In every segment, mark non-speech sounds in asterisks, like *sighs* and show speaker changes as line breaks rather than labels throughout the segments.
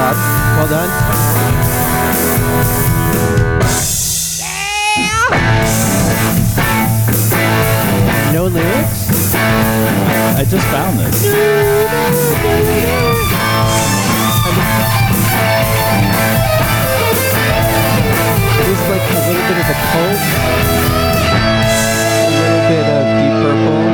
Well done. No lyrics?
I just found this.
There's like a little bit of the cult, a little bit of Deep Purple.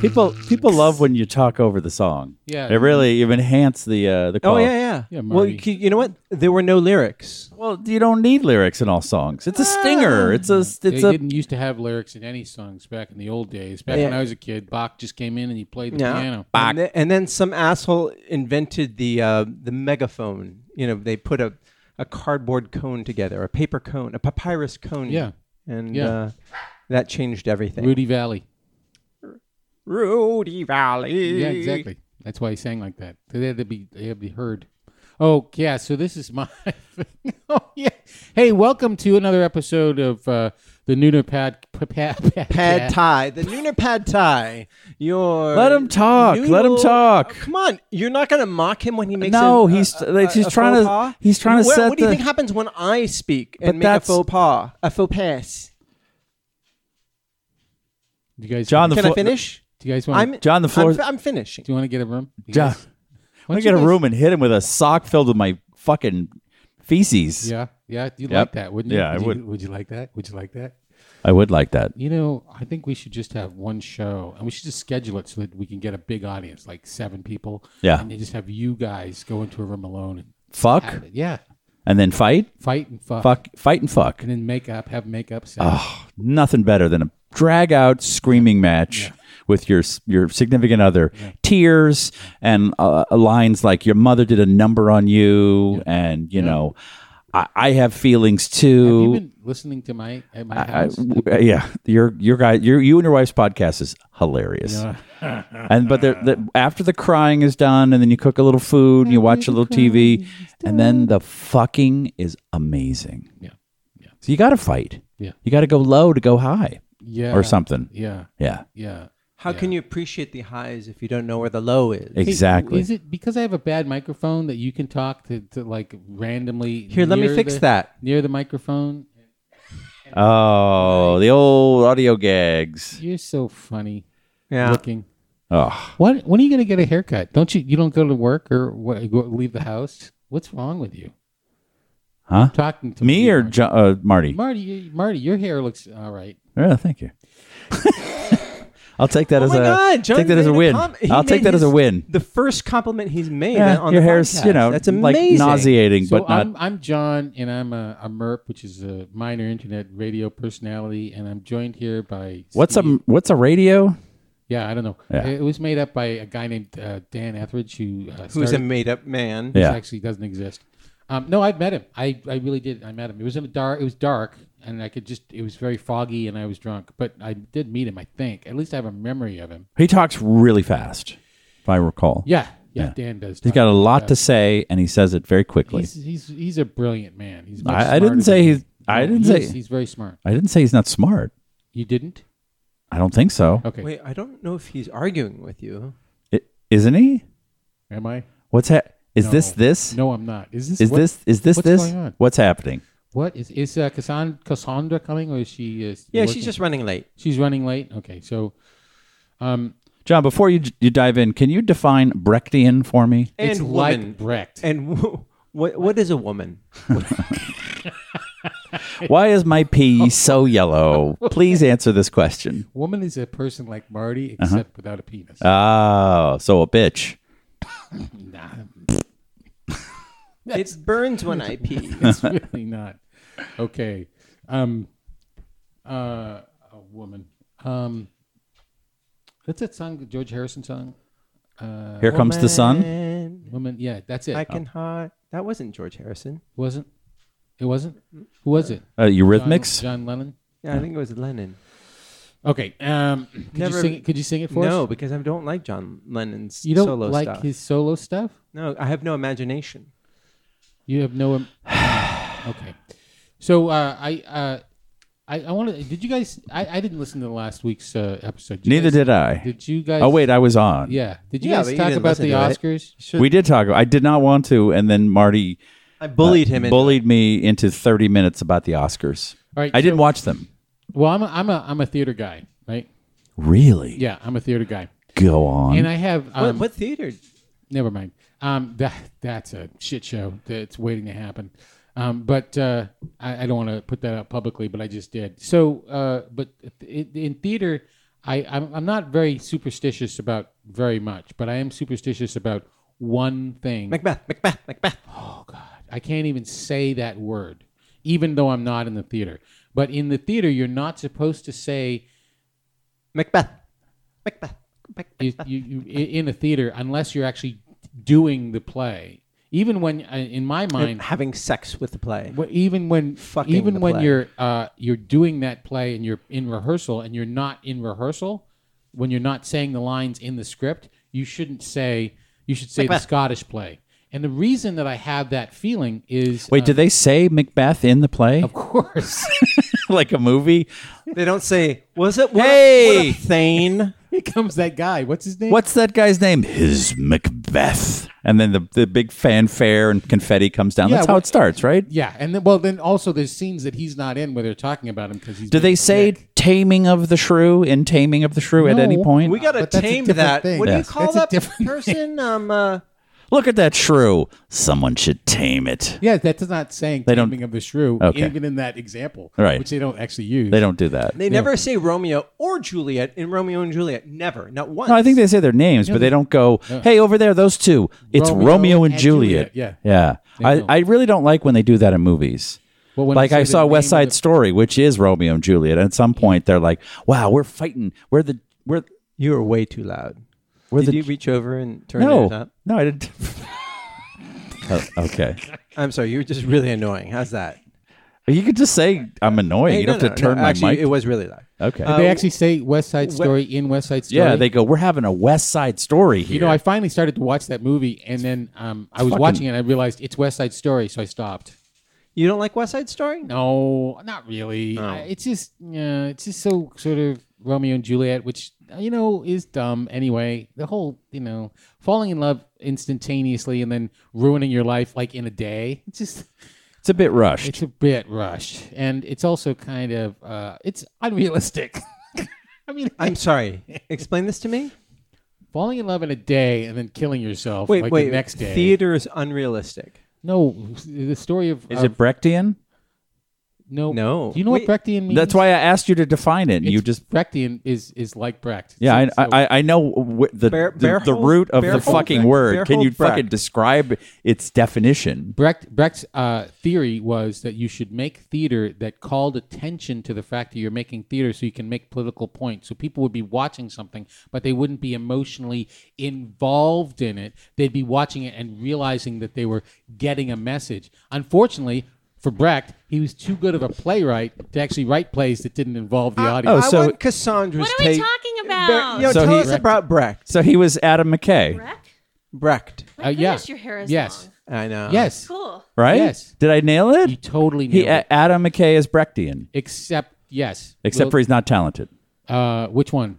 People people love when you talk over the song.
Yeah.
It really you enhance the uh, the.
Oh
quali-
yeah, yeah.
Yeah,
well,
Marty.
you, c- you know what? There were no lyrics.
Well, you don't need lyrics in all songs. It's a
Ah.
stinger. It's a it's
They
a
didn't used to have lyrics in any songs back in the old days. Back when
Yeah.
I was a kid, Bach just came in and he played the
No.
piano.
And, then, and then some asshole invented the uh, the megaphone. You know, they put a a cardboard cone together, a paper cone, a papyrus cone.
Yeah.
and
Yeah.
Uh, that changed everything.
Rudy Valley.
Rudy Valley.
Yeah, exactly. That's why he sang like that. They had to be they had to be heard. Oh yeah, so this is my *laughs* thing. Oh yeah. Hey, welcome to another episode of uh, the Nuna Pad P- Pad Pad,
Pad
Pad.
Thai, the Lunar Pad Thai. Your
Let him talk. Let him
noodle-
talk.
Oh, come on, you're not going to mock him when he makes.
No,
an- a-
he's-
a-
like,
a-
he's
a
trying
faux
to-
pas?
he's trying to
What-
set
What do you
the-
think happens when I speak
But
and make a
that's-
faux pas, a faux pas?
Do you guys
John the
Can
flo-
I finish?
Do you guys want
I'm
do
John, the floor-
I'm, I'm finishing.
you want to get a room? Do you
John,
guys-
I'm
why
gonna
don't
get
you
a
guys-
room and hit him with a sock filled with my fucking feces.
Yeah, yeah, you'd
Yep.
like that, wouldn't you?
Yeah, I
would. You,
would.
would you like that? Would you like that?
I would like that.
You know, I think we should just have one show, and we should just schedule it so that we can get a big audience, like seven people.
Yeah.
and then just have you guys go into a room alone and
Fuck
have it. Yeah,
and then fight.
fight and fuck,
Fuck fight and fuck.
and then makeup, have makeup. sex.
Nothing better than a drag out screaming match with your s- your significant other. Tears and uh, lines like your mother did a number on you, and you know, I, I have feelings
have you
too.
been listening to my at my
I-
house?
w- uh, yeah, your your guy, your you and your wife's podcast is hilarious. *laughs* and but the, the, after the crying is done, and then you cook a little food and you watch a little TV, and then the fucking is amazing.
Yeah.
So you got to fight.
Yeah.
you got to go low to go high
yeah,
or something.
Yeah,
Yeah,
yeah.
How can you appreciate the highs if you don't know where the low is?
Hey,
exactly.
is it because I have a bad microphone that you can talk to, to like randomly?
Here, let me
near
fix
the-
that.
near the microphone.
oh, the old audio gags.
You're so funny
Yeah.
looking.
Oh,
What? When are you going to get a haircut? Don't you? You don't go to work or what, go, leave the house? What's wrong with you?
huh?
Talking to
Me
you,
or
Marty.
jo- uh, Marty?
Marty? you- Marty, your hair looks all right.
Yeah,
*laughs*
thank you. I'll take that
Oh
as
my
a
God, John
take that as a
made a
win.
com- he
I'll take
made
that as a
his-
win.
The first compliment he's made
Yeah,
on
your
the
hair's you
podcast.
know
that's
like
amazing.
nauseating,
So
but not.
I'm I'm John, and I'm a, a MERP, which is a minor internet radio personality, and I'm joined here by
what's a
Steve.
what's a radio?
yeah I don't know.
Yeah.
It was made up by a guy named uh, Dan Etheridge, who uh,
Who's
started-
a made-up man?
Yeah.
which actually doesn't exist. Um, no, I've met him. I, I really did. I met him. It was in a dark. It was dark, and I could just. It was very foggy, and I was drunk. But I did meet him. I think at least I have a memory of him.
He talks really fast, if I recall.
Yeah, yeah. Dan does.
he's
talk.
got a lot to say, and he says it very quickly.
He's, he's he's a brilliant man. He's. much
I, I didn't
smarter
say
than-
he's. I
No,
didn't
he
say.
is. he's very smart.
I didn't say he's not smart.
You didn't?
I don't think so.
Okay.
Wait, I don't know if he's arguing with you.
is isn't he?
Am I?
What's ha- Is
No.
this this?
No, I'm not. Is this
Is
what-
this is this
what's
this?
going on?
What's happening?
What is is uh, Cassandra, Cassandra coming or is she? Uh,
Yeah,
working?
she's just running late.
she's running late. Okay, so um,
John, before you you dive in, can you define Brechtian for me?
And
it's
woman.
like Brecht.
And *laughs* w- what what is a woman?
Why is my pee so yellow? Please answer this question.
Woman is a person like Marty,
Uh-huh.
except without a penis.
Oh, so a bitch.
nah,
It burns when *laughs* I pee.
*laughs* it's really not. Okay. Um, uh, a woman. Um, what's that song, the George Harrison song? Uh,
Here comes the sun.
And
Woman. Yeah, that's it.
I can hide. That wasn't George Harrison.
wasn't. It wasn't. Who was it?
Uh, Eurythmics.
John, John Lennon.
Yeah, I think it was Lennon.
Okay. Um, could
Never-
you sing it? Could you sing it for us?
No, because I don't like John Lennon's
You don't
solo
like
stuff.
his solo stuff.
No, I have no imagination.
um, *sighs* You have no. Im- okay. So uh, I uh, I, I want to. Did you guys? I, I didn't listen to last week's uh, episode. you
Neither
guys-
did I.
Did you guys?
Oh wait, I was on.
Yeah. Did you
Yeah, but
guys
you
talk
didn't
about
listen
the
to it.
Oscars?
We did talk. I did not want to, and then Marty
I bullied him. And
bullied me into thirty minutes about the Oscars.
All right,
I didn't
so-
watch them.
Well, I'm a, I'm a I'm a theater guy, right?
Really?
Yeah, I'm a theater guy,
Go on.
and I have um,
What, what theater?
never mind. Um, that that's a shit show that's waiting to happen. Um, but uh, I, I don't want to put that out publicly, but I just did. So, uh, but in, in theater, I I'm, I'm not very superstitious about very much, but I am superstitious about one thing.
Macbeth. Macbeth. Macbeth.
I can't even say that word, even though I'm not in the theater. But in the theater, you're not supposed to say
Macbeth. Macbeth. Macbeth.
you, you, you i- in a theater unless you're actually doing the play. Even when, I- in my
*laughs*
mind,
Having sex with the play.
wh- even when,
Fucking
even
the
when
play.
you're uh, you're doing that play and you're in rehearsal and you're not in rehearsal, when you're not saying the lines in the script, you shouldn't say. You should
*laughs*
say the
Macbeth.
Scottish play. And the reason that I have that feeling is
Wait, did they say Macbeth in the play?
uh, of course.
*laughs*
*laughs*
like a movie?
They don't say, was it? What
Hey!
A, what a Thane.
Here comes that guy. What's his name?
What's that guy's name? His Macbeth. And then the, the big fanfare and confetti comes down.
Yeah,
That's how
well-
it starts, right?
Yeah, and then, well, then also there's scenes that he's not in where they're talking about him because he's.
Do they say taming of the shrew in taming of the shrew at any
No.
point?
We got to
But that's a
tame
different
that.
thing.
What do
Yeah.
you call
That's a
that
different *laughs*
person? Um, uh,
Look at that shrew. Someone should tame it.
Yeah, that's not saying
don't-
taming of the shrew,
Okay.
even in that example,
Right.
which they don't actually use.
They don't do that.
they never say Romeo or Juliet in Romeo and Juliet. Never. Not once.
No, I think they say their names, but they don't go, hey, over there, those two. It's Romeo,
Romeo
and,
and
Juliet.
Juliet, yeah.
Yeah. I, I really don't like when they do that in movies.
Well, when
like
they say
I
the
saw West
name
Side
of the-
Story, which is Romeo and Juliet. At some point, they're like, "Wow, we're fighting. We're the we're
You were way too loud.
We're
Did
the-
you reach over and turn it
no
up?
no I didn't." Oh, okay,
I'm sorry. You were just really annoying. How's that?
you could just say I'm annoying.
Hey,
you
no,
don't have
no,
to
no,
turn my
actually,
mic.
It Uh, was really loud.
okay,
They actually say West Side Story in West Side Story.
yeah, they go. We're having a West Side Story here.
You know, I finally started to watch that movie, and then um, I was watching it, and I realized it's West Side Story, so I stopped.
You don't like West Side Story?
No, not really. I- it's just, yeah, it's just so sort of Romeo and Juliet, which uh, you know is dumb anyway. The whole, you know, falling in love instantaneously and then ruining your life like in a day. It's just,
it's a bit rushed.
it's a bit rushed, and it's also kind of, uh, it's unrealistic. *laughs* I mean,
I'm sorry. Explain this to me.
falling in love in a day and then killing yourself
Wait,
*laughs* like
wait.
the next day.
Theater is unrealistic.
no, the story of
Is
of-
uh,
it Brechtian?
no
No.
Do you know
Wait.
what Brechtian means?
That's why I asked you to define it. and
It's-
You just
Brechtian is is like Brecht.
yeah, I,
So- so-
I I know wh- the
Bear-
the, the
Bearhold-
root of the
Bearhold
fucking
Brecht.
word. Can you
Bearhold Brecht.
fucking describe its definition?
Brecht, Brecht's uh, theory was that you should make theater that called attention to the fact that you're making theater so you can make political points. So people would be watching something, but they wouldn't be emotionally involved in it. They'd be watching it and realizing that they were getting a message. Unfortunately, for Brecht, he was too good of a playwright to actually write plays that didn't involve the audience.
Oh,
I
so-
want Cassandra's
What are we
take-
talking about?
Bre- you know,
So
tell
he-
us about Brecht.
So he was Adam McKay,
Correct?
Brecht.
oh.
Uh,
My
yeah.
goodness, your hair is
Yes.
long.
I know.
Yes.
Cool.
right?
Yes.
Did I nail it?
You totally knew
He A- Adam McKay is Brechtian,
Except, yes.
except for he's not talented.
for. Uh, which one?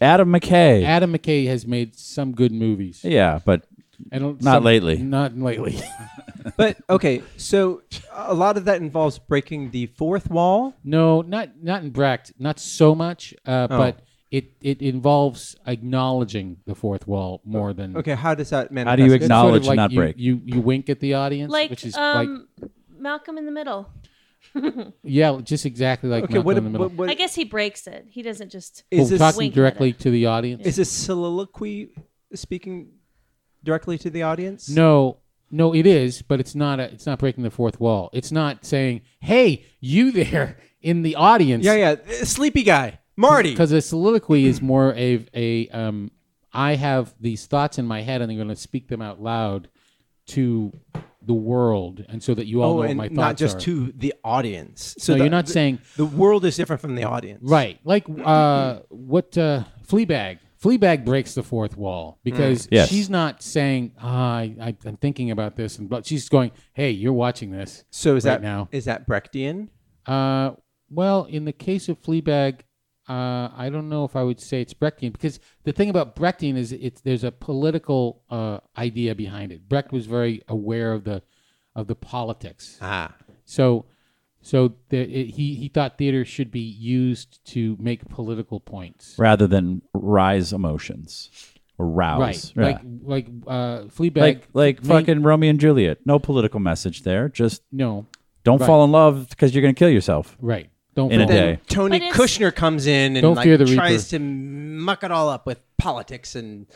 Adam McKay.
Adam McKay has made some good movies.
yeah, but
I don't,
Not lately.
Not lately. *laughs*
But okay, so a lot of that involves breaking the fourth wall.
no, not not in Brecht. Not so much. Uh,
Oh.
But it it involves acknowledging the fourth wall more than
Okay, how does that manifest?
how do you
It's sort of
acknowledge
like
not
you,
break?
You you wink at the audience,
Like,
which is like
um, Malcolm in the Middle.
yeah, just exactly like
okay,
Malcolm
what,
in the middle.
what, what
I guess he breaks it. He doesn't just.
is
Well,
this?
talking
Wink at
directly
it.
to the audience.
Is this soliloquy speaking directly to the audience?
No, no, it is, but it's not. A, it's not breaking the fourth wall. It's not saying, "Hey, you there *laughs* in the audience."
Yeah, yeah. uh, Sleepy guy, Marty.
because a soliloquy is more a a um I have these thoughts in my head and I'm going to speak them out loud to the world and so that you all know
Oh,
what
and
my thoughts
not just
are.
to the audience. So
no,
the-
you're not
the,
saying
the world is different from the audience.
right. Like uh what uh Fleabag Fleabag breaks the fourth wall because
Yes.
she's not saying ah, I, I I'm thinking about this and but she's going hey you're watching this
So is
right
that
now
is that Brechtian?
uh Well, in the case of Fleabag, uh, I don't know if I would say it's Brechtian because the thing about Brechtian is it's there's a political uh, idea behind it. Brecht was very aware of the of the politics.
Ah,
So, so the, it, he he thought theater should be used to make political points.
rather than rise emotions or rouse.
Right.
Yeah.
Like like uh, Fleabag.
like, like
main-
fucking Romeo and Juliet. No political message there. Just
no.
don't
Right.
fall in love because you're gonna kill yourself.
Right. Don't
In a
fall
day.
love.
Tony
But it's-
Kushner comes in and
Don't
like,
fear the
tries
Reaper.
to muck it all up with politics and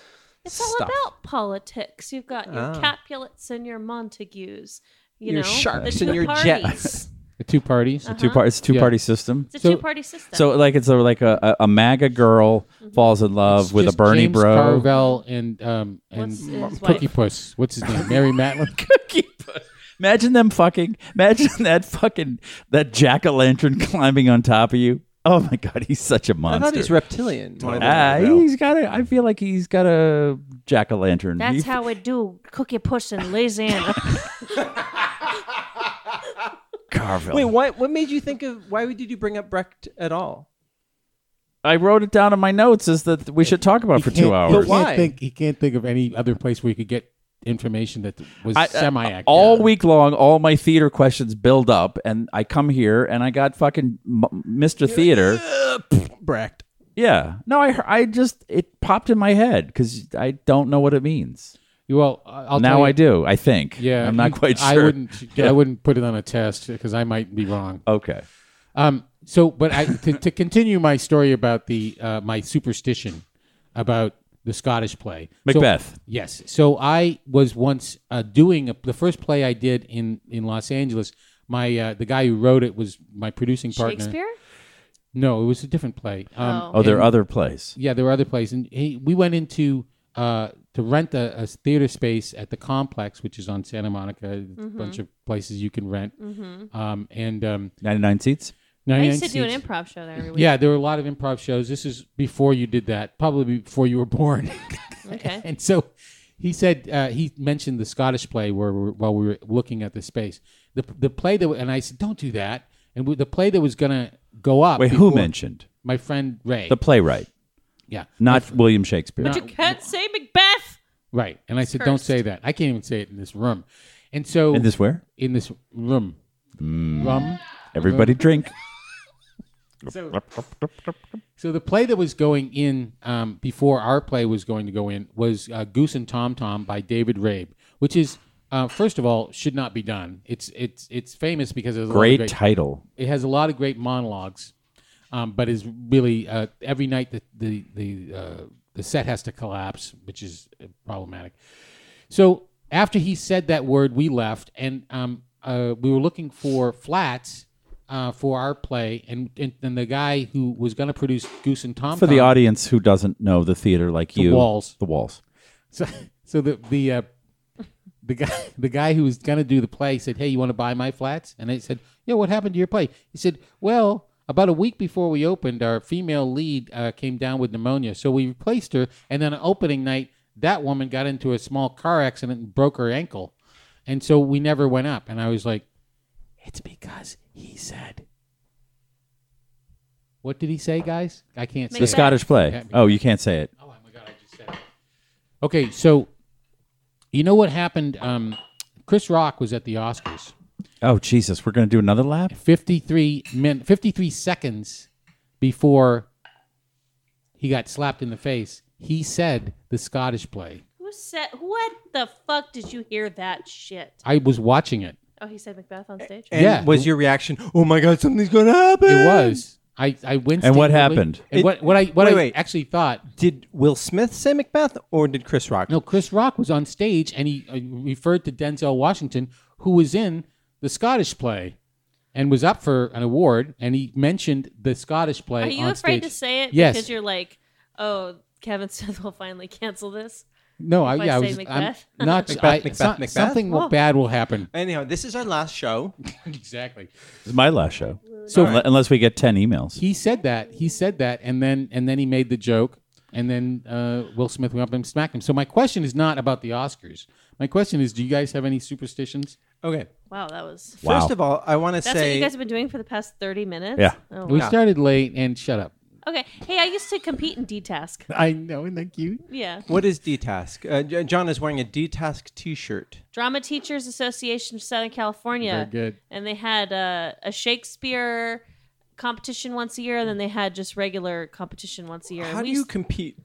It's all
stuff.
about politics. You've got your Capulets and your Montagues. You
Your
know,
Sharps
the
and
two
your
parties.
Jets.
The two parties.
Two part. It's a two party system.
Uh-huh. It's a
So-
two-party system.
So uh, like it's a, like a, a a MAGA girl
Mm-hmm.
falls in love
It's
with a
just
Bernie
James
bro. *laughs*
Carvel and um and
What's his
Cookie
wife?
Puss. What's his name? Mary
*laughs*
Matlin.
Imagine them fucking. Imagine *laughs* that fucking that jack o' lantern *laughs* climbing on top of you. Oh my god, he's such a
I
monster.
thought he's reptilian. more than
Ah,
real.
he's got a. I feel like he's got a jack o' lantern.
That's how we do cookie puss and lazy Anna.
Carvel.
Wait, why, what made you think of? Why did you bring up Brecht at all?
I wrote it down in my notes. Is that we should talk about for
Can't-
two hours?
why?
Can't think, he can't think of any other place where he could get information that was
I- I-
semi-accurate.
all week long, all my theater questions build up, and I come here and I got fucking m- Mr. Theater.
Uh, Brecht.
Yeah, no, I hear- I just it popped in my head because I don't know what it means.
Well, I- I'll
now
tell you-
I do. I think.
Yeah,
I'm not
you-
quite sure.
I
*laughs*
wouldn't. I wouldn't put it on a test because I might be wrong.
Okay.
Um. So, but I to, to continue my story about the uh, my superstition about the Scottish play So-
Macbeth.
yes. So I was once uh, doing a, the first play I did in in Los Angeles. My uh, the guy who wrote it was my producing partner.
Shakespeare?
No, it was a different play. Um,
Oh.
Oh, there are other plays.
yeah, there were other places. And he, we went into uh, to rent a, a theater space at the complex, which is on Santa Monica. A
Mm-hmm.
bunch of places you can rent. Um, and um,
99 seats.
I
99
used to do an
seats.
improv show there every week.
Yeah, there were a lot of improv shows. This is before you did that, probably before you were born. *laughs*
Okay.
and so he said uh, he mentioned the Scottish play where we were, while we were looking at the space. The the play that and I said don't do that. And we, the play that was gonna go up.
Wait, who
before-
mentioned
My friend Ray.
the playwright?
yeah.
Not William Shakespeare.
But you can't say Macbeth.
Right. And I said, don't say that. I can't even say it in this room. And so
In this Mm. where?
in this room, rum.
Everybody
Uh-huh.
drink.
So the play that was going in um, before our play was going to go in was uh, Goose and Tom Tom by David Rabe, which is uh, first of all should not be done. It's it's it's famous because it's
Great
great
title.
it has a lot of great monologues, um, but is really uh, every night the the the, uh, the set has to collapse, which is uh, problematic. So after he said that word, we left, and um, uh, we were looking for flats uh, for our play, and and, and the guy who was going to produce Goose and Tom
For the
Tom-
Um,
audience who doesn't know the theater like you,
walls.
The walls.
So, so the the uh, the guy *laughs* the guy who was gonna do the play said, "Hey, you want to buy my flats?" And I said, "Yeah, what happened to your play?" He said, "Well, about a week before we opened, our female lead uh, came down with pneumonia, so we replaced her. And then on opening night, that woman got into a small car accident and broke her ankle, and so we never went up." And I was like, "It's because he said." What did he say, guys? I can't say.
The
Make
it.
Scottish play. Oh, you can't say it.
Oh my god, I just said it. Okay, so you know what happened? Um, Chris Rock was at the Oscars.
Oh, Jesus. We're going to do another lap?
53 min 53 seconds before he got slapped in the face, he said the Scottish play.
Who said? What the fuck did you hear that shit?
I was watching it.
Oh, he said Macbeth on stage.
And
Yeah.
Was your reaction? Oh my God, something's going to happen.
It was. I, I winced.
And what
inwardly.
happened?
And
It-
what, what I what
Wait,
I
wait.
actually thought
Did Will Smith say Macbeth or did Chris Rock?
No, Chris Rock was on stage and he uh, referred to Denzel Washington, who was in the Scottish play and was up for an award, and he mentioned the Scottish play.
Are you
on
afraid
stage.
to say it?
Yes.
Because you're like, oh, Kevin *laughs* Smith will finally cancel this.
no, I,
I
yeah, I
say
was I'm
Macbeth? *laughs* Oh.
not.
Macbeth,
I,
Macbeth,
so-
Macbeth.
Something
Well-
bad will happen. *laughs*
Anyhow, this is our last show.
exactly.
This is my last show.
So
Unle- Unless we get 10 emails.
he said that. He said that, and then and then he made the joke and then uh, Will Smith went up and smacked him. So my question is not about the Oscars. My question is, do you guys have any superstitions?
Okay.
Wow, that was.
Wow.
First of all, I want to
That's what you
say
guys have been doing for the past 30 minutes?
Yeah.
Oh,
We
wow.
started late, and shut up.
Okay. Hey, I used to compete in D-Task.
I know, isn't that cute?
Yeah.
what is D-Task? Uh, J- John is wearing a D-Task t-shirt.
Drama Teachers Association of Southern California.
Very good.
And they had uh, a Shakespeare competition once a year, and then they had just regular competition once a year.
How
And
do
we
you
used-
compete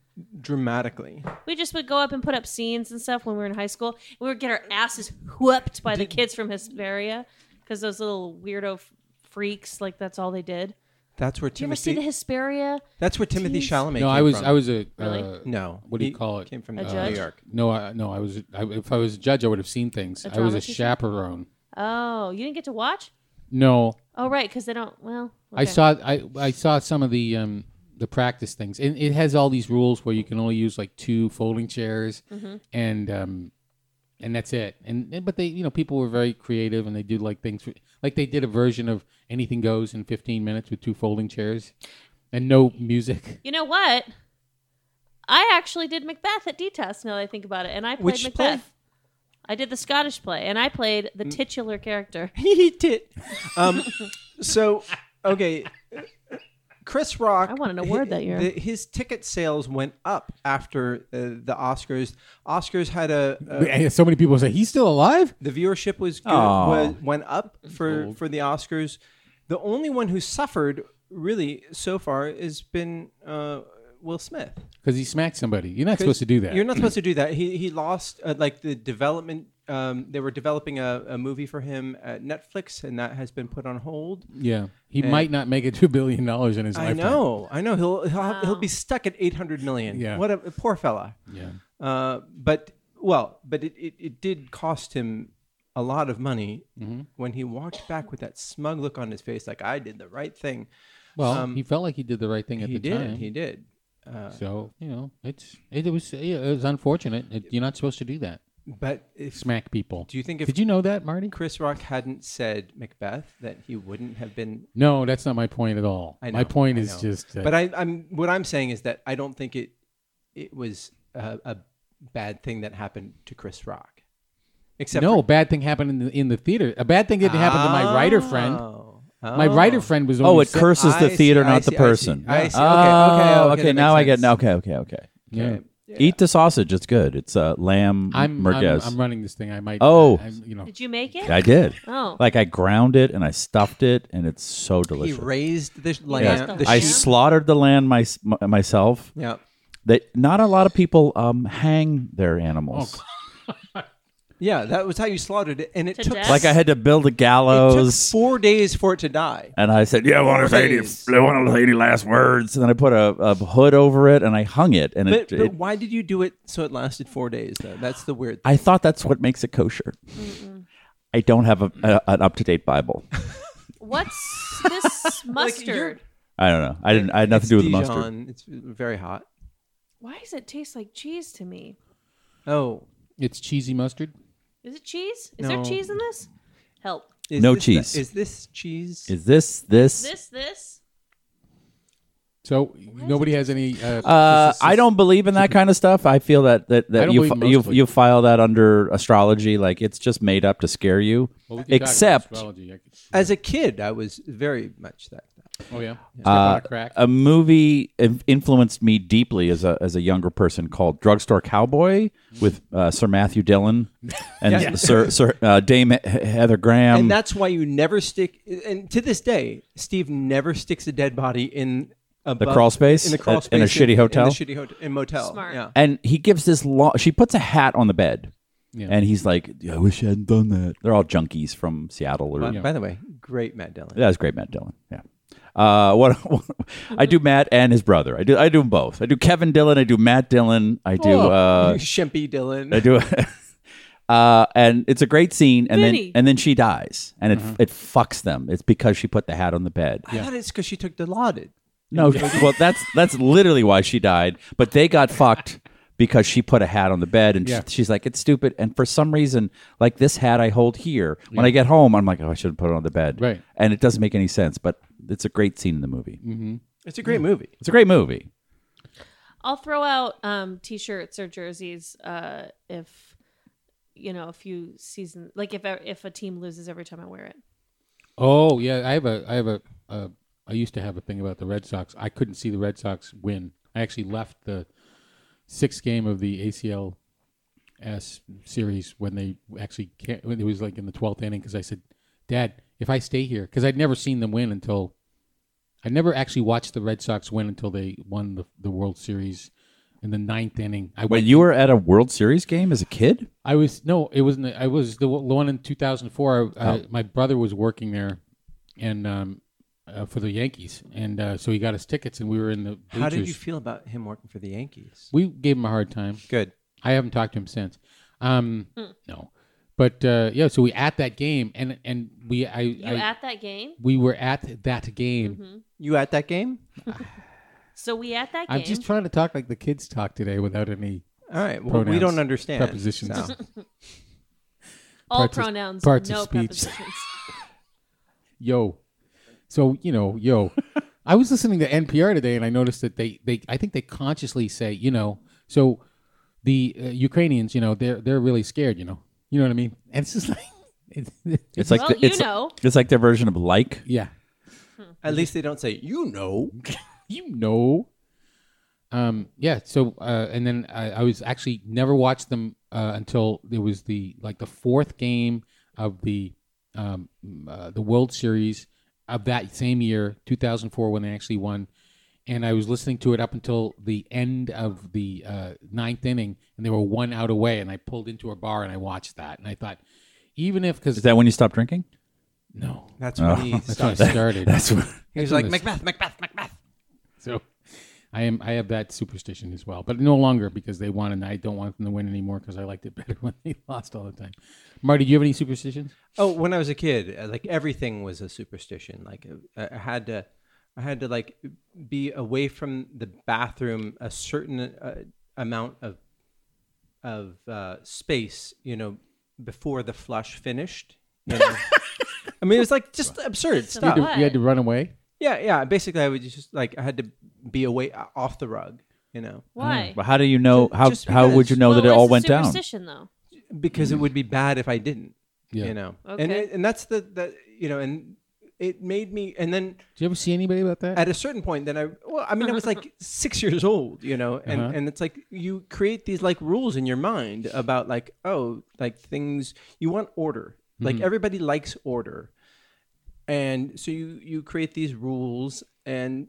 dramatically?
we just would go up and put up scenes and stuff when we were in high school. And we would get our asses whooped by the kids from Hesperia because those little weirdo f- freaks, like that's all they did.
That's where
You ever see
Timothy.
the Hesperia?
that's where Timothy
Tease?
Chalamet.
No,
came
I was,
From.
I was a
Really?
uh,
No.
What do you
he
call it?
Came from
A
uh,
judge?
New York.
No, I, no, I was. I, if I was a judge, I would have seen things. I was
drama
a
teacher?
chaperone.
Oh, you didn't get to watch?
No,
Oh, right, because they don't. Well,
I
okay.
saw. I I saw some of the um the practice things, and it has all these rules where you can only use like two folding chairs,
Mm-hmm.
and um and that's it. And, and- but they, you know, people were very creative, and they do like things for- like they did a version of anything goes in 15 minutes with two folding chairs, and no music. *laughs*
You know what? I actually did Macbeth at D-Test now that I think about it, and I played
Which play?
Macbeth. I did the Scottish play, and I played the titular character.
he did. Um, so okay, Chris Rock.
I won an award
hi-
that year.
the- his ticket sales went up after uh, the Oscars. Oscars had a, a
And so many people say he's still alive.
the viewership was good,
Aw.
was, went up for for the Oscars. The only one who suffered really so far has been uh, Will Smith.
Because he smacked somebody. You're not supposed to do that.
You're not supposed to do that. He he lost uh, like the development. Um, they were developing a, a movie for him at Netflix, and that has been put on hold.
Yeah, he might not make it two billion dollars in his
I
lifetime.
know, I know. He'll he'll, have- he'll be stuck at eight hundred million.
Yeah.
what a poor fella.
Yeah.
Uh, but well, but it, it, it did cost him a lot of money
Mm-hmm.
when he walked back with that smug look on his face, like I did the right thing.
Well, he felt like he did the right thing at
Um, He
the
did.
time.
He did.
So you know, it's it, was yeah, it was unfortunate. It, you're not supposed to do that.
But if
Smack people.
do you think if
Did you know that, Marty?
Chris Rock hadn't said Macbeth, that he wouldn't have been
No, that's not my point at all.
I know,
my point
I
is
know.
just. Uh,
but I, I'm what I'm saying is that I don't think it it was a, a bad thing that happened to Chris Rock, except
no,
for-
bad thing happened in the, in the theater. A bad thing didn't happen to my writer friend.
Oh.
My writer friend was.
Oh,
only
it
se-
curses the
I
theater,
see, I
not the
see, I see,
person.
I see. Okay,
Oh,
okay, okay, that
now
makes
I get.
sense.
Okay, okay, okay.
Yeah.
Eat the sausage. It's good. It's uh, lamb
I'm, I'm,
merguez.
I'm running this thing. I might.
Oh.
I, am you know.
Did you make it?
I did.
Oh.
Like I ground it and I stuffed it, and it's so
He
delicious.
raised the lamb.
Oh. Yeah.
the
the
I
lamb?
sheep.
slaughtered the lamb my, my- myself.
Yeah.
That not a lot of people um, hang their
Oh,
animals.
Yeah, that was how you slaughtered it, and it
To
took
death?
like I had to build a
it took
gallows,
four days for it to die.
and I said, "Yeah, I want to
Four
say any,
days.
I want to say any last words." And then I put a, a hood over it, and I hung it, and
But,
it,
but
it.
why did you do it so it lasted four days? Though that's the weird.
I thought that's what makes it kosher. I don't have a, a, an up to date Bible.
What's *laughs* this mustard?
I don't know. I didn't. I had nothing to do with the mustard.
Dijon. It's very hot.
Why does it taste like cheese to me?
Oh,
It's cheesy mustard.
Is it cheese? Is there
No.
cheese in this? Help.
is
No
this
cheese.
The, is this cheese?
Is this this?
This, this.
So nobody has any. Uh,
Uh,
this is-
I don't believe in that kind of stuff. I feel that that,
I
that
don't
you
believe
fi-
in
you
most of it.
you file that under astrology, like it's just made up to scare you.
Well, we can talk about
Except
astrology. I could-
As a kid, I was very much that.
Oh yeah. Step
uh,
on a crack.
a movie in- influenced me deeply as a as a younger person called Drugstore Cowboy with uh, Sir Matthew Dillon and Sir Sir uh, Dame He- Heather Graham.
and that's why you never stick. And to this day, Steve never sticks a dead body in above,
crawl space?
in the crawl
At-
space
in a shitty hotel?
in a shitty hotel in motel.
Smart.
Yeah.
and he gives this long she puts a hat on the bed
Yeah.
and he's like i wish i hadn't done that they're all junkies from seattle or
Uh, By the way, great Matt Dillon.
that was great matt dillon yeah uh, what, I do, Matt and his brother. I do. I do 'em both. I do Kevin Dillon. I do Matt Dillon. I do. Uh,
*laughs* Shempy Dillon.
I do. *laughs* uh, and it's a great scene. And
Vinny.
then and then she dies, and it
Uh-huh.
it fucks them. It's because she put the hat on the bed.
I thought it's because she took Dilaudid.
*laughs* No, well, that's that's literally why she died. But they got fucked because she put a hat on the bed, and
Yeah.
she, she's like, "It's stupid." And for some reason, like this hat I hold here, when I get home, I'm like, "Oh, I shouldn't put it on the bed."
Right.
And it doesn't make
Mm-hmm.
any sense, but it's a great scene in the movie.
It's a great movie.
It's a great movie.
I'll throw out um, t-shirts or jerseys uh, if you know a few season like if if a team loses every time I wear it.
Oh yeah, I have a I have a, a I used to have a thing about the Red Sox. I couldn't see the Red Sox win. I actually left the sixth game of the ACLS series when they actually can when it was like in the twelfth inning because I said, "Dad, if I stay here, because I'd never seen them win until I never actually watched the Red Sox win until they won the, the World Series in the ninth inning. I
Wait,
went
you were at a World Series game as a kid?
I was no, it wasn't. I was the one in 2004. I,
Oh.
I, my brother was working there, and um, uh, for the Yankees, and uh, so he got us tickets, and we were in the.
How did you
bleachers.
feel about him working for the Yankees?
We gave him a hard time.
Good.
I haven't talked to him since. Um,
Hmm.
No, but uh, yeah, so we at that game, and and we I,
You
I
at Mm-hmm. that game?
we were at that game.
You at that game?
So we at that game.
I'm just trying to talk like the kids talk today without any
All right. Well, we
Pronouns.
don't understand
Prepositions.
so.
All
parts of-
pronouns,
parts of
no
speech.
prepositions.
yo. So you know, yo. I was listening to NPR today, and I noticed that they, they I think they consciously say, you know, so the uh, Ukrainians, you know, they're they're really scared, you know, you know what I mean. And it's just like, *laughs* it's,
*laughs* It's like Mm.
Well,
the,
you
it's
know.
it's like their version of like.
yeah,
At least they don't say you
*laughs*
know.
you know. Um, yeah. So, uh, and then I, I was actually never watched them uh, until there was the like the fourth game of the um, uh, the World Series of that same year, 2004, when they actually won. And I was listening to it up until the end of the uh, ninth inning, and they were one out away. And I pulled into a bar and I watched that, and I thought, even if because
Is that when you stopped drinking? *laughs*
no,
That's when he
that's when I
stopped.
started.
That's when,
He's like
That's when
Macbeth, Macbeth, Macbeth.
So I am I have that superstition as well, but no longer because they won and I don't want them to win anymore because I liked it *laughs* better when they lost all the time. Marty, do you have any superstitions?
Oh, when I was a kid, uh, like everything was a superstition. Like uh, I had to, I had to like be away from the bathroom a certain uh, amount of of uh, space, you know, before the flush finished. You know? I mean, it was like just absurd stuff.
You had to run away.
Yeah, yeah. Basically, I would just like I had to be away uh, off the rug, you know,
Why?
but how do you know? How
Just
how would you know
Well,
that it
what's
all
the
went down?
superstition, down.
because it would be bad if I didn't,
Yeah.
you know. And
Okay.
it, and that's the the you know and. It made me, and then
Do you ever see anybody about that?
at a certain point then i well i mean i was like six years old you know and
Uh-huh.
and it's like you create these like rules in your mind about like oh like things you want order like everybody likes order and so you you create these rules and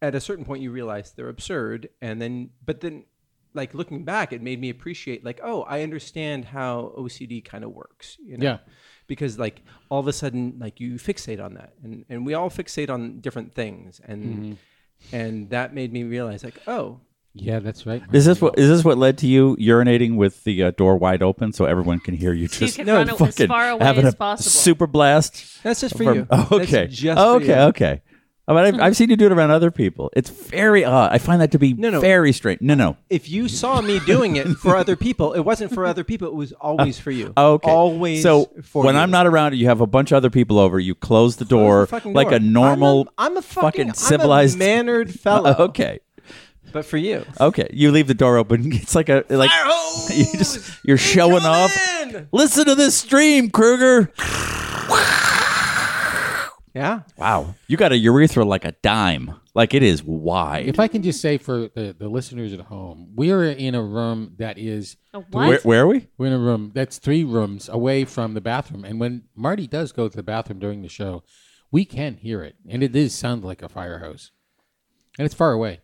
at a certain point you realize they're absurd and then but then like looking back it made me appreciate like oh i understand how ocd kind of works you know
Yeah.
because like all of a sudden like you fixate on that and and we all fixate on different things and
Mm-hmm.
and that made me realize like oh
yeah, that's right.
Is this what is this what led to you urinating with the uh, door wide open so everyone can hear you?
you
Just
can run a- as
fucking
far away
having
as
a
possible.
super blast.
that's just for
from-
you
Oh,
That's
*laughs* okay.
just
Oh,
for
okay.
you.
Okay. I mean, I've, I've seen you do it around other people. It's very odd. I find that to be
No, no.
very strange. No, no.
if you saw me doing it for other people it wasn't for other people it was always for you
*laughs* Okay.
always
So
for
when
you.
I'm not around, you have a bunch of other people over. You close the door
Close the fucking
like
door.
a normal.
I'm a, I'm a fucking,
civilized
I'm a mannered
*laughs*
fellow.
Uh, okay. Uh,
but for you,
Okay. You leave the door open. *laughs* It's like a like you just you're showing off. Listen to this stream, Kruger.
Yeah,
Wow. You got a urethra like a dime. Like it is wide.
If I can just say for the, the listeners at home, we are in a room that is
No. A
Where,
what?
where are we?
we're in a room that's three rooms away from the bathroom, and when Marty does go to the bathroom during the show, we can hear it, and it is sound like a fire hose, and it's far away.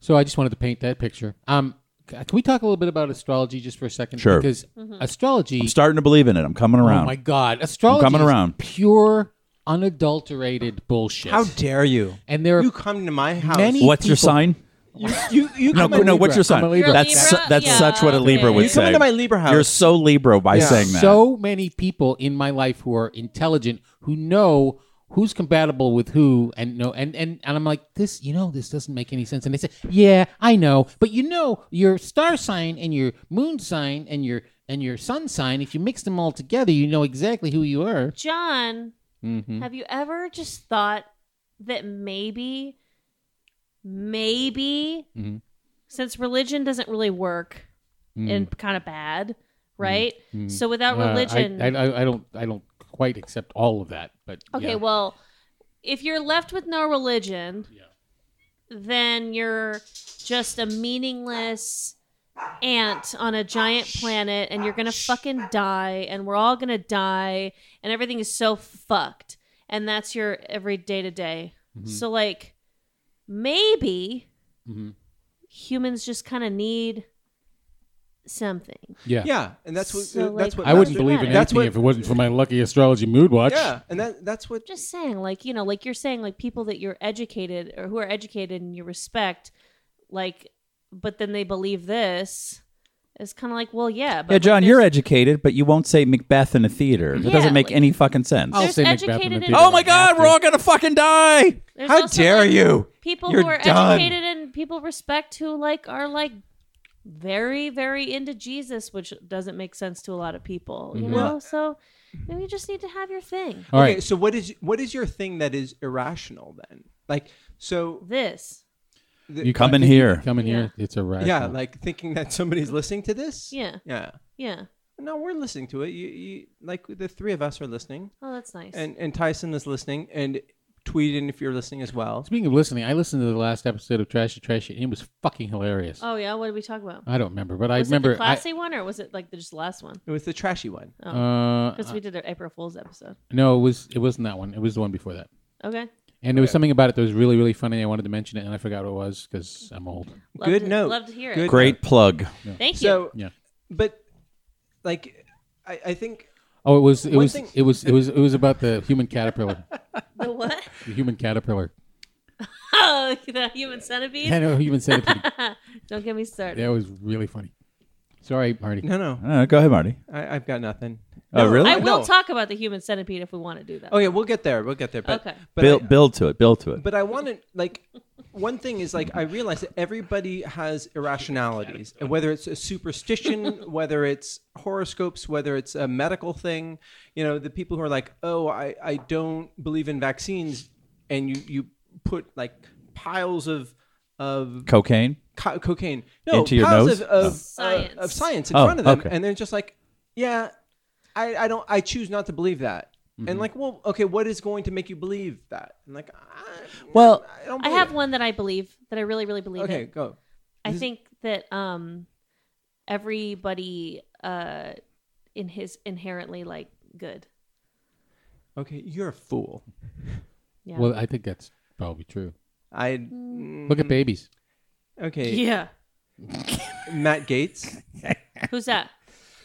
So I just wanted to paint that picture. Um, c- can we talk a little bit about astrology just for a second?
Sure.
Because astrology.
I'm starting to believe in it. I'm coming
Oh
around.
my God, astrology.
coming
is
around.
Pure, unadulterated bullshit.
how dare you?
and there are
You come to my house.
Many-
What's your
people-
sign?
you, you, you
*laughs* No,
come in-
no. What's your
I'm a
sign?
Libra.
That's su-
Libra?
that's
Yeah,
such what a Libra
okay.
would
You
say.
come into my Libra house.
You're so Libra by
Yeah.
saying that.
so many people in my life who are intelligent who know who's compatible with who and know and, and and i'm like this you know this doesn't make any sense and they say yeah i know but you know your star sign and your moon sign and your and your sun sign if you mix them all together you know exactly who you are
John,
mm-hmm.
have you ever just thought that maybe, maybe
Mhm.
since religion doesn't really work and kind of bad, right?
Mm.
So without
Uh, I-
religion,
I, I, I don't I don't quite accept all of that, but
okay,
yeah.
well, if you're left with no religion,
Yeah.
then you're just a meaningless ant on a giant planet and you're gonna fucking die and we're all gonna die and everything is so fucked and that's your every day to day
Mm-hmm.
so like maybe
Mhm.
humans just kind of need something
yeah,
Yeah, and that's what
So,
that's
like,
what
I wouldn't
Master-
believe in
that's
anything
what-
if it wasn't for my lucky astrology mood watch.
Yeah, and that that's what
just saying like you know like you're saying like people that you're educated or who are educated and you respect like but then they believe this it's kind of like well yeah but
Yeah,
like,
John,
there's-
you're educated, but you won't say Macbeth in a theater. That
Yeah,
doesn't make
like-
any fucking sense.
I'll
There's
say Macbeth in
educated
the
and-
theater.
Oh my
if I have
God,
to.
we're all gonna fucking die!
there's
How
also,
dare
like,
you?
people
You're
who are
done.
educated and people respect who like are like very very into jesus which doesn't make sense to a lot of people
Mm-hmm.
you know so maybe you just need to have your thing
All
okay,
right.
so what is what is your thing that is irrational then? Like so
this
the,
You
Come in
I think you
here.
can Come in here. It's a rational.
yeah, like thinking that somebody's listening to this?
Yeah.
Yeah.
yeah
No, we're listening to it. You, you like the three of us are listening
oh that's nice
and and Tyson is listening and tweet in if you're listening as well.
Speaking of listening, I listened to the last episode of Trashy Trashy, and it was fucking
Uh,
hilarious.
oh yeah what did we talk about
I don't remember, but I
was
remember.
it the classy one or was it like the just the last one
It was the trashy one.
I, uh,
because
Uh-huh.
we did an april fool's episode
no, it was it wasn't that one. It was the one before that.
okay
And there was something about it that was really, really funny. I wanted to mention it, and I forgot what it was because I'm old.
Love
Good
to-
note.
love to hear it.
Good
Great plug.
thank you
So
Yeah.
but like I, I think
Oh, it was, it
One
was,
thing-
it was, it was, it was about the human caterpillar.
*laughs* the what
the human
*laughs*
caterpillar.
oh *laughs* the human centipede
Yeah, no, human centipede.
*laughs* don't get me started
that was really funny. Sorry, Marty.
no no.
Uh, go ahead, Marty.
I, I've got nothing.
Oh,
No,
really?
I will
No.
talk about the human centipede if we want to do that.
Okay, we'll get there. We'll get there. But,
Okay.
But
build,
I,
build to it. Build to it.
but I want to like one thing is like I realize that everybody has irrationalities, and whether it's a superstition, whether it's horoscopes, whether it's a medical thing, you know, the people who are like, oh, I I don't believe in vaccines, and you you put like piles of of
Cocaine.
co- cocaine no,
Into your
piles
nose?
Of, of,
Science.
uh, of science in
Oh,
front of them,
okay.
and they're just like, yeah, I, I don't, I choose not to believe that. And
Mm-hmm.
like, well, okay, what is going to make you believe that? And like, I,
Well-
I don't.
I
believe
have
it.
one that I believe that I really, really believe
Okay,
in.
go.
I think that um, everybody uh, in his inherently like good.
Okay, you're a fool.
Yeah.
Well, I think that's probably true.
I
Look
Mm-hmm.
at babies.
okay,
Mm. yeah.
Matt Gates,
Who's that?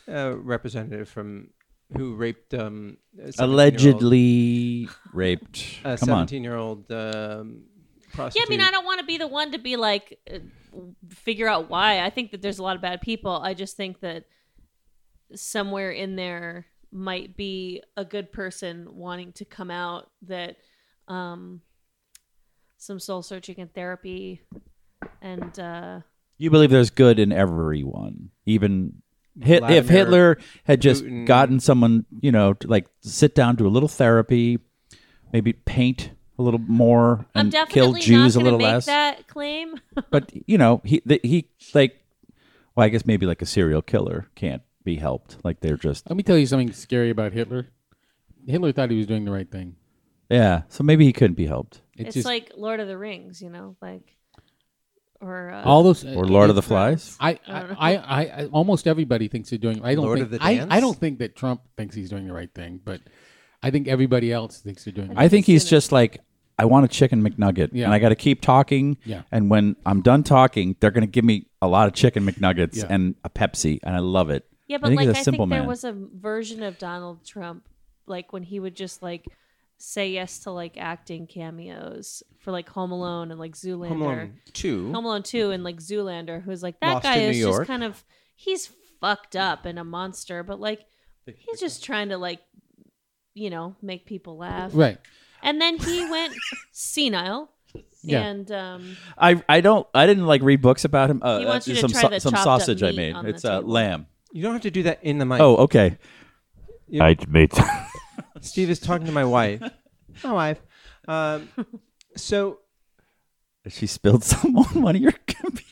uh, representative from who raped um a 17-year-old-
Allegedly raped.
a
Come on.
seventeen-year-old um,
Yeah,
prostitute.
I mean, I don't want to be the one to be like, uh, figure out why. I think that there's a lot of bad people. I just think that somewhere in there might be a good person wanting to come out that um, some soul searching and therapy and uh,
You believe there's good in everyone, even hit,
Vladimir
if Hitler had just
Putin.
gotten someone, you know, to like sit down, do a little therapy, maybe paint a little more,
I'm
and kill
definitely
Jews a
not going to
little
make
less.
that claim.
But you know, he th he like, well, I guess maybe like a serial killer can't be helped. Like they're just
Let me tell you something scary about Hitler. Hitler thought he was doing the right thing.
yeah. So maybe he couldn't be helped.
*laughs* It's,
just
like Lord of the Rings, you know, like or uh,
all those
Or Lord of the Flies.
I, I,
Uh-huh.
I, I, I- almost everybody thinks they're doing. I don't
Lord
think,
of the
I,
Dance?
I don't think that Trump thinks he's doing the right thing, but I think everybody else thinks they're doing. the
I think he's just like, I want a chicken McNugget,
Yeah.
and I got to keep talking.
Yeah.
And when I'm done talking, they're going to give me a lot of chicken McNuggets
Yeah.
and a Pepsi, and I love it.
Yeah,
I
but
think
like
he's a
I
simple
think there
man.
was a version of Donald Trump, like when he would just like say yes to like acting cameos for like Home Alone and like Zoolander,
Home Alone two.
Home Alone Two, and like Zoolander, who's like that
Lost
guy
in New
is
York.
just kind of he's fucked up and a monster, but like he's just trying to like you know make people laugh,
right.
and then he went
*laughs*
senile.
Yeah.
And um,
I, I don't I didn't like read books about him. Uh,
He wants you
uh,
to
some
try the
some
chopped up
sausage I
meat
made.
on the
It's uh,
table.
lamb.
You don't have to do that in the mic.
Oh, okay.
Steve is talking to my
*laughs*
wife. my wife. Um, so
*laughs* She spilled some on one of your computers.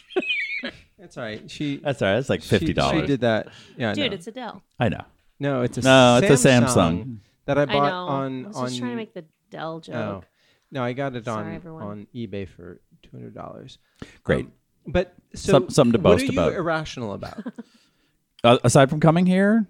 That's all right. She
That's all right. That's like
she-
fifty
She,
dollars.
did that. Yeah, I
Dude,
know.
it's Adele.
I know.
no, it's a
No,
Samsung
it's a Samsung.
that I
I,
bought
know.
on
I was
on.
just trying to make the Dell
oh.
joke.
no, I got it on
Sorry, everyone.
on eBay for two hundred dollars. Um,
Great.
But so
Some- something to
what
boast
are
about.
You irrational about. Um,
Uh, aside from coming here,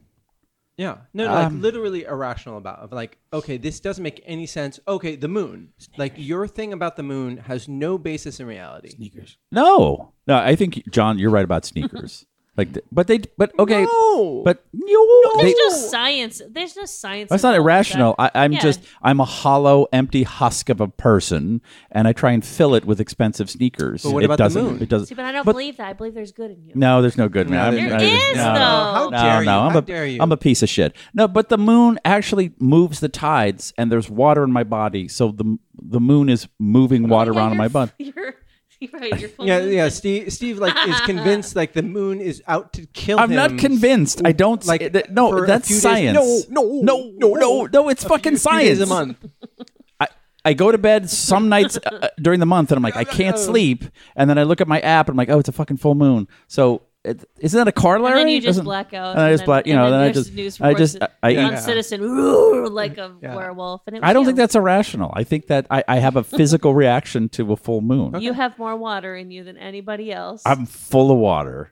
Yeah. No, no, like
Um,
literally irrational about of like, okay, this doesn't make any sense. Okay, the moon. Like your thing about the moon has no basis in reality.
Sneakers.
no, no. I think John, you're right about
*laughs*
sneakers. like, th- but they, but okay,
No.
but you.
There's
they-
no science. There's no science.
That's not
involved with
irrational. I,
that.
I'm
Yeah.
just I'm a hollow, empty husk of a person, and I try and fill it with expensive sneakers.
But what
it
about the
doesn't,
moon?
It doesn't.
See, but I don't
but-
believe that. I believe there's good in you.
No, there's no good man. I'm-
there's
I-
not.
There is,
no,
though.
How
No,
dare you?
no, I'm
How
a,
dare you?
am *laughs* a piece of shit. No, but the moon actually moves the tides, and there's water in my body, so the the moon is moving water
Yeah,
around in
you're-
my body.
*laughs* You're, you're right. You're full
*laughs* yeah,
of-
yeah. Steve, Steve, like is convinced like the moon is out to kill
I'm
him.
not convinced. I don't
like,
like it, no.
for a
That's
few days-
science.
No, no,
no, no, no,
no.
no. It's
A few-
fucking
few
science.
Days a month.
I, I go to bed some nights uh, uh, during the month and I'm like, I can't sleep. And then I look at my app and I'm like, oh, it's a fucking full moon. So it, isn't that a corollary?
And then you just
Doesn't-
black out.
And I just black, you
and
know,
then
then I
there's
just,
news
I
reports
just, I, I,
on
Yeah.
Citizen *laughs* "Roar," like a
Yeah.
werewolf. And it was
I don't
you.
think that's irrational. I think that I, I have a physical reaction to a full moon.
You have more water in you than anybody else.
I'm full of water.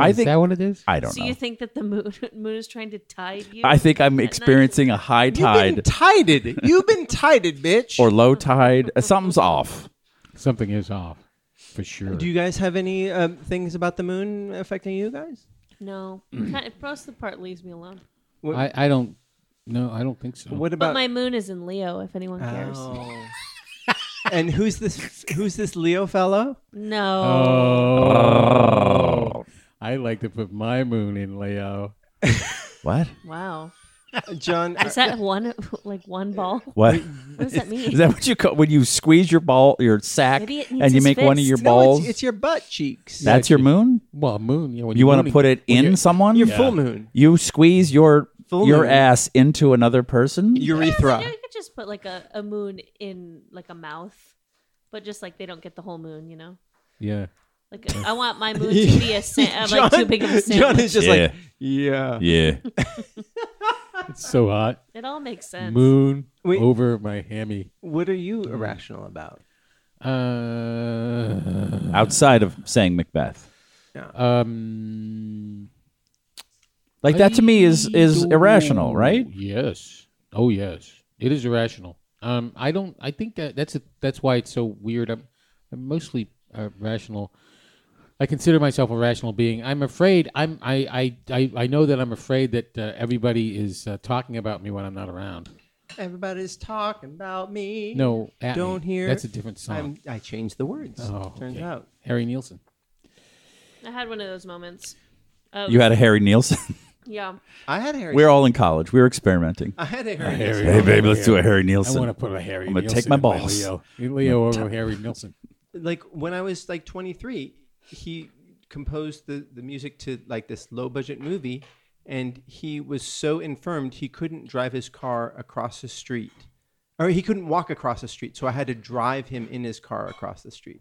I
is
think,
that what it is?
I don't
so
know.
you think that the moon, *laughs* moon is trying to tide you?
I think I'm
At night?
experiencing a high
You've been
tide
tided. You've been tided, bitch.
or low
*laughs*
tide. Uh, Something's off.
Something is off, for sure.
do you guys have any um, things about the moon affecting you guys? *clears throat*
No, kind of, most of the part leaves me alone.
I, I don't. No, I don't think so.
What
But
about *laughs*
my moon is in Leo. If anyone cares,
Oh. and who's this? Who's this Leo fellow?
no.
Oh. I like to put my moon in Leo.
What?
Wow,
John.
is that one *laughs* like one ball? What
What?
does that mean?
Is that what you call when you squeeze your ball, your sack,
Maybe it needs
and you
his
make one of
fist.
your
uh, No,
balls?
it's, it's your butt cheeks.
That's your moon.
Well, a moon. Yeah, when
You
you're
want to
mooning-
put it
when
in
you're-
someone.
your full moon.
You squeeze your
Full
your
moon.
ass into another person.
Urethra.
Yeah, you could just put like a, a moon in like a mouth, but just like they don't get the whole moon, you know.
Yeah.
Like I want my moon to be a sa- uh, like too big of a sandwich.
John is just like,
Yeah.
yeah.
yeah.
It's so hot.
it all makes sense.
Moon
Wait.
over my hammy.
What are you irrational about?
Uh,
*laughs* Outside of saying Macbeth,
um,
like that to me is is
I
irrational,
don't-
right?
Yes. Oh yes, it is irrational. Um, I don't. I think that that's a, that's why it's so weird. I'm, I'm mostly uh, rational. I consider myself a rational being. I'm afraid. I'm. I. I. I, I know that I'm afraid that uh, everybody is uh, talking about me when I'm not around.
Everybody's talking about me.
No, at me.
Don't hear-
That's a different song.
I'm, I changed the words.
Oh,
turns
okay.
out.
Harry Nielsen.
I had one of those moments. Of,
You had a Harry Nielsen. *laughs*
yeah.
I had a Harry.
we were all in college. We were experimenting.
I had a Harry.
Hey, babe, let's do a Harry
I
Nielsen.
want to put a Harry.
I'm gonna
Nielsen
take my
in
balls. *laughs*
Leo, Leo over Harry Nielsen.
Like when I was like 23, he composed the, the music to like this low budget movie, and he was so infirmed he couldn't drive his car across the street, or he couldn't walk across the street. So I had to drive him in his car across the street.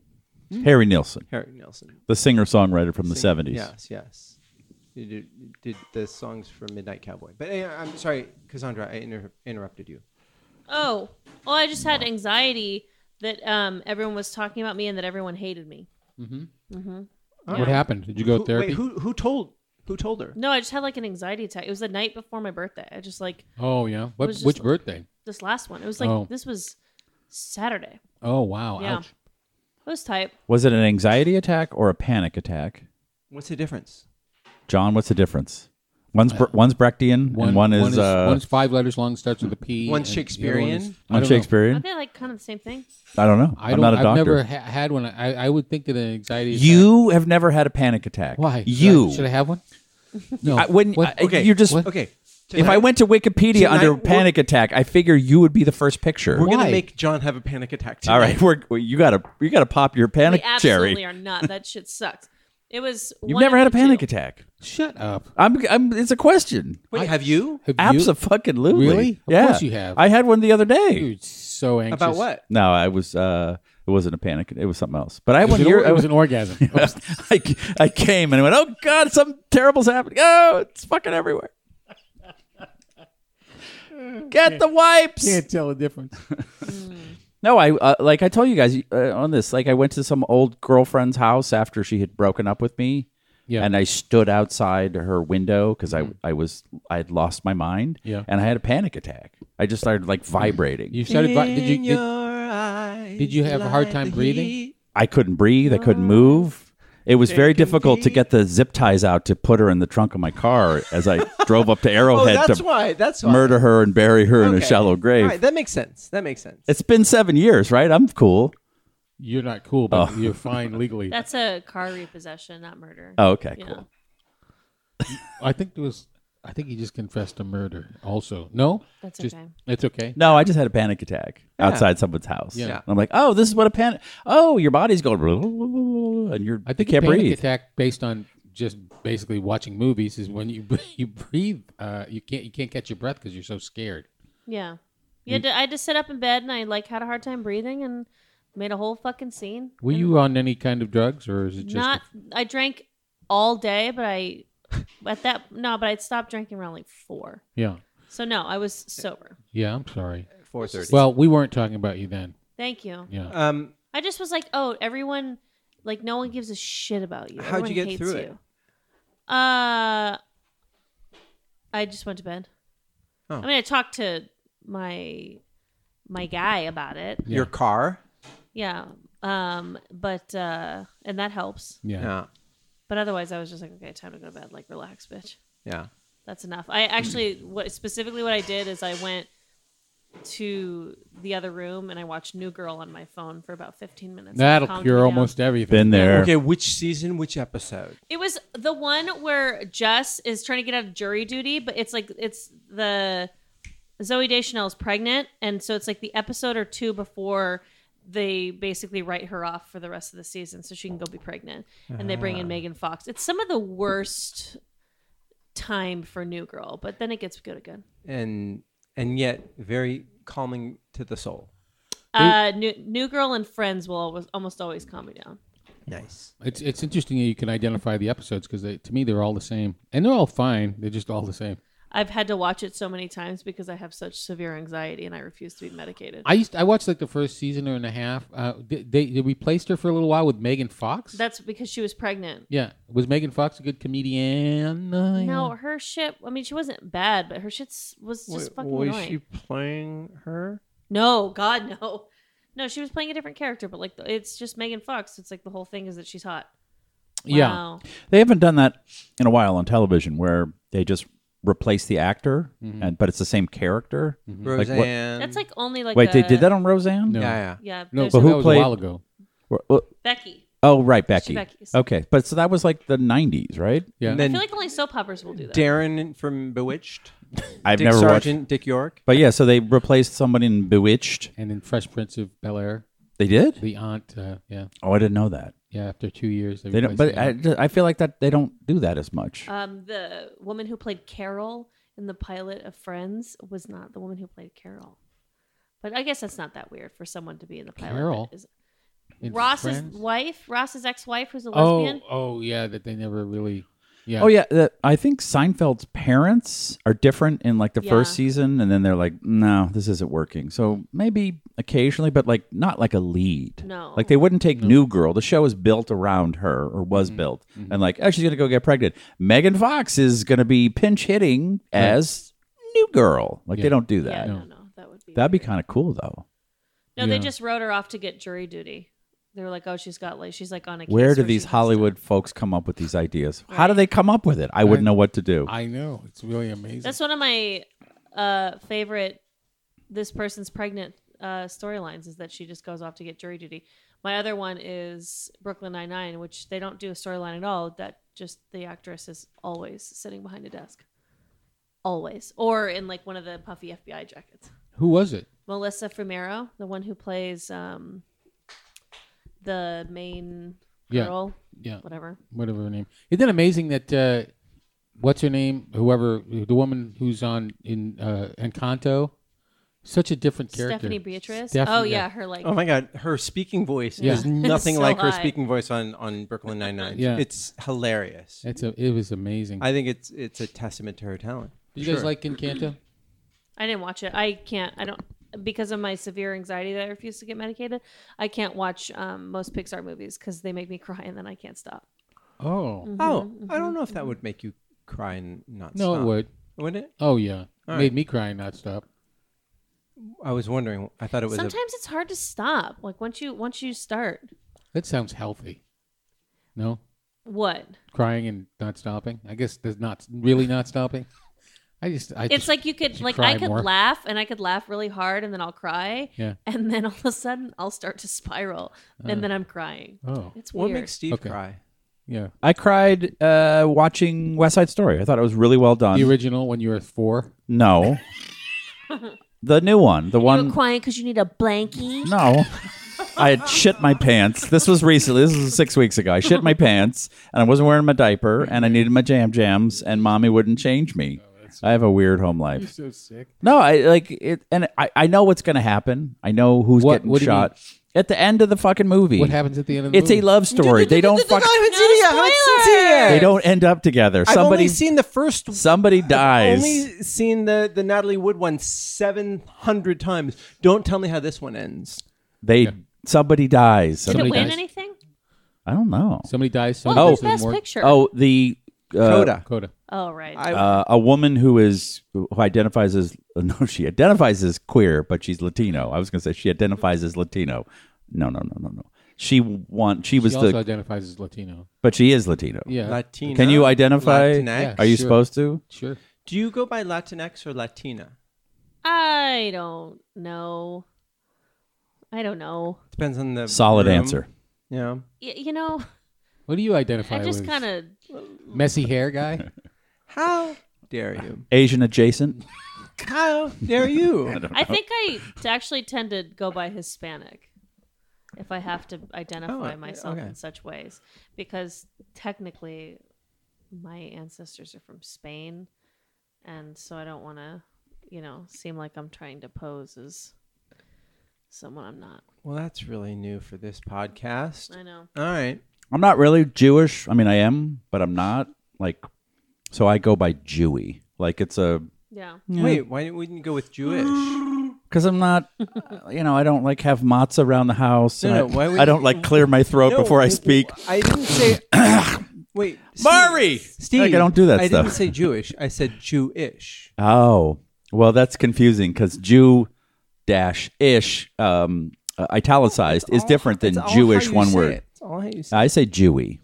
Hmm? Harry Nielsen,
Harry Nelson.
the singer songwriter from the '70s.
Yes, yes. You did, you did the songs for Midnight Cowboy. But eh, I'm sorry, Cassandra, I inter- interrupted you.
Oh, well, I just had anxiety that um everyone was talking about me and that everyone hated me.
What happened? Did you go to
Who-
therapy?
Wait, who who told who told her?
No, I just had like an anxiety attack. It was the night before my birthday. I just like
oh yeah. What,
was just
which
like-
birthday?
this last one. It was like
Oh.
this was Saturday.
Oh wow.
Yeah.
Ouch.
It was type.
Was it an anxiety attack or a panic attack?
What's the difference?
John, what's the difference? One's Br- one's Brechtian and one is, uh,
one's five letters long, starts with a P.
One's
and the other
Shakespearean.
one
is- I don't know.
Aren't
Shakespearean.
they like kind of the same thing?
I don't know.
I
I'm
don't,
not a doctor.
I've never ha- had one. I, I would think that an anxiety. attack-
You have never had a panic attack.
Why? Should I-
You.
Should I, have
*laughs*
one? No.
I wouldn't-
What?
I-
Okay,
You're just.
what?
Okay.
If I went to Wikipedia
Tonight
under
we're-
panic attack, I figure you would be the first picture.
we're gonna
Why?
make John have a panic attack. Tonight.
All right, we're, well, you gotta you gotta pop your
They
panic
absolutely
cherry.
are not. That shit sucks. It was.
You've
one
never
of
had a
the
panic
two.
attack.
Shut up.
I'm, I'm. It's a question.
Wait, have you?
Have you-
Absolutely.
Really? Of
Yeah.
course you have.
I had one the other day.
Dude, so anxious.
About what?
No, I was. uh It wasn't a panic. It was something else. But I
It was,
one
an,
year
or- it
*laughs*
was an orgasm.
I, I, I came and I went, oh God, something terrible's happening. Oh, it's fucking everywhere. Get the wipes.
Can't tell
*laughs*
the difference.
No, I uh, like I told you guys uh, on this. Like I went to some old girlfriend's house after she had broken up with me,
Yeah. Mm.
and I stood outside her window because I I was I had lost my mind,
Yeah. Mm.
and I had a panic attack. I just started like vibrating.
You started. vi- Did you?
In
Did,
your eyes
did you have a hard
lie
time
the
breathing?
heat.
I couldn't breathe. I couldn't move. It was very difficult to get the zip ties out to put her in the trunk of my car as I drove
*laughs*
up to
Oh,
Arrowhead
that's
to
why. That's why.
murder her and bury her in a
Okay.
shallow grave.
All right, that makes sense. That makes sense.
It's been seven years, right? I'm cool.
you're not cool,
Oh.
but you're fine
*laughs*
legally.
That's a car repossession, not murder.
Oh, okay,
Yeah.
cool.
I think there was. I think he just confessed to murder. Also, no.
That's
Just-
okay.
It's okay.
No, I just had a panic attack outside someone's house.
Yeah.
And I'm like, oh, this is what a panic. Oh, your body's going, and you're.
I think
you can't
a panic
breathe.
attack based on just basically watching movies is when you *laughs* you breathe. Uh, you can't you can't catch your breath because you're so scared.
Yeah. You had to, I had to sit up in bed and I like had a hard time breathing and made a whole fucking scene.
Were you on any kind of drugs or is it just a-
Mm. Not I drank all day, but I at that no, but I'd stopped drinking around like four.
yeah
So no, I was sober.
yeah? I'm sorry.
Four thirty.
Well, we weren't talking about you then.
Thank you.
Yeah.
um,
I just was like, oh, everyone, like no one gives a shit about you.
How'd you
Everyone
get
hates
through it?
you. Uh, I just went to bed.
Oh.
I mean, I talked to my my guy about it.
your car.
Yeah. Um, but uh, and that helps.
yeah.
Yeah,
But otherwise, I was just like, okay, time to go to bed. Like, relax, bitch.
yeah.
That's enough. I actually, what specifically what I did is I went to the other room and I watched New Girl on my phone for about 15 minutes. It
That'll
calmed
cure
me down.
almost everything.
Been there.
Okay, which season? Which episode?
It was the one where Jess is trying to get out of jury duty, but it's like it's the Zoe Deschanel is pregnant, and so it's like the episode or two before they basically write her off for the rest of the season, so she can go be pregnant. And they bring in Megan Fox. It's some of the worst time for New Girl, but then it gets good again.
And and yet very calming to the soul.
Uh, new, new Girl and Friends will always, almost always calm me down.
Nice.
It's it's interesting that you can identify the episodes because to me they're all the same and they're all fine. They're just all the same.
I've had to watch it so many times because I have such severe anxiety and I refuse to be medicated.
I used I watched like the first season or and a half. Uh, they, they they replaced her for a little while with Megan Fox.
That's because she was pregnant.
yeah, was Megan Fox a good comedian?
No, her shit. I mean, she wasn't bad, but her shit s- was just fucking
was
annoying.
she playing her?
No, God, no, no. She was playing a different character, but like the- it's just Megan Fox. It's like the whole thing is that she's hot.
Yeah.
Wow.
They haven't done that in a while on television, where they just replace the actor,
Mm-hmm.
and but it's the same character. what-
Roseanne.
that's like only like.
Um, Wait, they
a-
did that on Roseanne?
No.
yeah, yeah.
Yeah,
No,
no,
but
who
that was
played-
a while ago.
No.
Becky.
Oh, right, Becky.
Becky's.
Okay, but so that was like the '90s, right?
Yeah,
And
I
then
feel like only soap operas will do that.
Darren from Bewitched.
I've
Dick
never
Sargent,
watched.
Dick York.
But yeah, so they replaced somebody in Bewitched.
and then Fresh Prince of Bel Air,
They did.
the aunt. Uh, yeah,
Oh, I didn't know that.
yeah. After two years,
They don't. But
replaced the
I,
aunt.
I feel like that they don't do that as much.
Um, the woman who played Carol in the pilot of Friends was not the woman who played Carol. But I guess that's not that weird for someone to be in the pilot.
Carol?
But is-
In
Ross's
Friends?
wife, Ross's ex-wife, who's a
Oh,
lesbian.
oh yeah, that they never really. Yeah.
Oh yeah, the, I think Seinfeld's parents are different in like the first
Yeah.
season, and then they're like, "No, this isn't working." So maybe occasionally, but like not like a lead.
No.
like they wouldn't take New Girl. The show is built around her, or was built, and like, oh, she's gonna go get pregnant. Megan Fox is gonna be pinch hitting as New Girl. Like they
Yeah.
don't do
yeah,
that.
no, no, that would be
That'd be kind of cool though.
Yeah.
No, they just wrote her off to get jury duty. They were like, "Oh, she's got like she's like on a." Case
Where do
she
these
has
Hollywood
to-
folks come up with these ideas? How do they come up with it? I wouldn't know what to do.
I know it's really amazing.
That's one of my uh, favorite. This person's pregnant uh, storylines is that she just goes off to get jury duty. My other one is Brooklyn Nine Nine, which they don't do a storyline at all. That just the actress is always sitting behind a desk, always, or in like one of the puffy FBI jackets.
Who was it?
Melissa Fumero, the one who plays um, the main
Yeah.
girl,
Yeah,
whatever.
whatever her name. Isn't it amazing that uh, what's her name? Whoever the woman who's on in uh, Encanto, Such a different character.
Stephanie Beatrice.
Steph-
oh yeah, her like
Oh my God, her speaking voice
Yeah.
is nothing
So
like her
high.
speaking voice on on Brooklyn Nine Nine.
Yeah.
it's hilarious.
It's a. It was amazing.
I think it's it's a testament to her talent.
Did you guys like Encanto?
I didn't watch it. I can't. I don't because of my severe anxiety that I refuse to get medicated. I can't watch um, most Pixar movies because they make me *laughs* cry and then I can't stop.
Oh
*clears throat* Oh, I don't know if that would make you cry and not
no,
stop.
it would.
would it?
Oh yeah,
All
made
right.
me cry and not stop.
I was wondering. I thought it was. A,
Sometimes it's hard to stop. Like once you once you start,
That sounds healthy. No,
what?
crying and not stopping. I guess there's not really not stopping. I just. I
It's
just,
like you could
should
like
cry
I could
more.
laugh and I could laugh really hard and then I'll cry.
Yeah.
And then all of a sudden I'll start to spiral and then I'm crying.
Oh
It's
what
weird.
makes Steve
Okay.
cry?
yeah,
I cried uh, watching West Side Story. I thought it was really well done.
the original when you were four. *laughs*
no, the new one, the
You're
one.
crying because you need a blankie.
Um, No. I had shit my pants. This was recently. This was six weeks ago. I shit my pants, and I wasn't wearing my diaper, and I needed my jam jams, and mommy wouldn't change me. I have a weird home life.
Oh, So sick.
No, I like it, and I, I know what's gonna happen. I know who's
What-
getting
what do you
shot at the end of the fucking movie.
What happens at the end of the
It's
movie?
a love story. they don't fuck. They don't end up together.
I've
somebody
only seen the first.
somebody dies.
Only seen the the Natalie Wood one seven hundred times. Don't tell me how this one ends.
they somebody dies.
Did it
Somebody
win
dies.
anything?
I don't know.
Somebody dies.
What
Somebody
was
goes to the
best
morgue.
picture?
Oh, the uh,
Coda.
Coda.
Oh, right.
I,
uh, a woman who is who identifies as *laughs* no, she identifies as queer, but she's Latino. I was gonna say she identifies as Latino. No, no, no, no, no. She want she was
She also
the,
identifies as Latino.
but she is Latino.
Yeah,
Latina.
Can you identify?
Latinx?
Yeah.
Are you
sure.
supposed to?
sure.
Do you go by Latinx or Latina?
I don't know. I don't know.
Depends on the
Solid
room.
answer.
Yeah.
Y- you know,
What do you identify
I just
with?
kind of
messy hair guy.
How dare you?
Asian adjacent.
How
*laughs*
dare you?
I think
*laughs*
I t- actually tend to go by Hispanic if I have to identify
Oh,
myself
okay.
in such ways because technically my ancestors are from Spain and so I don't want to, you know, seem like I'm trying to pose as someone I'm not.
well, that's really new for this podcast.
I know.
All right.
I'm not really Jewish. I mean, I am, but I'm not like. So I go by Jewy. Like it's a
Yeah.
Wait, why wouldn't you go with
*laughs*
Jewish?
because
*laughs*
I'm not. You know, I don't like have matzah around the house.
No,
and
no, why would
I, I don't like clear my throat
No,
before I
w-
speak.
I didn't
*coughs*
say. Wait, Steve,
Mari!
Steve,
Like, I don't do that
I didn't
stuff.
say Jewish. I said Jewish.
Oh, well, that's confusing because Jew dash ish um, uh, italicized is different than
It's all
Jewish
how you
one
say
word.
it. It's all how you say.
I say Jewy.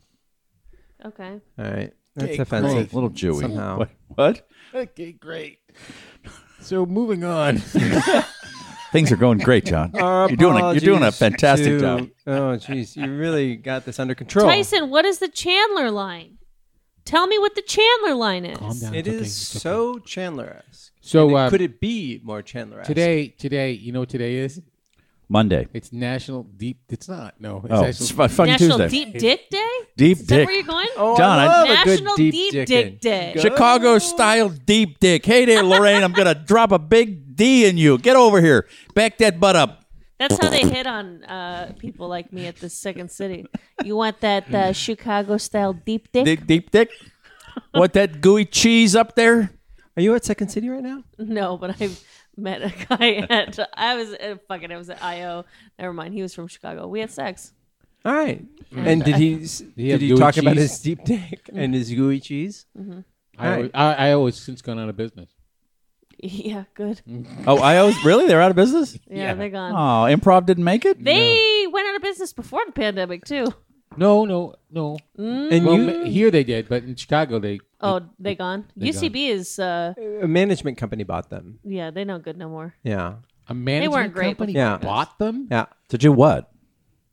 Okay.
All right, that's
Hey,
That's a
offensive.
little Jewy.
Somehow.
What? what?
Okay, great. So moving *laughs* on.
Things are going
*laughs*
great, John.
Our
you're doing a, you're doing a
apologies
fantastic
to-
job.
Oh, jeez, you really got this under control.
Tyson, what is the Chandler line? Tell me what the Chandler line is.
Calm down.
It
It's
is
okay, it's okay.
so Chandler-esque.
So uh,
Could it be more Chandler-esque?
today, today, you know what today is?
Monday.
It's National Deep. It's not. No. It's
Oh,
actually-
it's fu- fucking
National
Tuesday.
Deep Dick Day?
Deep
Is that
dick.
where you're going?
Oh,
John, I-
I love a good
National
deep,
Deep,
dick
Dick
in.
Day.
Chicago style deep dick. Hey there, Lorraine. I'm gonna drop a big D in you. Get over here. Back that butt up.
That's how they hit on uh, people like me at the Second City. You want that uh, Chicago style deep dick?
Deep deep dick. Want that gooey cheese up there?
Are you at Second City right now?
No, but I met a guy at I was uh, fucking it was at IO. Never mind, he was from Chicago. We had sex. *laughs*
All right. And did *laughs* he s-
have
Mm. did he
gooey
talk about
cheese?
his deep dick *laughs* and his gooey cheese?
I, always, I, I always since gone out of business.
Yeah, good. Yeah,
Oh, I always really they're out of
*laughs*
business.
they're gone.
Oh, improv didn't make it.
They went out of business before the pandemic too.
No, no, no.
Mm-hmm.
And
Well, ma-
you,
here they did, but in Chicago they.
Oh, they gone. UCB is uh
a management company bought them.
yeah, they no good no more.
Yeah.
A management
weren't great
company
with Yeah.
bought them.
Yeah.
To do what?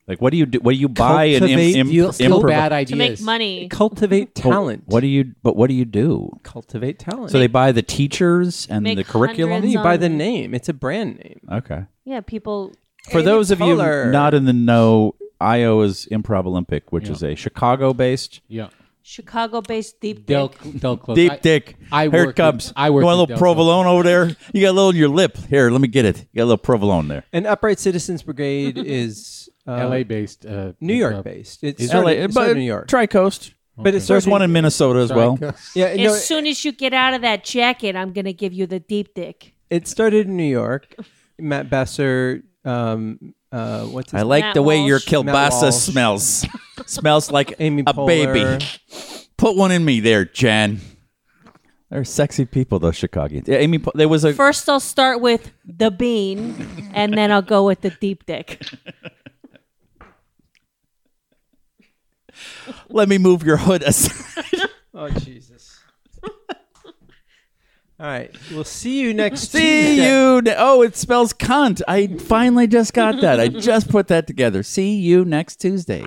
Like, what do you do? What do you buy and im-
Cultivate
im-
your-
Still
improv-
bad
To
ideas.
make money.
Cultivate talent.
What do you? But what do you do?
cultivate talent?
So they buy the teachers and
Make
the curriculum.
Then
hundreds
you buy the
on-
name. It's a brand name.
Okay.
Yeah, people
For those of you
Color.
not in the know, IO is Improv Olympic, which is a Chicago-based
Yeah.
Chicago-based deep
Del
dick.
Del Close.
Deep
I-
dick.
I
Here
work
it comes.
with- I work
You want
with
a little
Del Close.
provolone over there? You got a little in your lip. Here, let me get it. You got a little provolone there.
And Upright Citizens Brigade is uh,
L.A. based. Uh,
New
uh,
York based. It's
LA,
started, it started in New York,
Tri Coast.
but it's
There's
started-
one in Minnesota as well.
Yeah, no,
as soon as you get out of that jacket, I'm gonna give you the deep dick.
it started in New York. Matt Besser. Um, uh, what's his
I like
Matt
the way your
Walsh.
Matt
kielbasa
Walsh.
smells. *laughs* smells like
*laughs* Amy
a
Poehler.
baby. Put one in me there, Jan. They're sexy people, though, Chicagians. Yeah, Amy, Po- there was a
First, I'll start with the *laughs* bean, and then I'll go with the deep dick.
let me move your hood *laughs* aside.
Oh Jesus! *laughs* All right, we'll see you next.
See
Tuesday.
you. ne- oh, it spells cunt. I finally just got that. I just put that together. See you next Tuesday.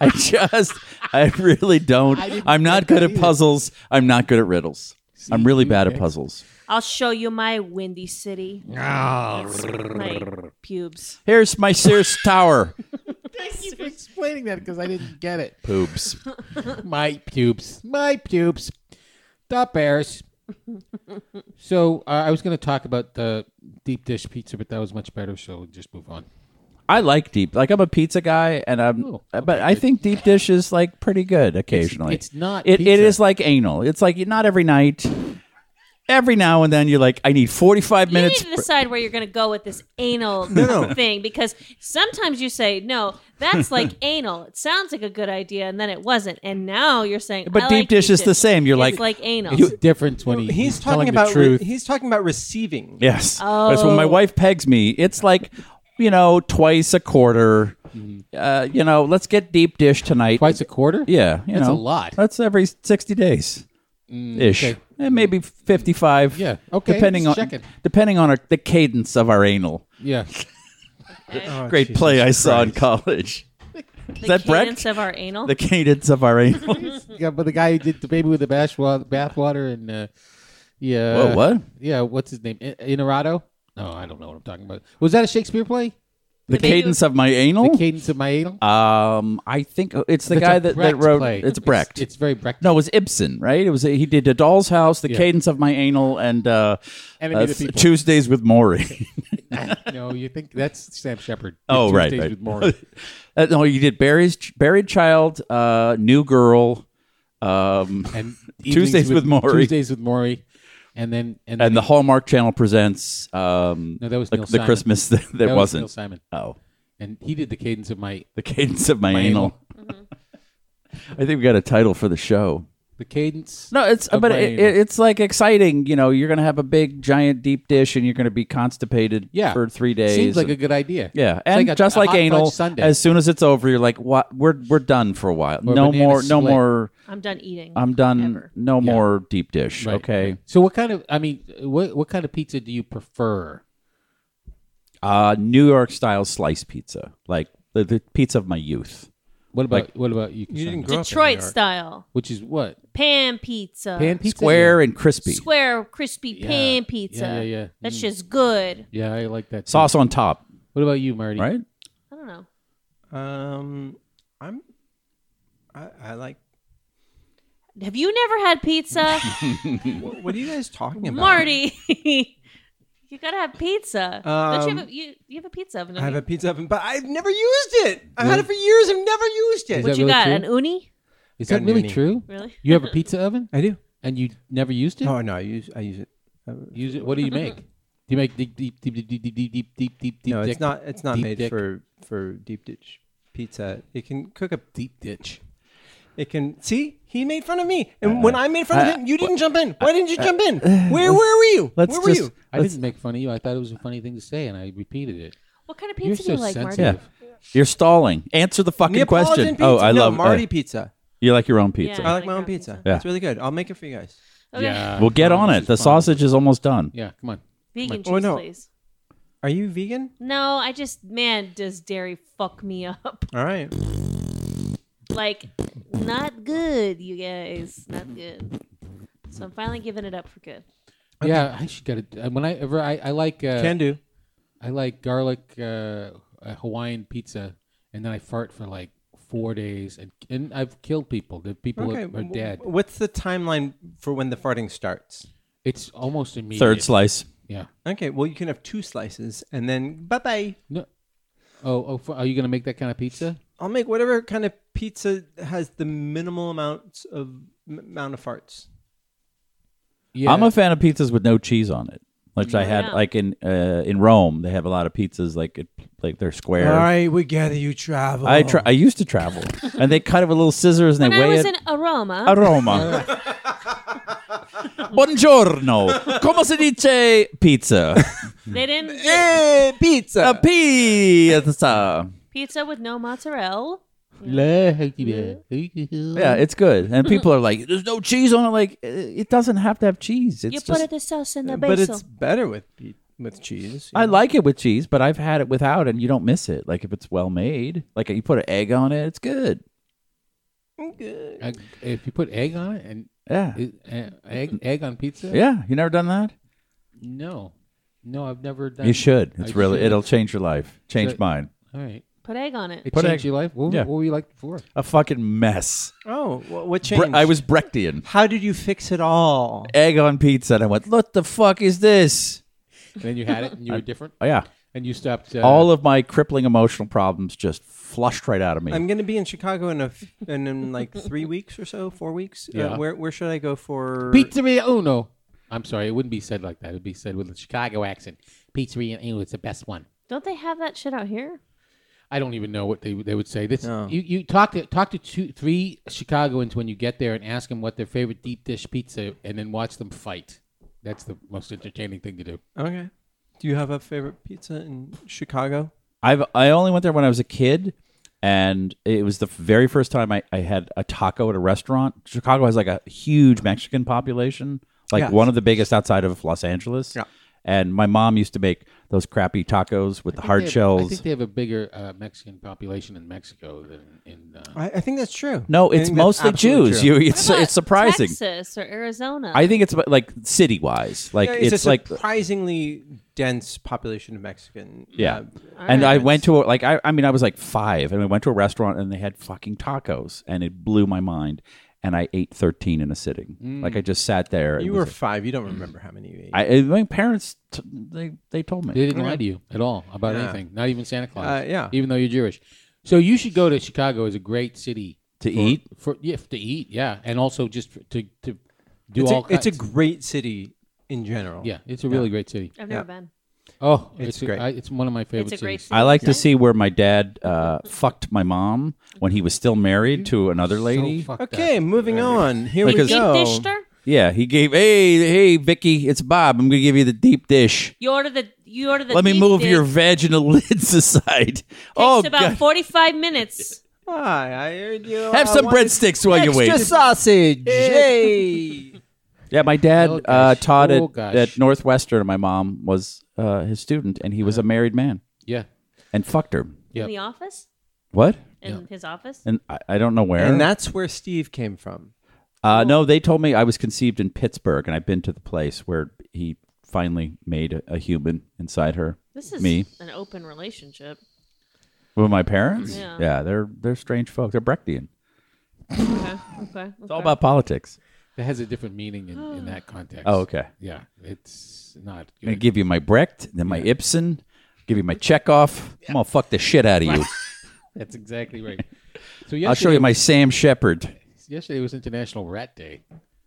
I just, I really don't. I'm not good at puzzles. I'm not good at riddles. I'm really bad at puzzles.
I'll show you my windy city. That's my pubes.
Here's my
*laughs*
Sears Tower.
Thank you for explaining that because I didn't get it.
Boobs.
my pubes, my pubes, the bears. so uh, I was going to talk about the deep dish pizza, but that was much better. So we'll just move on.
I like deep. Like I'm a pizza guy, and I'm. uh,
Oh,
but I think deep dish is like pretty good occasionally.
it's not
It, it
pizza.
is like anal. It's like not every night. Every now and then, you're like, I need 45
You need
minutes.
to decide where you're going to go with this anal thing because sometimes you say no,
*laughs*
that's like anal. It sounds like a good idea, and then it wasn't, and now you're saying.
But
I
deep
like
dish is the same. You're
It's
like-
anal.
It's different when he,
He's,
he's,
talking
telling
about
the truth.
re- he's talking about receiving.
Yes. That's when my
Oh.
wife pegs me. It's like, you know, twice a quarter. Uh, you know, let's get deep dish tonight.
Mm-hmm. Twice a quarter.
Yeah. You
That's
know,
a lot. Mm,
That's every 60 days ish.
okay.
Eh, maybe 55.
Yeah, okay,
Depending
just
on,
checking.
depending on our, the cadence of our anal.
yeah.
Oh,
Great
Jesus.
play I saw in college.
the
that Brecht?
cadence of our anal.
The cadence of our
*laughs*
anal.
*laughs* yeah, but the guy who did the baby with the bathwater, bathwater, and uh, yeah,
Whoa, what?
Yeah, what's his name? I- Inarado? No, I don't know what I'm talking about. Was that a Shakespeare play?
The
baby-
cadence of my anal?
The Cadence of My Anal.
um, I think it's the
That's
guy
a
that, that
Brecht
wrote.
play.
It's Brecht.
It's, very Brecht.
No, it was Ibsen, right? It was he did a Doll's House, The Cadence of My Anal, and uh,
Enemy
uh,
of the People.
Tuesdays with
*laughs*
Maury.
*laughs* no, you think that's Sam Shepard?
oh,
Tuesdays
right,
With
right. *laughs*
Maury.
Uh, no, you did Barry's Buried Child, uh, New Girl, um,
and
*laughs* Tuesdays
Evenings
with Maury.
Tuesdays with Maury, and then and,
and the Hallmark Channel presents um,
No, that was
the,
Neil
the
Simon.
Christmas that, that
that was Neil
wasn't.
Simon,
Oh,
and he did the Cadence of My
The Cadence of My, Anal.
Anal.
I think we got a title for the show.
the Cadence.
No, it's
Of
but
my
it,
anal.
it, it's like exciting. You know, you're gonna have a big giant deep dish, and you're gonna be constipated
Yeah,
for three days.
Seems like
and-
a good idea.
Yeah,
It's
and
a-
just
a
like
hot fudge
anal,
Sunday.
as soon as it's over, you're like, "What? We're we're done for a while.
Or
no
banana
more, no
split.
more.
I'm done eating.
I'm done.
Ever.
No more deep dish.
Right,
Okay.
right. So what kind of? I mean, what what kind of pizza do you prefer?
Uh, New York style slice pizza, like the, the pizza of my youth.
What about what about you?
You didn't
Cassandra?
grow up in New
Detroit
York.
style
Which is what
pan pizza.
pan pizza.
Square and crispy,
Square crispy pan pizza.
Yeah, yeah, yeah.
That
Mm.
shit's good.
Yeah, I like that. too.
sauce on top,
What about you, Marty?
right?
I don't know.
Um, I'm. I, I like.
Have you never
*laughs*
had pizza,
What, what are you guys talking about?
Marty? *laughs* you gotta have pizza. Don't you have
Um,
a, you, you have a pizza oven?
I
don't
have
you?
a pizza oven, but I've never used it. I've had it for years. I've never used it.
Is
what
that
you
really
got?
true?
An uni?
Is
Got
that really
Nuni.
true?
Really?
You have a pizza
*laughs*
oven
I do.
and you never used it?
Oh no, I use I use it.
Use it. What do
*laughs*
you make? do you make deep, deep, deep, deep, deep, deep, deep, deep, deep, deep?
no,
dick,
it's not. It's not
deep
made
dick?
for for deep dish pizza. It can cook a
deep ditch.
It can see he made fun of me, and when I made fun
Uh,
of him, you didn't jump in. Why didn't you jump in? Where where were you?
let's
where were
just-
you?
I didn't make fun of you. I thought it was a funny thing to say, and I repeated it.
What kind of
You're
pizza
so
do you like, Marty?
Yeah.
sensitive.
You're stalling. Answer the fucking
Neapolitan
question.
pizza?
Oh, I
no,
love
Marty
uh,
pizza.
you like your own pizza.
I
Yeah.
like my own pizza. It's really good. I'll make it for you guys.
Okay.
Yeah.
Well, get
Come
on
Oh, this
it.
is
The
fun.
sausage is almost done.
Yeah, come on.
Vegan cheese,
Oh, no.
please.
Are you vegan?
No, I just man, does dairy fuck me up? *laughs*
All right.
Like, not good, you guys. Not good. So I'm finally giving it up for good.
Yeah, I should get it. Uh, When I ever, I, I like uh,
Can do.
I like garlic uh, uh, Hawaiian pizza, and then I fart for like four days, and, and I've killed people. The people
Okay,
are, are
w-
dead.
What's the timeline for when the farting starts?
It's almost immediate.
Third slice.
Yeah.
Okay, well you can have two slices and then bye bye.
No. Oh, oh for, are you gonna make that kind of pizza?
I'll make whatever kind of pizza has the minimal amounts of m- amount of farts.
Yeah.
I'm a fan of pizzas with no cheese on it. Like I had,
Yeah.
like in uh, in Rome, they have a lot of pizzas like it, like they're square.
we gather you travel.
I tra- I used to
*laughs*
travel, and they cut it with little scissors and
When
they
I
weigh
was
it.
in Aroma,
a
*laughs*
Roma. Buongiorno. Come si dice pizza?
they didn't
*laughs*
hey, pizza.
A pizza.
pizza with no mozzarella.
Yeah, it's good. And people are like, "There's no cheese on it." Like, i- it doesn't have to have cheese. It's
You
just.
put the sauce in the
but
basil.
it's better with pe- with cheese. you
I
know?
like it with cheese, but I've had it without, and you don't miss it. Like if it's well made, like you put an egg on it, it's good.
I- if you put egg on it and
Yeah,
it, uh, egg egg on pizza?
yeah. You never done that?
No, no, I've never done.
You should. It's
I
really.
should.
It'll change your life. Change
Should-
mine.
All right.
Put egg on it.
It
Put
changed
egg-
your life. What,
yeah.
what were you like before?
A fucking mess.
Oh, wha- what
Bre-
changed?
I was Brechtian.
How did you fix it all?
egg on pizza and I went, What the fuck is this?
And then you had it,
*laughs*
and you were different,
Oh, yeah.
and you stopped. Uh,
All of my crippling emotional problems just flushed right out of me.
I'm going to be in Chicago in a f- in, in like three weeks or so, four weeks. Uh,
Yeah.
where where should I go for
pizzeria Uno. I'm sorry, it wouldn't be said like that. It'd be said with a Chicago accent. Pizzeria Uno, it's the best one.
Don't they have that shit out here?
I don't even know what they they would say. This
No.
you, you talk to talk to two three Chicagoans when you get there and ask them what their favorite deep dish pizza, and then watch them fight. That's the most entertaining thing to do.
Okay. Do you have a favorite pizza in Chicago?
I've I only went there when I was a kid, and it was the very first time I, I had a taco at a restaurant. Chicago has like a huge Mexican population, like
Yes.
one of the biggest outside of Los Angeles.
Yeah.
And my mom used to make those crappy tacos with the
They
hard
have- I
shells.
think they have a bigger uh, Mexican population in Mexico than in. Uh,
I, I think that's true.
no,
I
it's
think that's
mostly
absolutely
Jews.
true.
You, it's
What about
it's surprising.
Texas or Arizona.
I think it's about, like city wise, like
Yeah,
it's,
it's, a
like
surprisingly dense population of Mexican.
Yeah.
uh,
and I
parents.
went to a, like I, I mean I was like five and we went to a restaurant and they had fucking tacos and it blew my mind and I ate thirteen in a sitting like I just sat there. It
Mm. You
was
were
like-
five. You don't remember how many you ate.
I I- my parents t- they they told me
They didn't lie to you at all about
Yeah.
anything, not even Santa Claus.
Uh, yeah.
Even though you're Jewish. So you should go to Chicago is a great city
to
for-
eat.
for yeah, to eat, yeah, and also just for- to to do
it's,
all
a, it's a
kinds-
great city in general.
yeah, it's a really great city.
I've never
Yeah.
been.
Oh,
It's
it's, a-
great.
I- it's one of my favorite
It's a great
cities.
city.
I like to see where my dad uh, fucked my mom when he was still married to another lady.
So fucked up.
Okay, moving on. Here
You
we
deep
go.
Oh.
dished her?
yeah, he gave hey hey Vicky, it's Bob. I'm gonna give you the deep dish.
You order the you order the.
Let me
deep
move
dish.
your vaginal *laughs* lids aside. oh
Takes about
God.
forty five minutes.
Hi, I heard you.
have
uh,
some
want
breadsticks while you
Extra
wait.
sausage. Hey.
Yeah, my dad
Oh,
uh,
gosh.
taught
Oh,
at,
gosh.
at Northwestern. and My mom was uh, his student, and he was a
Uh-huh.
married man
Yeah.
and fucked her.
Yep.
In the office,
What?
in his office.
And I, I don't know where.
and that's where Steve came from.
uh, no, they told me I was conceived in Pittsburgh, and I've been to the place where he finally made a, a human inside her.
This is
me
an open relationship.
with my parents.
Yeah.
they're they're strange folk. They're Brechtian.
Okay, okay.
It's all about politics.
That has a different meaning in, in that context.
Oh, okay.
Yeah. It's not
I'm gonna
good.
give you my Brecht, then my Ibsen, give you my Chekhov. I'm gonna fuck the shit out of you.
*laughs* That's exactly
*laughs*
right. So
I'll show you
yesterday,
my Sam Shepard.
yesterday was International Rat Day.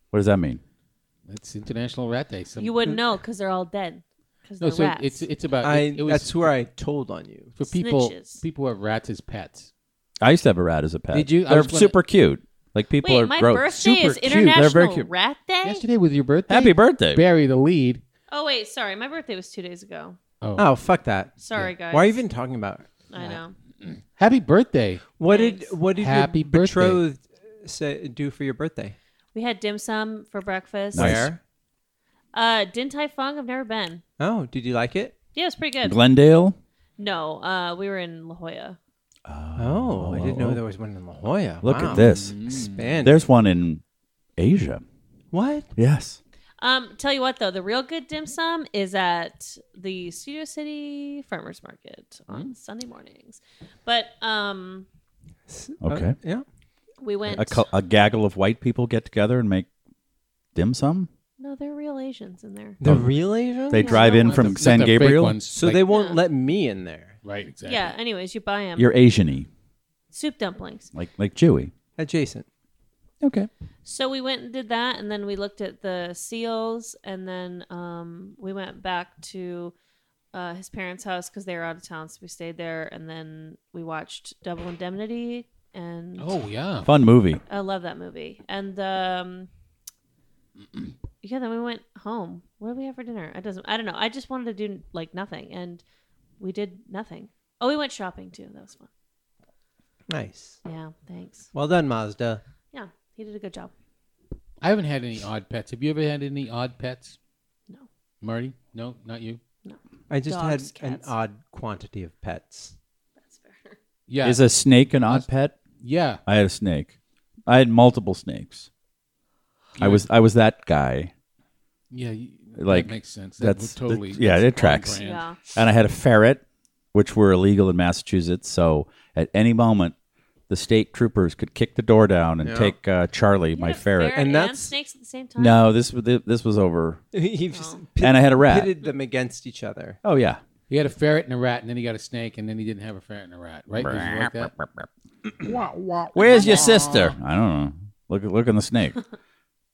What does that mean?
It's International Rat Day. Some,
You wouldn't know because they're all dead. Because
no,
they're
so
rats.
it's it's about
I.
Uh, it, it was
that's where I told on you.
for people
Snitches.
people who have rats as pets.
I used to have a rat as a pet.
Did you? I
They're
was gonna-
super cute. Like people
Wait,
are
my
gross.
birthday
super
is
cute.
International
They're very cute.
Rat Day.
Yesterday was your birthday.
Happy birthday!
Bury the lead.
Oh wait, sorry, my birthday was two days ago.
Oh, fuck that.
Sorry, guys.
Why are you even talking about it?
I know.
Happy birthday.
What
Thanks.
did what did
Happy
your
birthday.
betrothed say, do for your birthday?
We had dim sum for breakfast.
Nice.
Where?
Uh, Din Tai Fung. I've never been.
Oh, did you like it?
Yeah, it's pretty good.
Glendale.
no, uh, we were in La Jolla.
Oh, I didn't know there was one in La Jolla.
Look
Wow. Mm.
at this.
Expand.
There's one in Asia.
what?
Yes.
Um, tell you what though, the real good dim sum is at the
Hmm?
Studio City Farmers Market on Sunday mornings. But um,
Okay.
uh,
Oh.
yeah.
We went.
A, cou- a gaggle of white people get together and make dim sum.
no, they're real Asians in there.
The real Asians?
They drive in
Not
from
the-
San
Not the fake
Gabriel.
ones,
so
like-
they won't
Yeah.
let me in there
right exactly.
Yeah. Anyways, you buy them.
You're Asian-y,
Soup dumplings.
like like Chewy.
adjacent.
Okay.
So we went and did that, and then we looked at the seals, and then um, we went back to uh, his parents' house because they were out of town, so we stayed there, and then we watched Double Indemnity, and
Oh yeah.
Fun movie.
I love that movie.
*clears throat*
And um, yeah, then we went home. What did we have for dinner? I doesn't. I don't know. I just wanted to do like nothing, and we did nothing. Oh, we went shopping too. That was fun.
Nice.
Yeah, thanks.
Well done, Mazda.
Yeah, he did a good job.
I haven't had any odd pets. Have you ever had any odd pets?
No.
Marty? No, not you.
I just
Dogs,
had
cats.
an odd quantity of pets. *laughs*
That's fair.
Yeah.
Is a snake an odd pet?
yeah.
I had a snake. I had multiple snakes. I was I was that guy,
Yeah. you-
Like,
that makes sense.
that's-
that would totally.
that- yeah,
that's
it
on
tracks.
brand.
Yeah.
and I had a ferret, which were illegal in Massachusetts. So at any moment, the state troopers could kick the door down and
Yeah.
take uh, Charlie,
You
my
had a
ferret.
And
and,
that's-
snakes at the same time.
No, this was- this was over.
You've
*laughs*
just
Oh.
And I had a rat.
Pitted them against each other.
Oh yeah,
He had a ferret and a rat, and then he got a snake, and then he didn't have a ferret and a rat, right? Was it like that?
Where's your sister? I don't know. Look, look in the
*laughs*
snake.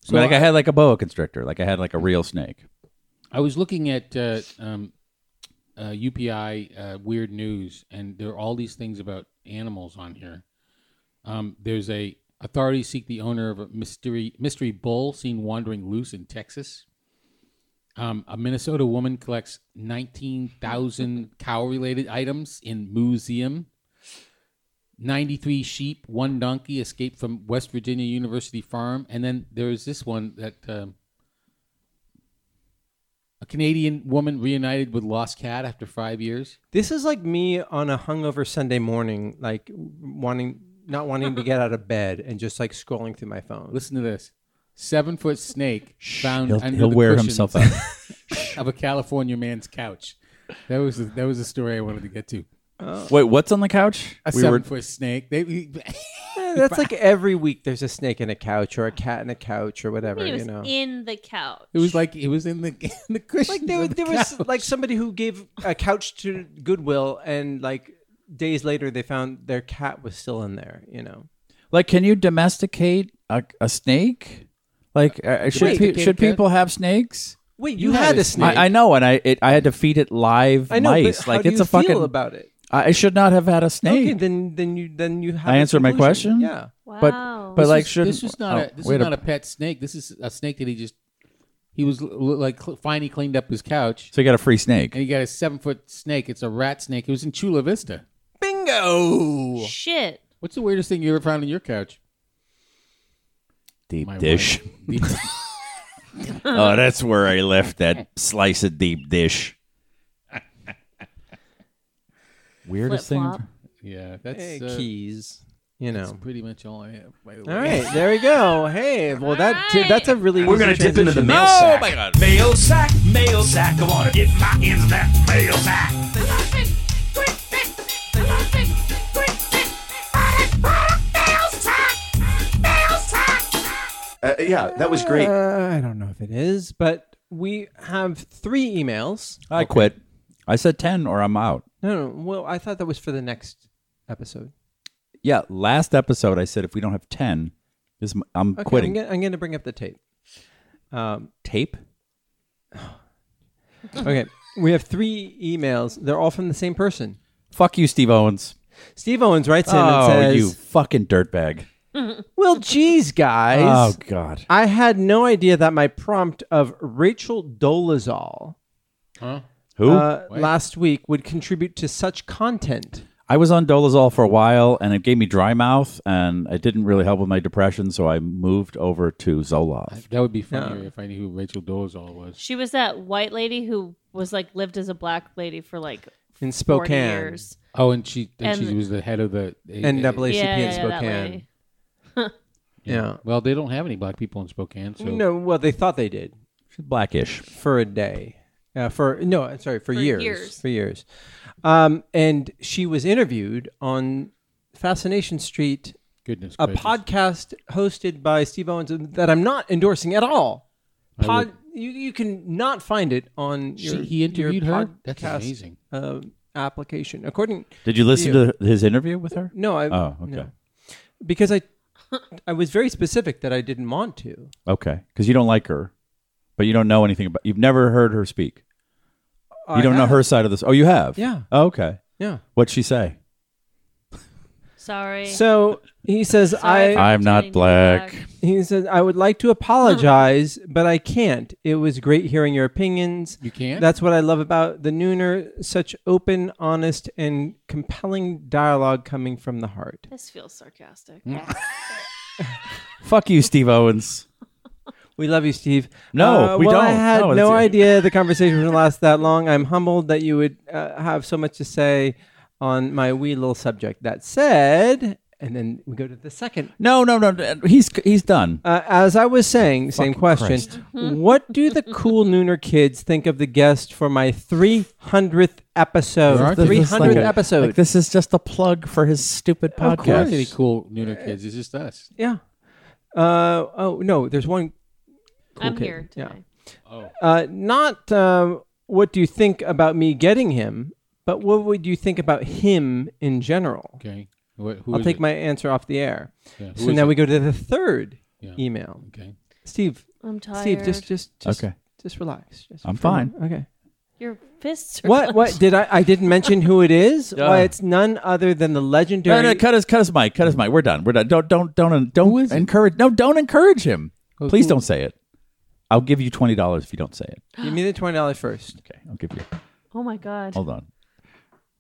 so like I, had like a boa constrictor, like I had like a real snake.
I was looking at uh, um, uh, UPI uh, Weird News, and there are all these things about animals on here. Um, there's a authorities seek the owner of a mystery mystery bull seen wandering loose in Texas. Um, a Minnesota woman collects nineteen thousand cow related items in museum. 93 sheep, one donkey escaped from West Virginia University farm. And then there's this one that um, a Canadian woman reunited with lost cat after five years.
This is like me on a hungover Sunday morning, like wanting, not wanting to get out of bed and just like scrolling through my phone.
Listen to this: seven foot snake found
He'll,
under
he'll
the
wear
cushions *laughs*
himself out.
of a California man's couch. That was the, that was the story I wanted to get to.
Wait, what's on the couch?
Oh. A seven foot snake. They, he-
Eh, That's like every week there's a snake in a couch or a cat in a couch or
I
whatever,
mean, it was
you know.
in the couch.
it was like it was in the in the cushions.
like *laughs* there,
of the
there was
couch.
like somebody who gave a couch to Goodwill and like days later they found their cat was still in there, you know.
Like, can you domesticate a, a snake? Like, uh, should pe-
Domesticated
should
cat?
people have snakes?
Wait, you, had, a snake.
I, I know, and I it, I had to feed it live
I know,
mice.
but
like,
how do
it's
you
a fucking.
feel about it.
I I should not have had a
Okay,
snake.
then then you then you have
I
a
answered my
solution.
question?
Yeah.
wow.
but but
This
like,
was-
shouldn't
this was not
oh,
a this
wait
was not a pet snake. This is a snake that he just he was l- l- like cl- finally cleaned up his couch.
So you got a free snake.
And he got a seven foot snake. It's a rat snake. It was in Chula Vista.
Bingo.
Shit.
What's the weirdest thing you ever found on
*laughs*
your couch?
Deep
My
dish.
wife.
*laughs* oh, that's where I
*laughs*
left that slice of deep dish. Weirdest
Flip flop.
thing.
yeah, that's
Eh,
uh,
keys. You know.
pretty much all I have. By the way.
All right, there we go. Hey, well that
All right.
that's a really
We're gonna dip into the mail sack.
Oh my God.
Mail sack, mail sack. Come on, get my ends of that mail sack. Uh, yeah, that was great.
Uh, I don't know if it is, but we have three emails.
I quit. I said 10 or I'm out.
No, no, well, I thought that was for the next episode.
Yeah, last episode I said if we don't have 10, this, I'm
Okay,
quitting.
I'm, gonna, I'm gonna bring up the tape. Um,
Tape?
okay, we have three emails. They're all from the same person.
Fuck you, Steve Owens.
Steve Owens writes in
oh,
and says,
you fucking dirtbag.
"Well, geez, guys,
Oh, God.
I had no idea that my prompt of Rachel Dolezal
Huh?
Who?
uh, last week would contribute to such content."
I was on Dolazol for a while and it gave me dry mouth and it didn't really help with my depression, so I moved over to Zoloft.
That would be funnier if I knew who Rachel Dolezal was.
She was that white lady who was like lived as a black lady for like
In
40
Spokane.
years.
Oh, and she and,
And-
she was the head of the
NAACP
Yeah, yeah,
in
yeah, that
Spokane.
lady.
Yeah.
Well, they don't have any black people in Spokane, so
No, well, they thought they did
She's blackish.
for a day. Uh, for no, I'm sorry, for, years,
years.
for years, um, and she was interviewed on Fascination Street,
Goodness
a
gracious.
podcast hosted by Steve Owens uh, that I'm not endorsing at all.
I
Pod, you, you can not find it on
She-
your,
he interviewed
your
her?
podcast,
That's amazing.
uh, application. According,
Did you listen to his interview with her?
no, I
Oh, okay.
no. because I I was very specific that I didn't want to.
Okay. Because you don't like her, but you don't know anything about. You've never heard her speak.
I
you don't
have.
know her side of this. Oh, you have.
Yeah.
Oh, okay.
Yeah.
What'd she say?
Sorry.
So he says
Sorry for
I
I'm not
turning you
black.
back.
he says I would like to apologize, but I can't. It was great hearing your opinions.
You can't?
That's what I love about the Nooner. Such open, honest, and compelling dialogue coming from the heart.
This feels sarcastic.
Mm.
Fuck you, Steve Owens.
We love you, Steve.
No,
Uh,
we
well, I
don't.
had
No,
no,
it's-
idea the conversation would last that long. I'm humbled that you would uh, have so much to say on my wee little subject. That said, and then we go to the second.
No, no, no. no, He's he's done.
Uh, as I was saying, same question.
Mm-hmm.
What do the cool Nooner kids think of the guest for my 300th episode?
Aren't they
This is
300th
like a-
episode.
like this is just a plug for his stupid
Of
Of course,
podcast.
any cool Nooner kids. It's just us.
yeah. Uh, oh no, there's one. cool
I'm
kid.
here
Yeah.
today.
Uh, not um, what do you think about me getting him, but what would you think about him in general?
Okay. What, who
I'll
is
take
it?
my answer off the air.
Yeah, who
So
is
now
it?
we go to the third
Yeah.
email.
Okay.
Steve,
I'm tired.
Steve, just, just, just,
Okay.
just relax. Just
I'm
for a moment.
fine.
Okay.
Your fists are
What? What did I? I didn't mention who it is.
Yeah.
Why? It's none other than the legendary.
No, no, cut his, cut his mic, cut his mic. We're done. We're done. Don't, don't, don't,
Who is
don't
it?
encourage. No, don't encourage him.
Who-
Please
who-
don't say it. I'll give you twenty dollars if you don't say it.
Give me the twenty dollars first.
Okay, I'll give you.
Oh my god.
Hold on.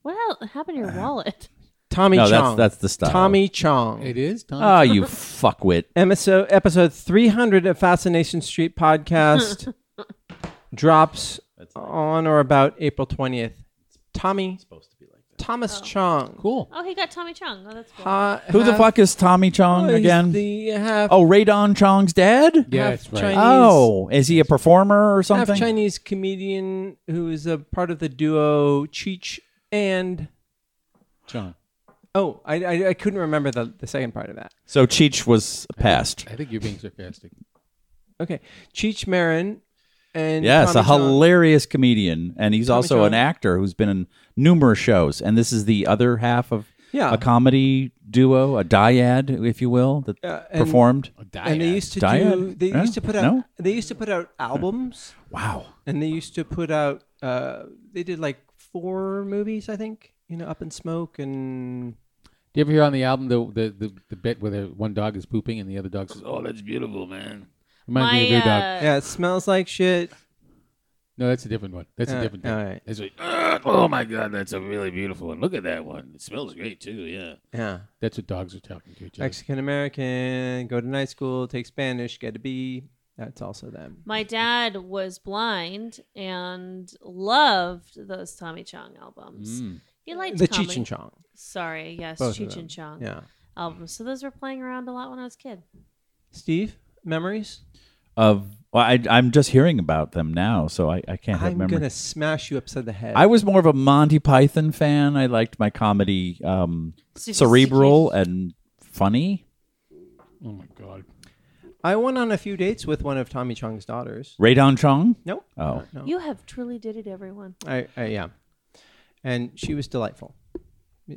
What hel- happened to your
Uh-huh.
wallet? *laughs*
Tommy
No, that's-
Chong.
that's the style.
Tommy Chong.
It is Tom.
Uh,
Oh, you fuckwit.
episode episode 300 of Fascination Street *laughs* podcast drops on or about April 20th. Tommy supposed to be like that. Thomas Chong.
cool.
Oh, he got Tommy Chung. Oh, that's cool.
Uh,
Who the
half-
fuck is Tommy Chong
he's
again?
The half,
oh, Radon Chong's dad.
Yeah,
half
that's right.
Chinese,
Oh, is he a performer or
half
something?
Chinese comedian who is a part of the duo Cheech and
John.
oh, I I, I couldn't remember the, the second part of that.
So Cheech was passed.
I think you're
*laughs*
being sarcastic.
Okay, Cheech Marin and
Yes,
Tommy
a
Chong.
hilarious comedian, and he's also
Chong.
an actor who's been in numerous shows. And this is the other half of
Yeah.
a comedy duo, a dyad, if you will, that
and-
performed.
and they used to do
Dyad?
they
Yeah,
used to put out
no?
they used to put out albums
Wow,
and they used to put out uh they did like four movies i think you know up in smoke and
Do you ever hear on the album the the, the, the bit where the one dog is pooping and the other dog says, "Oh, that's beautiful, man." Reminds me of your dog.
uh,
yeah it smells like shit
No, that's a different one. That's
Uh,
a different thing.
all right.
That's like, "Ugh, oh my god, that's a really beautiful one. Look at that one. It smells great too. Yeah.
yeah
That's what dogs are talking to each other.
mexican american go to night school take spanish get a b that's also them
My dad was blind and loved those Tommy Chong albums.
Mm.
He liked
the
comedy.
cheech and chong
Sorry, yes,
Both of
Cheech
them.
and Chong
yeah
albums. So those were playing around a lot when I was a kid.
steve memories
of well, I, I'm just hearing about them now, so I, I can't have
i'm
memory.
gonna smash you upside the head
I was more of a Monty Python fan. I liked my comedy um, cerebral and funny.
Oh my god.
i went on a few dates with one of tommy chong's daughters
Radon Chong.
nope
Oh,
You have truly dated everyone.
I, I yeah, and she was delightful.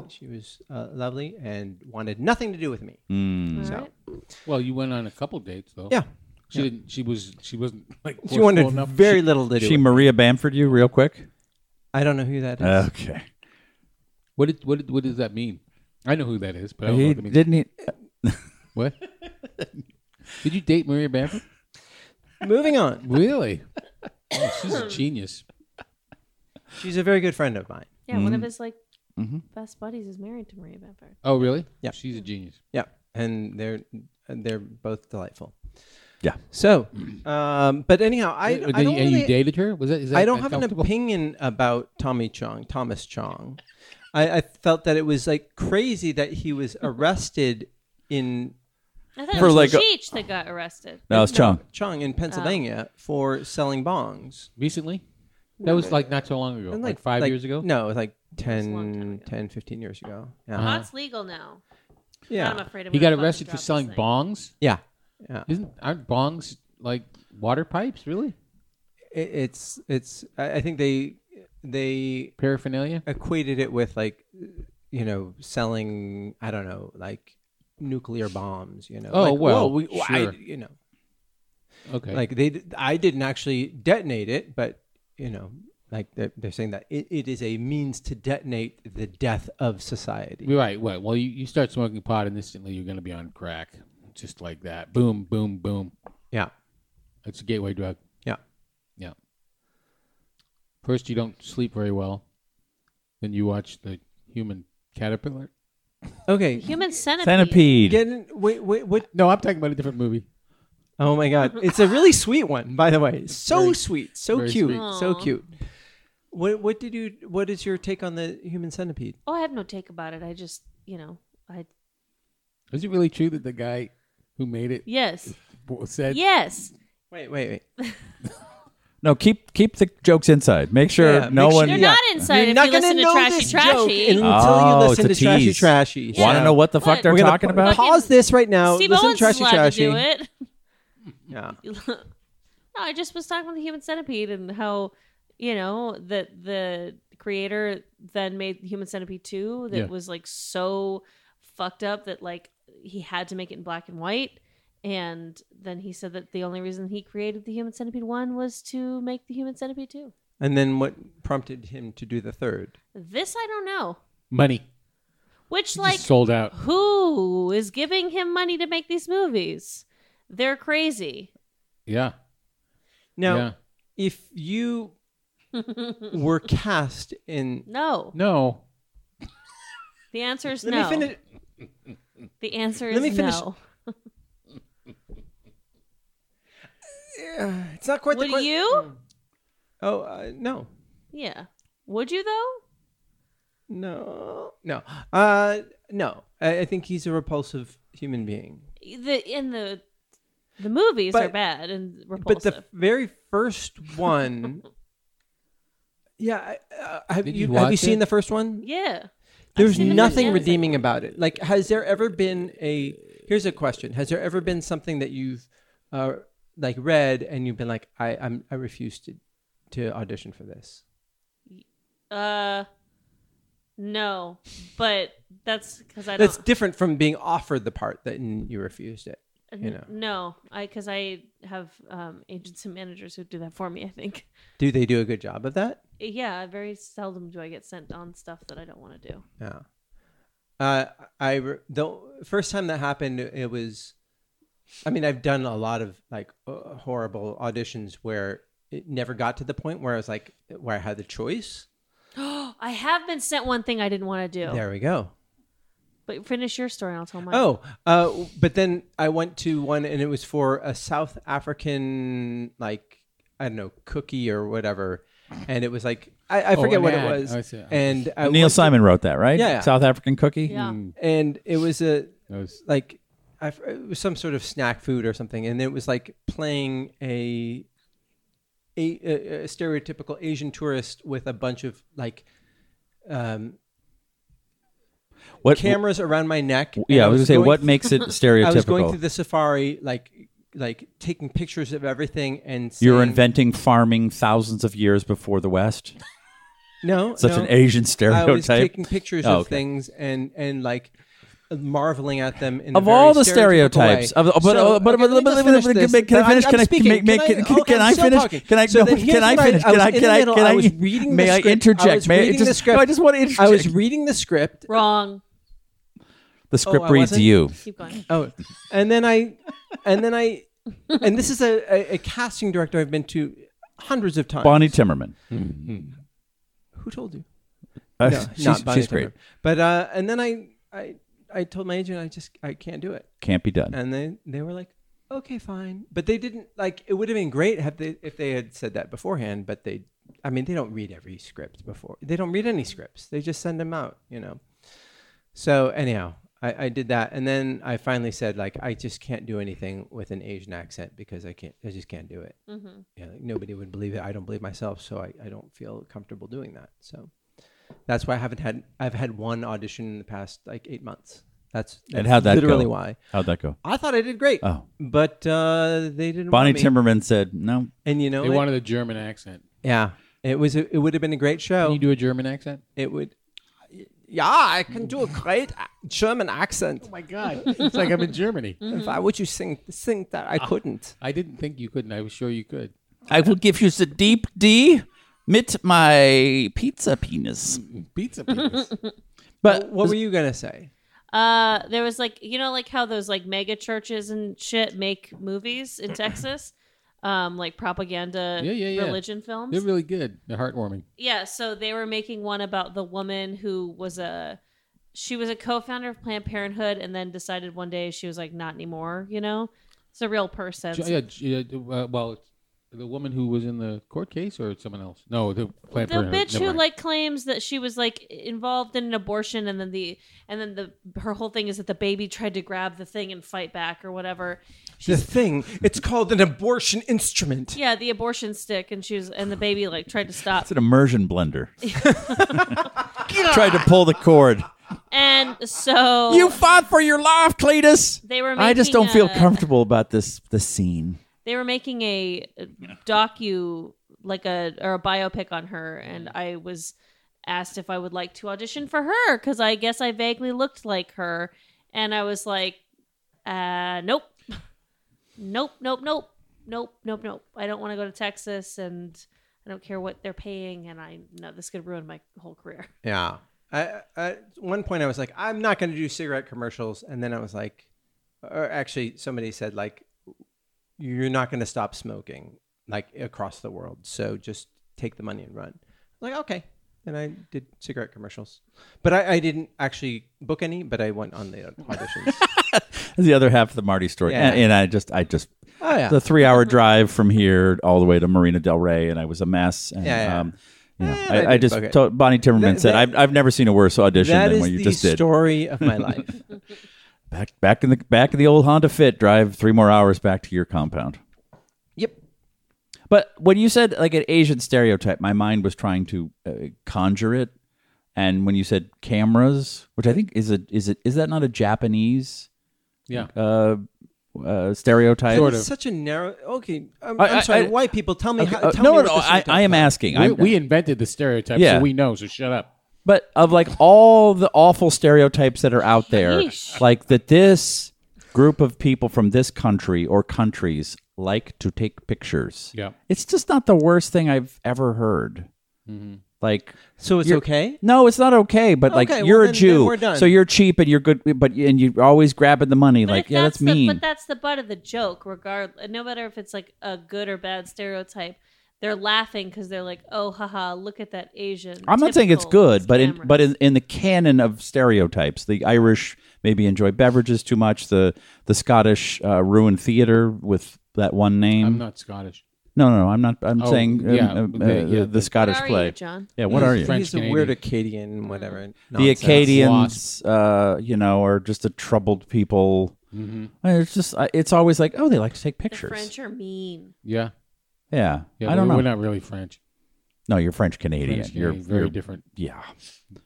She was uh, lovely and wanted nothing to do with me.
Mm.
All
So
right.
Well, you went on a couple dates though.
yeah,
She didn't. She was. She wasn't like.
she wanted
forceful enough.
very little to do.
she
with-
Maria Bamford you real quick.
I don't know who that is.
Okay,
What did what did what does that mean? I know who that is, but I don't know
he
what that means.
didn't. He,
What? *laughs* did you date Maria Bamford?
*laughs* Moving on,
Really? Oh, she's a genius.
she's a very good friend of mine.
Yeah, one
Mm-hmm.
of his like best buddies is married to Maria Bamford.
Oh, really?
Yeah.
She's a genius.
Yeah, and they're they're both delightful.
yeah,
So, um, but anyhow, I, I
and
don't.
then you- and you
really-
dated her? Was that? Is that
I don't have an
uncomfortable?
opinion about Tommy Chong, Thomas Chong. I, I felt that it was like crazy that he was arrested in
I thought
For,
it was
like, a-
Cheech that got arrested.
no, it's Chong.
Chong in Pennsylvania for selling bongs.
recently. That was like not so long ago,
And,
like, five
like-
years ago.
No, it was like
was a long time
10,
ago.
10 15 years ago. Yeah.
Uh-huh.
Pot's Oh, legal now.
Yeah.
I'm afraid I'm
He
gonna
got
fucking
arrested
drop
for
this
selling
thing.
bongs.
yeah. Yeah.
Isn't aren't bongs like water pipes? Really?
It, it's it's I I think they they
Paraphernalia?
equated it with like you know selling I don't know like nuclear bombs, you know.
Oh,
like,
well,
whoa, we,
sure.
I, you know.
Okay.
Like they d- I didn't actually detonate it, but you know, like they're, they're saying that it, it is a means to detonate the death of society.
right. Right. Well, you, you start smoking pot, and instantly you're going to be on crack, just like that. Boom, boom, boom.
Yeah.
That's a gateway drug.
Yeah.
Yeah. First, you don't sleep very well. Then you watch the human caterpillar.
Okay.
Human centipede.
Centipede.
Get in, wait, wait, what?
No, I'm talking about a different movie.
Oh my God. It's a really sweet one, by the way. So sweet. So
very
cute.
sweet.
So
Aw.
cute. What, what did you, what is your take on the human centipede?
Oh, I have no take about it. I just, you know, I
Is it really true that the guy who made it
yes,
w- said?
yes.
Wait, wait, wait.
No, keep keep the jokes inside. Make sure
Yeah,
no
make sure-
one.
They're
Yeah.
not inside
You're
if
not
you
gonna
listen to
know
Trashy
this joke
Trashy.
until
Oh,
you listen to
it's a
Trashy
tease.
Trashy.
Want to
So
know what the fuck
What?
they're
We're gonna
talking
pa-
about?
Fucking-
Pause this right now.
Steve
listen
Owen's
to Trashy
allowed
Trashy.
to do it.
*laughs* Yeah.
*laughs* no, I just was talking about the human centipede and how, you know, that the creator then made Human Centipede 2 that
Yeah.
was like so fucked up that like he had to make it in black and white. And then he said that the only reason he created the Human Centipede 1 was to make the Human Centipede 2.
And then what prompted him to do the third?
This I don't know.
Money
Which
It's
like
sold out.
who is giving him money to make these movies? They're crazy.
Yeah.
Now,
yeah.
if
*laughs*
you were cast in,
No.
No.
The answer is
let
no.
me finish.
The answer is
Let me finish-
no.
It's not quite
Would
the que- Hmm.
you?
Oh uh, no,
Yeah. Would you though?
no, no, uh, no. I, I think he's a repulsive human being.
The in the the movies are
But-
bad and repulsive.
But the very first
*laughs*
one. Yeah, I- uh, have
Did
you,
you
have you
watch
seen
it?
the first one?
yeah.
There's
seen the
nothing
first and the second
redeeming about it. Like, has there ever been a? Here's a question: Has there ever been something that you've, uh, like, read and you've been like, I, I'm, I refuse to, to audition for this?
Uh no. But that's cuz I
That's
don't
different from being offered the part that you refused it. you know.
No, I cuz I have um agents and managers who do that for me, I think.
Do they do a good job of that?
Yeah, very seldom do I get sent on stuff that I don't want to do.
Yeah. Uh, I re- the first time that happened, it was. I mean, I've done a lot of like uh, horrible auditions where it never got to the point where I was like, where I had the choice.
I have been sent one thing I didn't want to do.
There we go.
But finish your story and I'll tell mine.
Oh, uh, but then I went to one and it was for a South African, like, I don't know, cookie or whatever. And it was like, I, I
Oh,
forget
an
what
ad.
it was.
I see. Oh.
And I
Neil
went-
Simon wrote that, right?
Yeah, yeah.
South African cookie.
Yeah.
Hmm.
And it was a,
That was
like, I, it was some sort of snack food or something. And it was like playing a, a, a, a stereotypical Asian tourist with a bunch of like um,
What?
cameras around my neck. And
Yeah, I was gonna say
going
what makes it stereotypical.
I was going through the safari, like like taking pictures of everything and saying,
You're inventing farming thousands of years before the West.
no
Such
no.
an
I
Asian *laughs* stereotype.
was taking pictures
Oh,
of
okay.
things and and like marveling at them in
Of
a very
all the
stereotypical
stereotypes,
way.
of- but- uh,
So-
but- but-
okay,
but-
let's
but-
finish
but-
this.
can I
But
finish?
I'm
Can I-
speaking.
make- make-
Can I
can-
okay,
can
I'm
I
still
finish?
talking.
Can I-
So
no,
then
can
here's
I
what I
finish?
I
Can
was
I-
in the
can I-
middle.
can
I
I-
was reading
may
the
I
script.
interject? May I
I was reading
just-
the script.
no, I just wanna
I was
interject.
reading the script.
Wrong.
the script
I
reads
wasn't?
you.
Keep going.
Oh, and then I, and then I, and this is a, a, a casting director I've been to hundreds of times.
Bonnie Timmerman.
Who told you?
Uh,
No,
she's
not Bonnie
she's great.
Tyler. But uh, and then I, I I told my agent I just I can't do it,
Can't be done.
and they they were like, okay, fine. But they didn't like. It would have been great had they if they had said that beforehand. But they, I mean, they don't read every script before. They don't read any scripts. They just send them out. You know. So anyhow. I, I did that, and then I finally said, like, I just can't do anything with an Asian accent because I can't. I just can't do it. Yeah, like, nobody would believe it. I don't believe myself, so I, I don't feel comfortable doing that. So That's why I haven't had I've had one audition in the past like eight months. That's, that's
And how'd that
literally
go?
why.
How'd that go?
I thought I did great.
Oh.
But uh, they didn't
Bonnie
want me.
Timmerman said, no,
and you know
They
what?
wanted a German accent.
Yeah. It was a, it would have been a great show.
Can you do a German accent?
it would Yeah, I can do a great a- German accent.
my God. it's like I'm in Germany.
If I would you sing sing that
Ah.
I couldn't.
I didn't think you couldn't. I was sure you could.
I will give you the deep D mit my pizza penis.
Pizza penis.
But
What were you gonna say?
Uh, there was like you know like how those like mega churches and shit make movies
*clears throat*
in Texas, um, like propaganda
Yeah, yeah, yeah.
religion films.
They're really good. They're heartwarming.
yeah, so they were making one about the woman who was a she was a co-founder of Planned Parenthood and then decided one day she was like not anymore. You know, it's a real person.
Jo- Yeah, j- yeah, uh, well, it's the woman who was in the court case or someone else? No, the Planned
the
Parenthood.
bitch
Never
who
mind.
like claims that she was like involved in an abortion and then the and then the her whole thing is that the baby tried to grab the thing and fight back or whatever
The thing. It's called an abortion instrument.
yeah the abortion stick and she was and the baby like tried to stop
it's an immersion blender. *laughs* Tried to pull the cord.
and so
You fought for your life, Cletus.
they were Oh. making
I just don't feel
a-
comfortable about this the scene.
they were making a docu like a or a biopic on her and i was asked if i would like to audition for her because i guess i vaguely looked like her and i was like uh nope nope nope nope nope nope nope i don't want to go to texas and i don't care what they're paying and i know this could ruin my whole career
Yeah. I, I, at one point, I was like, I'm not going to do cigarette commercials. And then I was like, or actually, somebody said, like, you're not going to stop smoking, like, across the world. So just take the money and run. Like, okay. And I did cigarette commercials. But I, I didn't actually book any, but I went on the auditions.
That's the other half of the Marty story.
Yeah.
And, and I just, I just,
*laughs* oh, yeah.
the three hour drive from here all the way to Marina Del Rey, and I was a mess. And,
Yeah, yeah.
Um, you know,
Eh,
I,
that
I
didn't
just
bug it.
told Bonnie Timmerman
That-
said,
that-
I've, I've never seen a worse audition
that
than
is
what you
the
just did.
story of my
*laughs*
life.
Back, back in the back of the old Honda Fit, drive three more hours back to your compound.
yep.
But when you said like an Asian stereotype, my mind was trying to uh, conjure it. And when you said cameras, which I think is a is it is that not a Japanese
yeah.
uh, uh, stereotype?
Sort of.
Such a narrow. Okay. I'm,
I-
I'm
I-
sorry.
I-
white people, tell me
Okay,
how.
uh,
Tell
no,
me
no,
what
no.
this
I,
looks
I am
like.
asking.
We,
I'm,
we invented the stereotype,
Yeah.
so we know. So shut up.
But of like all the awful stereotypes that are out there,
Yeesh.
like that this group of people from this country or countries like to take pictures.
Yeah.
It's just not the worst thing I've ever heard. Like
So it's
You're-
okay?
no, it's not okay, but like
Okay, well,
you're
then-
a
then
Jew,
we're done.
so you're cheap and you're good, but and you're always grabbing the money.
But
like
if
yeah, that's,
the,
mean.
But that's the butt of the joke, regard. No matter if it's like a good or bad stereotype, they're laughing because they're like, "Oh, haha, look at that Asian."
I'm not saying it's
Typical.
good, but in
cameras.
but in, in the canon of stereotypes, the Irish maybe enjoy beverages too much. The the Scottish uh, ruin theater with that one name.
I'm not Scottish.
no, no, no, I'm not. I'm
Oh,
saying um,
yeah,
uh, uh,
the- yeah,
the,
the-
Scottish
Where are
play.
you, John?
Yeah, what are you?
French
He's a
Canadian.
weird Acadian, whatever.
the
nonsense.
Acadians, uh, you know, are just a troubled people.
Mm-hmm.
I mean, It's just I- it's always like, oh, they like to take
The
pictures.
French are mean.
Yeah.
Yeah,
Yeah.
I don't
we're,
know.
We're not really French.
No, you're French Canadian.
French
You're,
Canadian, very
you're-
different.
Yeah.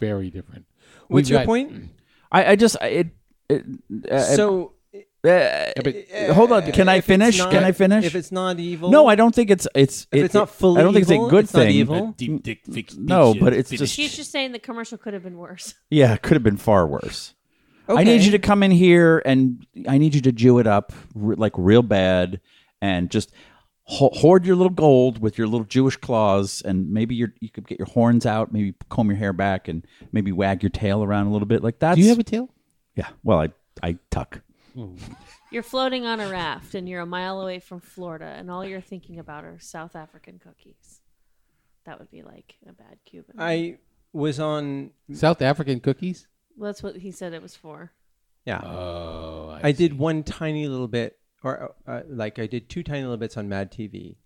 Very different.
What's
We've
your
got-
point?
Mm. I, I just I- it. it uh,
so
uh,
but-
uh, hold on. Can I
if it's
finish?
not-
Can I finish?
If it's not evil,
no, I don't think it's it's.
If
it-
it's not
it-
fully
I don't think
evil,
it's a good
it's not
thing.
evil?
Deep dick fix
No,
bitches.
but it's
Finish.
just
She's just saying the commercial could have been worse. *laughs*
yeah. It could have been far worse. I
Okay.
need you to come in here and I need you to Jew it up re- like real bad and just ho- hoard your little gold with your little Jewish claws and maybe your, you could get your horns out, maybe comb your hair back and maybe wag your tail around a little bit like that.
Do you have a tail?
yeah. Well, I I tuck.
You're floating on a raft and you're a mile away from Florida, and all you're thinking about are South African cookies. That would be like a bad Cuban.
I was on.
South African cookies.
well, that's what he said it was for.
Yeah,
Oh,
I did one tiny little bit, or uh, like I did two tiny little bits on Mad TV,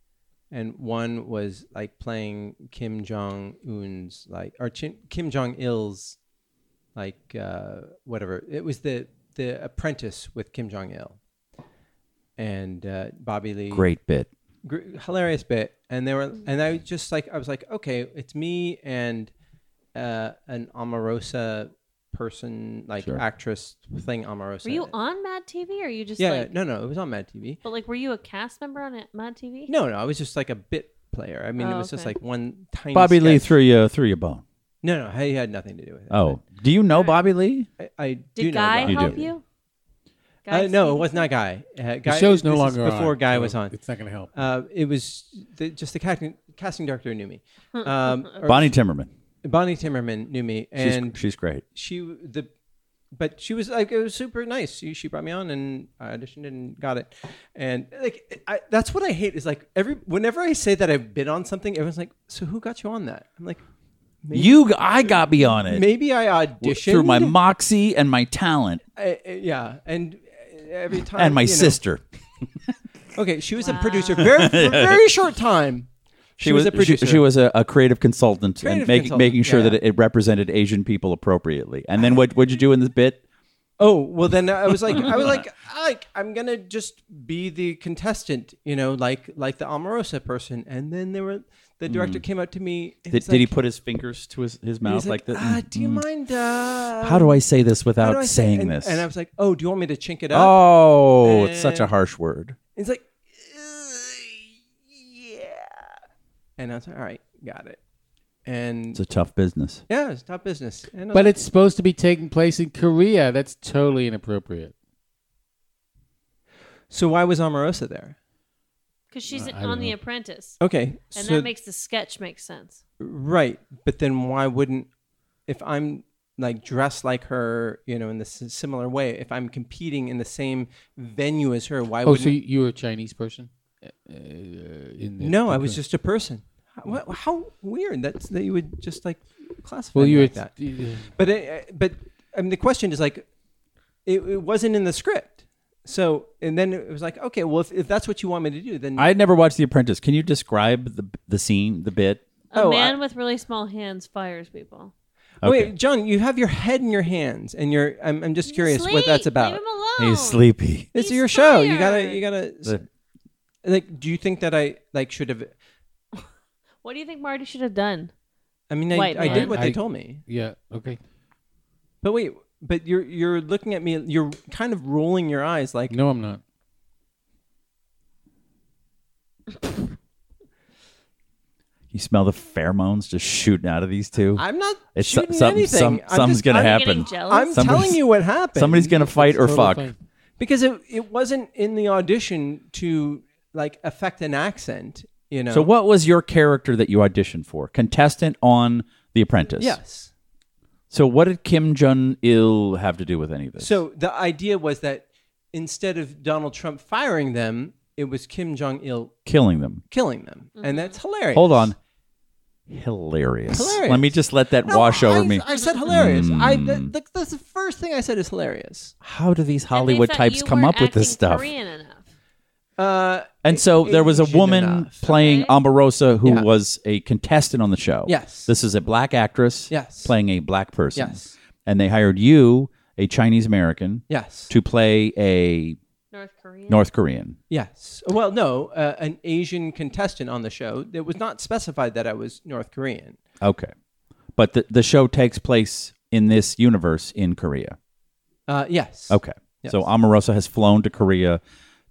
and one was like playing Kim Jong Un's like or Chin, Kim Jong Il's like uh, whatever. It was the the Apprentice with Kim Jong Il and uh, Bobby Lee.
Great bit.
Mm.
gr- hilarious bit and they were and i just like i was like okay it's me and uh, an Omarosa person, like
Sure.
actress thing Omarosa.
Were you on Mad TV or you just
Yeah,
like
no, no, it was on Mad TV.
but like were you a cast member on it- Mad TV?
No, no, I was just like a bit player. I mean, it
Oh,
was just
okay.
like one tiny.
Bobby Lee
sketch.
threw you through your bone.
No, no, he had nothing to do with it.
Oh, do you know Bobby Lee?
I, I
Did
do know
Guy
Bobby.
You
help
do.
you?
Uh, no, it
Stevenson?
was not Guy. Uh,
The
Guy
show's no
this is
longer on,
before Guy
so
was on.
It's not going to help.
Uh, it was the, just the casting, casting director knew
*laughs*
me. Um, or
Bonnie Timmerman.
Bonnie Timmerman knew me,
She's,
and
she's great.
she the but she was like it was super nice she, she brought me on and i auditioned and got it and like I, that's what i hate is like every whenever i say that i've been on something everyone's like so who got you on that i'm like maybe,
You, I got me on it
maybe i
w-
auditioned
through my moxie and my talent
I- I- yeah and every time
and
Uh,
my
you know-
sister.
okay she was a producer very for a
*laughs*
very short time she, was, a producer
She, was a, a creative consultant and
Creative
making
consultant,
making sure
yeah.
that it represented Asian people appropriately. And then what what'd you do in the bit?
Oh well, then I was like, I was
*laughs*
like, like I'm gonna just be the contestant, you know, like like the Omarosa person. And then there were the director came up to me. And
Hmm. Did,
he's
did he
like-
put his fingers to his, his
and
mouth
he's
like,
like,
that? Mm. Mm-hmm.
Ah, do you mind? Uh,
How do I say this
how do
without
I say-"
saying
and,
this?
And I was like, oh, do you want me to chink it up?
oh, it's such a
And-
harsh word.
And he's like, "Uh, yeah. And I was like, all right, got it. And
It's a tough business.
yeah, it's top business. And I was
But
like,
it's supposed to be taking place in Korea. That's totally inappropriate.
so why was Omarosa there?
Because
Uh,
she's
I don't
on The
know.
Apprentice,
Okay,
and
so
that makes the sketch make sense.
Right, but then why wouldn't if I'm like dressed like her, you know, in this similar way, if I'm competing in the same venue as her, why
Oh,
wouldn't
so you- you were a Chinese person? Uh, in the-
No, I
okay.
was just a person. How, how weird that that you would just like classify
Well,
me
you were.
like that. But it, but I mean the question is like it, it wasn't in the script. So and then it was like, okay, well if, if that's what you want me to do, then
I had never watched The Apprentice. Can you describe the the scene, the bit?
A
Oh,
man
I-
with really small hands fires people.
Okay.
wait, John, you have your head in your hands and you're I'm, I'm just curious what that's
Sleep!
about.
Leave him alone.
He's sleepy.
It's
He's
your show. You gotta,
tired.
you gotta. s-
The-
like, do you think that I like should have?
What do you think Marty should have done?
I mean, I,
White
I did
man.
what
I-
they told me.
Yeah. Okay.
But wait, but you're you're looking at me. You're kind of rolling your eyes, like
No, I'm not.
You smell the pheromones just shooting out of these two.
I'm not
It's so-
shooting
something-
anything.
some-
I'm
something's
just-
gonna
I'm,
happen.
Getting
I'm
jealous.
Somebody's-
telling you what happened.
Somebody's gonna fight or
Totally
fuck.
fine.
because it it wasn't in the audition to like affect an accent. You know.
So, what was your character that you auditioned for? Contestant on The Apprentice.
Yes.
So, what did Kim Jong Il have to do with any of this?
So the idea was that instead of Donald Trump firing them, it was Kim Jong Il
killing them.
killing them, and that's hilarious.
Hold on. Hilarious.
Hilarious.
Let me just let that
No,
wash over
I,
me. Mm.
I said hilarious. I that, that- that's the first thing I said is hilarious.
How do these
And they
Hollywood
thought
types
you
come
weren't
up with this
acting
stuff?
Korean enough.
Uh,
And so there was a
Asian
woman
enough.
playing
Okay.
Omarosa who
Yeah.
was a contestant on the show.
Yes.
This is a black actress
Yes.
playing a black person.
Yes.
And they hired you, a Chinese American,
yes,
to play a
North Korea.
North Korean.
yes. Well, no, uh, an Asian contestant on the show. It was not specified that I was North Korean.
Okay. But the, the show takes place in this universe in Korea.
Uh, yes.
Okay.
Yes.
So Omarosa has flown to Korea.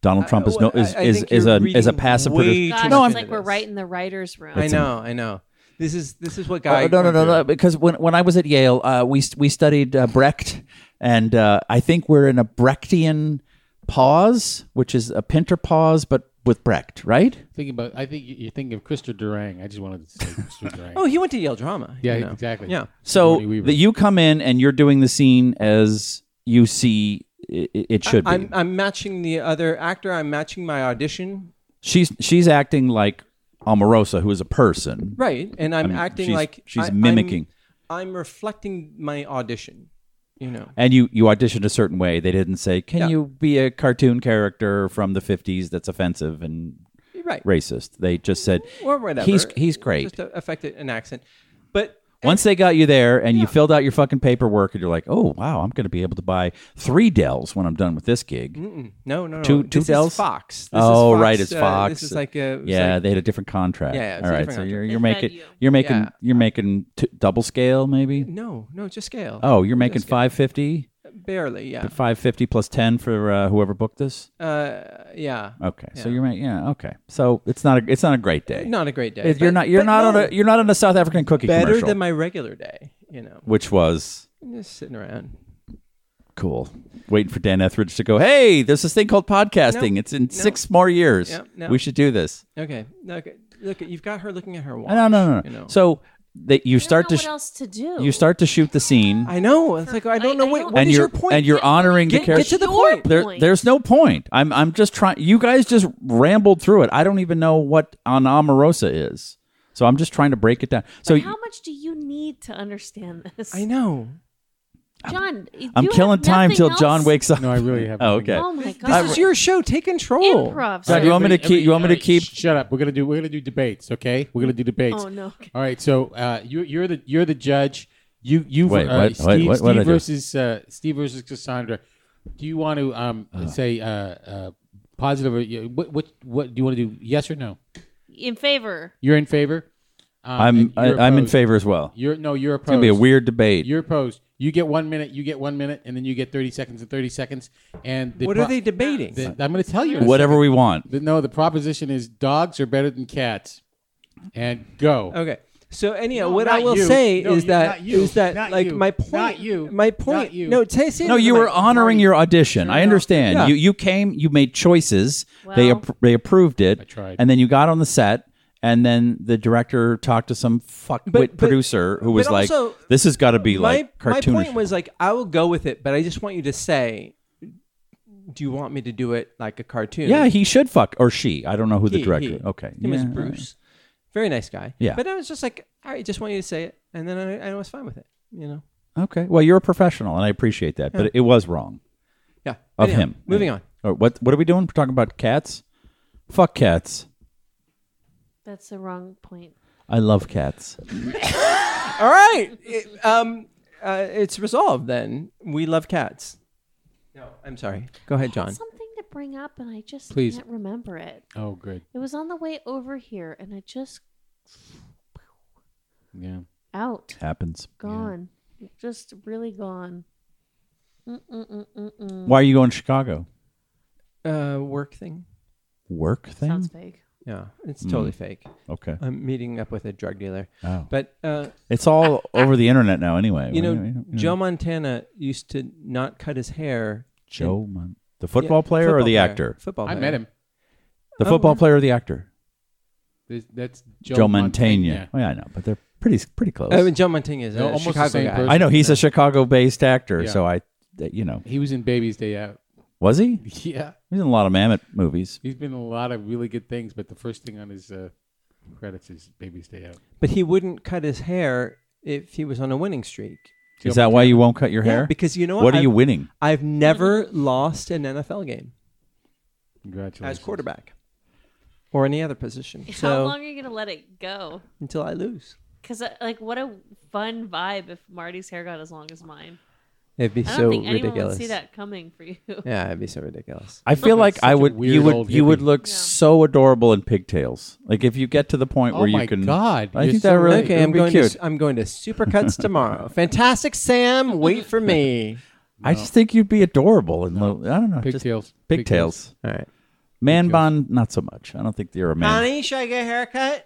Donald Trump is no
well,
is
I- I
is,
think
is
you're
a is a
reading
passive
way
producer.
too
God,
No,
it's
I'm-
like we're right in the writers' room.
I know. I know. This is this is what
Oh,
guy.
no, no,
went
no,
through.
no. Because when, when I was at Yale, uh, we st- we studied uh, Brecht, and uh, I think we're in a Brechtian pause, which is a Pinter pause, but with Brecht, right?
Thinking about, I think you- you're thinking of Christopher Durang. I just wanted to say Christopher
*laughs*
Durang.
Oh, he went to Yale drama.
yeah,
you know.
exactly.
Yeah.
So
Sigourney Weaver.
that you come in and you're doing the scene as you see it, it should be.
I'm I'm matching the other actor. I'm matching my audition.
she's she's acting like Omarosa, who is a person.
Right, and I'm
I mean,
acting
she's-
like
she's
I- I'm-
mimicking.
I'm reflecting my audition. You know.
And you you auditioned a certain way. They didn't say, "Can
Yeah.
you be a cartoon character from the '50s that's offensive and
Right.
racist?" They just said,
or whatever.
He's he's great.
Just affected an accent, but
Once they got you there and you filled out your fucking paperwork and you're like, oh, wow, I'm going to be able to buy three Dells when I'm done with this gig.
No, no, no.
Two-
this
two
is
Dells?
Fox. This
oh,
is Fox,
right, it's
uh,
Fox.
this is like a it's
yeah,
like-
they had a different contract.
Yeah, it's a
all right.
different
So you're
contract.
you're
They fed
making
you.
you're making
Yeah.
you're making t- double scale maybe.
no, no, just scale.
Oh, you're making
Just scale.
550,
barely. Yeah,
550 plus 10 for uh, whoever booked this.
uh, yeah.
Okay, so you're making yeah. Okay, so it's not a it's not a great day.
Not a great day.
It- you're
but-
not you're
but
not
no,
on a you're not on a South African cookie
better
commercial,
than my regular day. You know,
which was
just sitting around.
cool. Waiting for Dan Etheridge to go. Hey, there's this thing called podcasting.
No,
it's in six more years.
Yeah, no.
We should do this.
Okay, okay. Look, you've got her looking at her watch.
No, no, no, no.
You know.
So that you
I don't
start
know
to
what
sh-
else to do.
you start to shoot the scene.
I know. It's like I don't know.
I- I
Wait,
don't-
what
and
is
you're
your point?
and you're honoring the
Get-
character.
get to the
Your
point.
There,
point.
there's no point. I'm I'm just trying. You guys just rambled through it. I don't even know what an Amorosa is, so I'm just trying to break it down. So
How much do you need to understand this?
I know.
*laughs* John,
I'm
you
killing
have
time
nothing
till
else?
John wakes up.
No,
*laughs*
I really have.
Oh,
nothing.
okay.
Oh my
This
god.
is your show. Take control.
improv.
John, you want me to
Every-
keep? You want me to keep?
Shut up. We're gonna do. We're gonna do debates. Okay. We're gonna do debates.
Oh, no.
All right. So uh, you, you're the you're the judge. You you
Wait,
uh,
what-
Steve,
wait, what-
Steve
what'd I do?
versus uh, Steve versus Cassandra. Do you want to um,
Uh-huh.
say uh, uh, positive or you- what, what what do you want to do? Yes or no?
in favor.
You're in favor. Um,
I'm
and
I,
you're
I'm in
opposed.
favor as well. It's
You're no. You're opposed.
gonna be a weird debate.
You're opposed. You get one minute. You get one minute, and then you get thirty seconds and thirty seconds. And the
What
pro-
are they debating?
the- I'm going to tell you in a
Whatever we want.
The- no, the proposition is dogs are better than cats. And go.
Okay. So anyhow,
No,
what I
not
will
you.
say
No,
is
you-
that
not
is
you.
that
Not
like
you.
my point.
Not you.
My
Not
point.
you.
No, say, say it
No,
into
you
the
were
mic.
honoring your audition. I understand.
Yeah.
You you came. You made choices. they
Well-
appro- they approved it. I
tried.
And then you got on the set. And then the director talked to some fuckwit
but-
producer who was
but
like,
also,
"This has got to be
My,
like
my
cartoonish."
point was like I will go with it, but I just want you to say, do you want me to do it like a cartoon?
yeah, he should fuck or she. I don't know who the
He-
director.
he.
Okay,
His name
yeah,
was
all right.
Bruce. Very nice guy.
Yeah.
But I was just like, all right, just want you to say it, and then I, I was fine with it. You know.
Okay, well, you're a professional, and I appreciate that, but it was wrong
Yeah.
of
Anyhow,
him.
Moving
Yeah.
on.
All right, what What are we doing? We're talking about cats. Fuck cats.
That's the wrong point.
I love cats.
All right. It- um, uh, it's resolved then. We love cats. No, I'm sorry. Go ahead, John.
Something to bring up and I just
Please.
can't remember it.
Oh, good.
It was on the way over here and I just
Yeah.
out.
Happens.
Gone. Just really gone. Mm-mm-mm-mm-mm.
Why are you going to Chicago?
Uh, work thing.
Work thing.
Sounds fake.
Yeah, it's totally fake.
okay.
I'm meeting up with a drug dealer.
Hmm. Oh.
But uh,
It's all over the internet now, anyway.
you know,
What do you-
Joe Montana used to not cut his hair.
Joe, Mon- the football player or
Football
the actor?
Football.
I
Player.
met him.
The
Oh,
football
yeah.
player or the actor?
This- That's Joe,
Joe, Montaigne.
Montaigne.
Oh, yeah, I know, but they're pretty pretty close.
I mean, Joe Montana is a
No, almost the
Chicago
same
guy.
person.
I know he's a Chicago-based actor,
Yeah.
so I, that- you know,
He was in Baby's Day Out. *laughs*
was he?
Yeah.
He's in a lot of Mammoth movies.
He's been in a lot of really good things, but the first thing on his uh, credits is Baby's Day Out.
But he wouldn't cut his hair if he was on a winning streak.
Joe
Is that why you won't cut your hair?
Yeah, because you know what?
what are
I've-
you winning?
I've never lost an NFL game
Congratulations.
as quarterback or any other position.
How
So
long are you gonna let it go?
until I lose,
Cause uh, like, what a fun vibe if Marty's hair got as long as mine.
it'd be
I don't
so
think anyone
ridiculous.
would see that coming for you.
Yeah, it'd be so ridiculous.
I feel like
such
I
a
would. You
weird
would.
old
You would
hippie.
look
Yeah.
so adorable in pigtails. Like if you get to the point
Oh
where you
my
can.
God,
I
you're
think
so
that really.
right.
Okay, I'm
would be
going
cute.
to I'm going to *laughs* Supercuts tomorrow. Fantastic, Sam. Wait for me.
I just think you'd be adorable and lo- I don't know. just
Pigtails.
Pigtails.
*laughs* All right,
Man bun, not so much. I don't think you're a man.
Bonnie, should I get a haircut?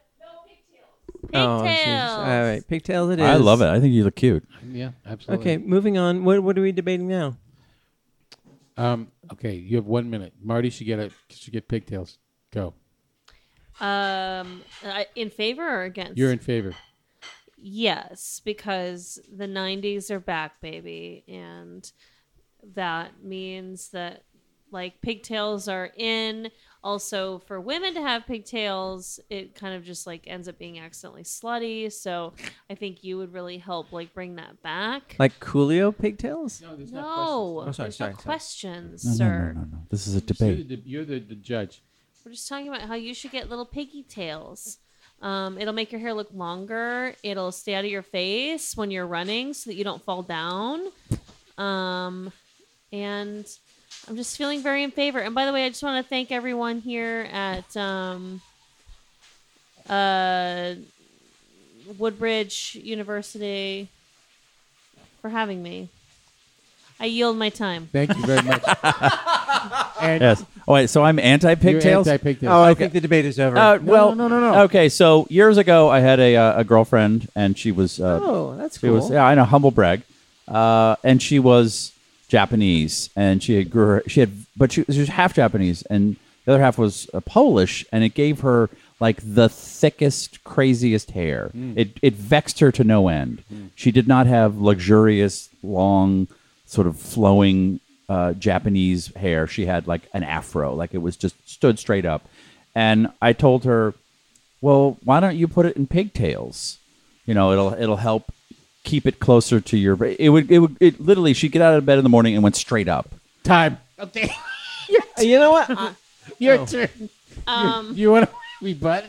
Oh, she's-
Pigtails.
all right, pigtails. It is.
I love it. I think you look cute.
Yeah, absolutely.
Okay, moving on. What what are we debating now?
Um, okay, you have one minute. Marty should get a should get pigtails. Go.
Um, uh, in favor or against?
You're in favor.
Yes, because the 90s are back, baby. And that means that, like, pigtails are in. Also, for women to have pigtails, it kind of just, like, ends up being accidentally slutty. So I think you would really help, like, bring that back.
Like Coolio pigtails?
No, there's
no,
Oh, sorry,
there's
sorry, sorry.
no questions,
No,
sir.
no, no, no, no. This is a
You're
debate.
the, you're the, the judge.
We're just talking about how you should get little piggy tails. Um, it'll make your hair look longer. It'll stay out of your face when you're running so that you don't fall down. Um, and I'm just feeling very in favor. And by the way, I just want to thank everyone here at um, uh, Woodbridge University for having me. I yield my time.
Thank you very *laughs* much. and
Yes. Oh, wait, so I'm anti pigtails?
Anti pigtails.
Oh, I think the debate is over.
Uh,
No,
well,
no, no, no, no.
Okay, so years ago, I had a, uh, a girlfriend, and she was uh,
oh, that's
she
cool.
was yeah, I know humble brag, uh, and she was Japanese, and she had grew her, she had but she, she was half Japanese, and the other half was uh, Polish, and it gave her like the thickest, craziest hair.
Hmm.
It it vexed her to no end. She did not have luxurious, long, sort of flowing uh, Japanese hair. She had like an afro, like it was just stood straight up. And I told her, well, why don't you put it in pigtails? You know, it'll it'll help keep it closer to your. It would it would it literally. She'd get out of bed in the morning and went straight up.
time. Okay. *laughs* your,
Uh, you know what? I,
your turn.
Um,
You want to rebut?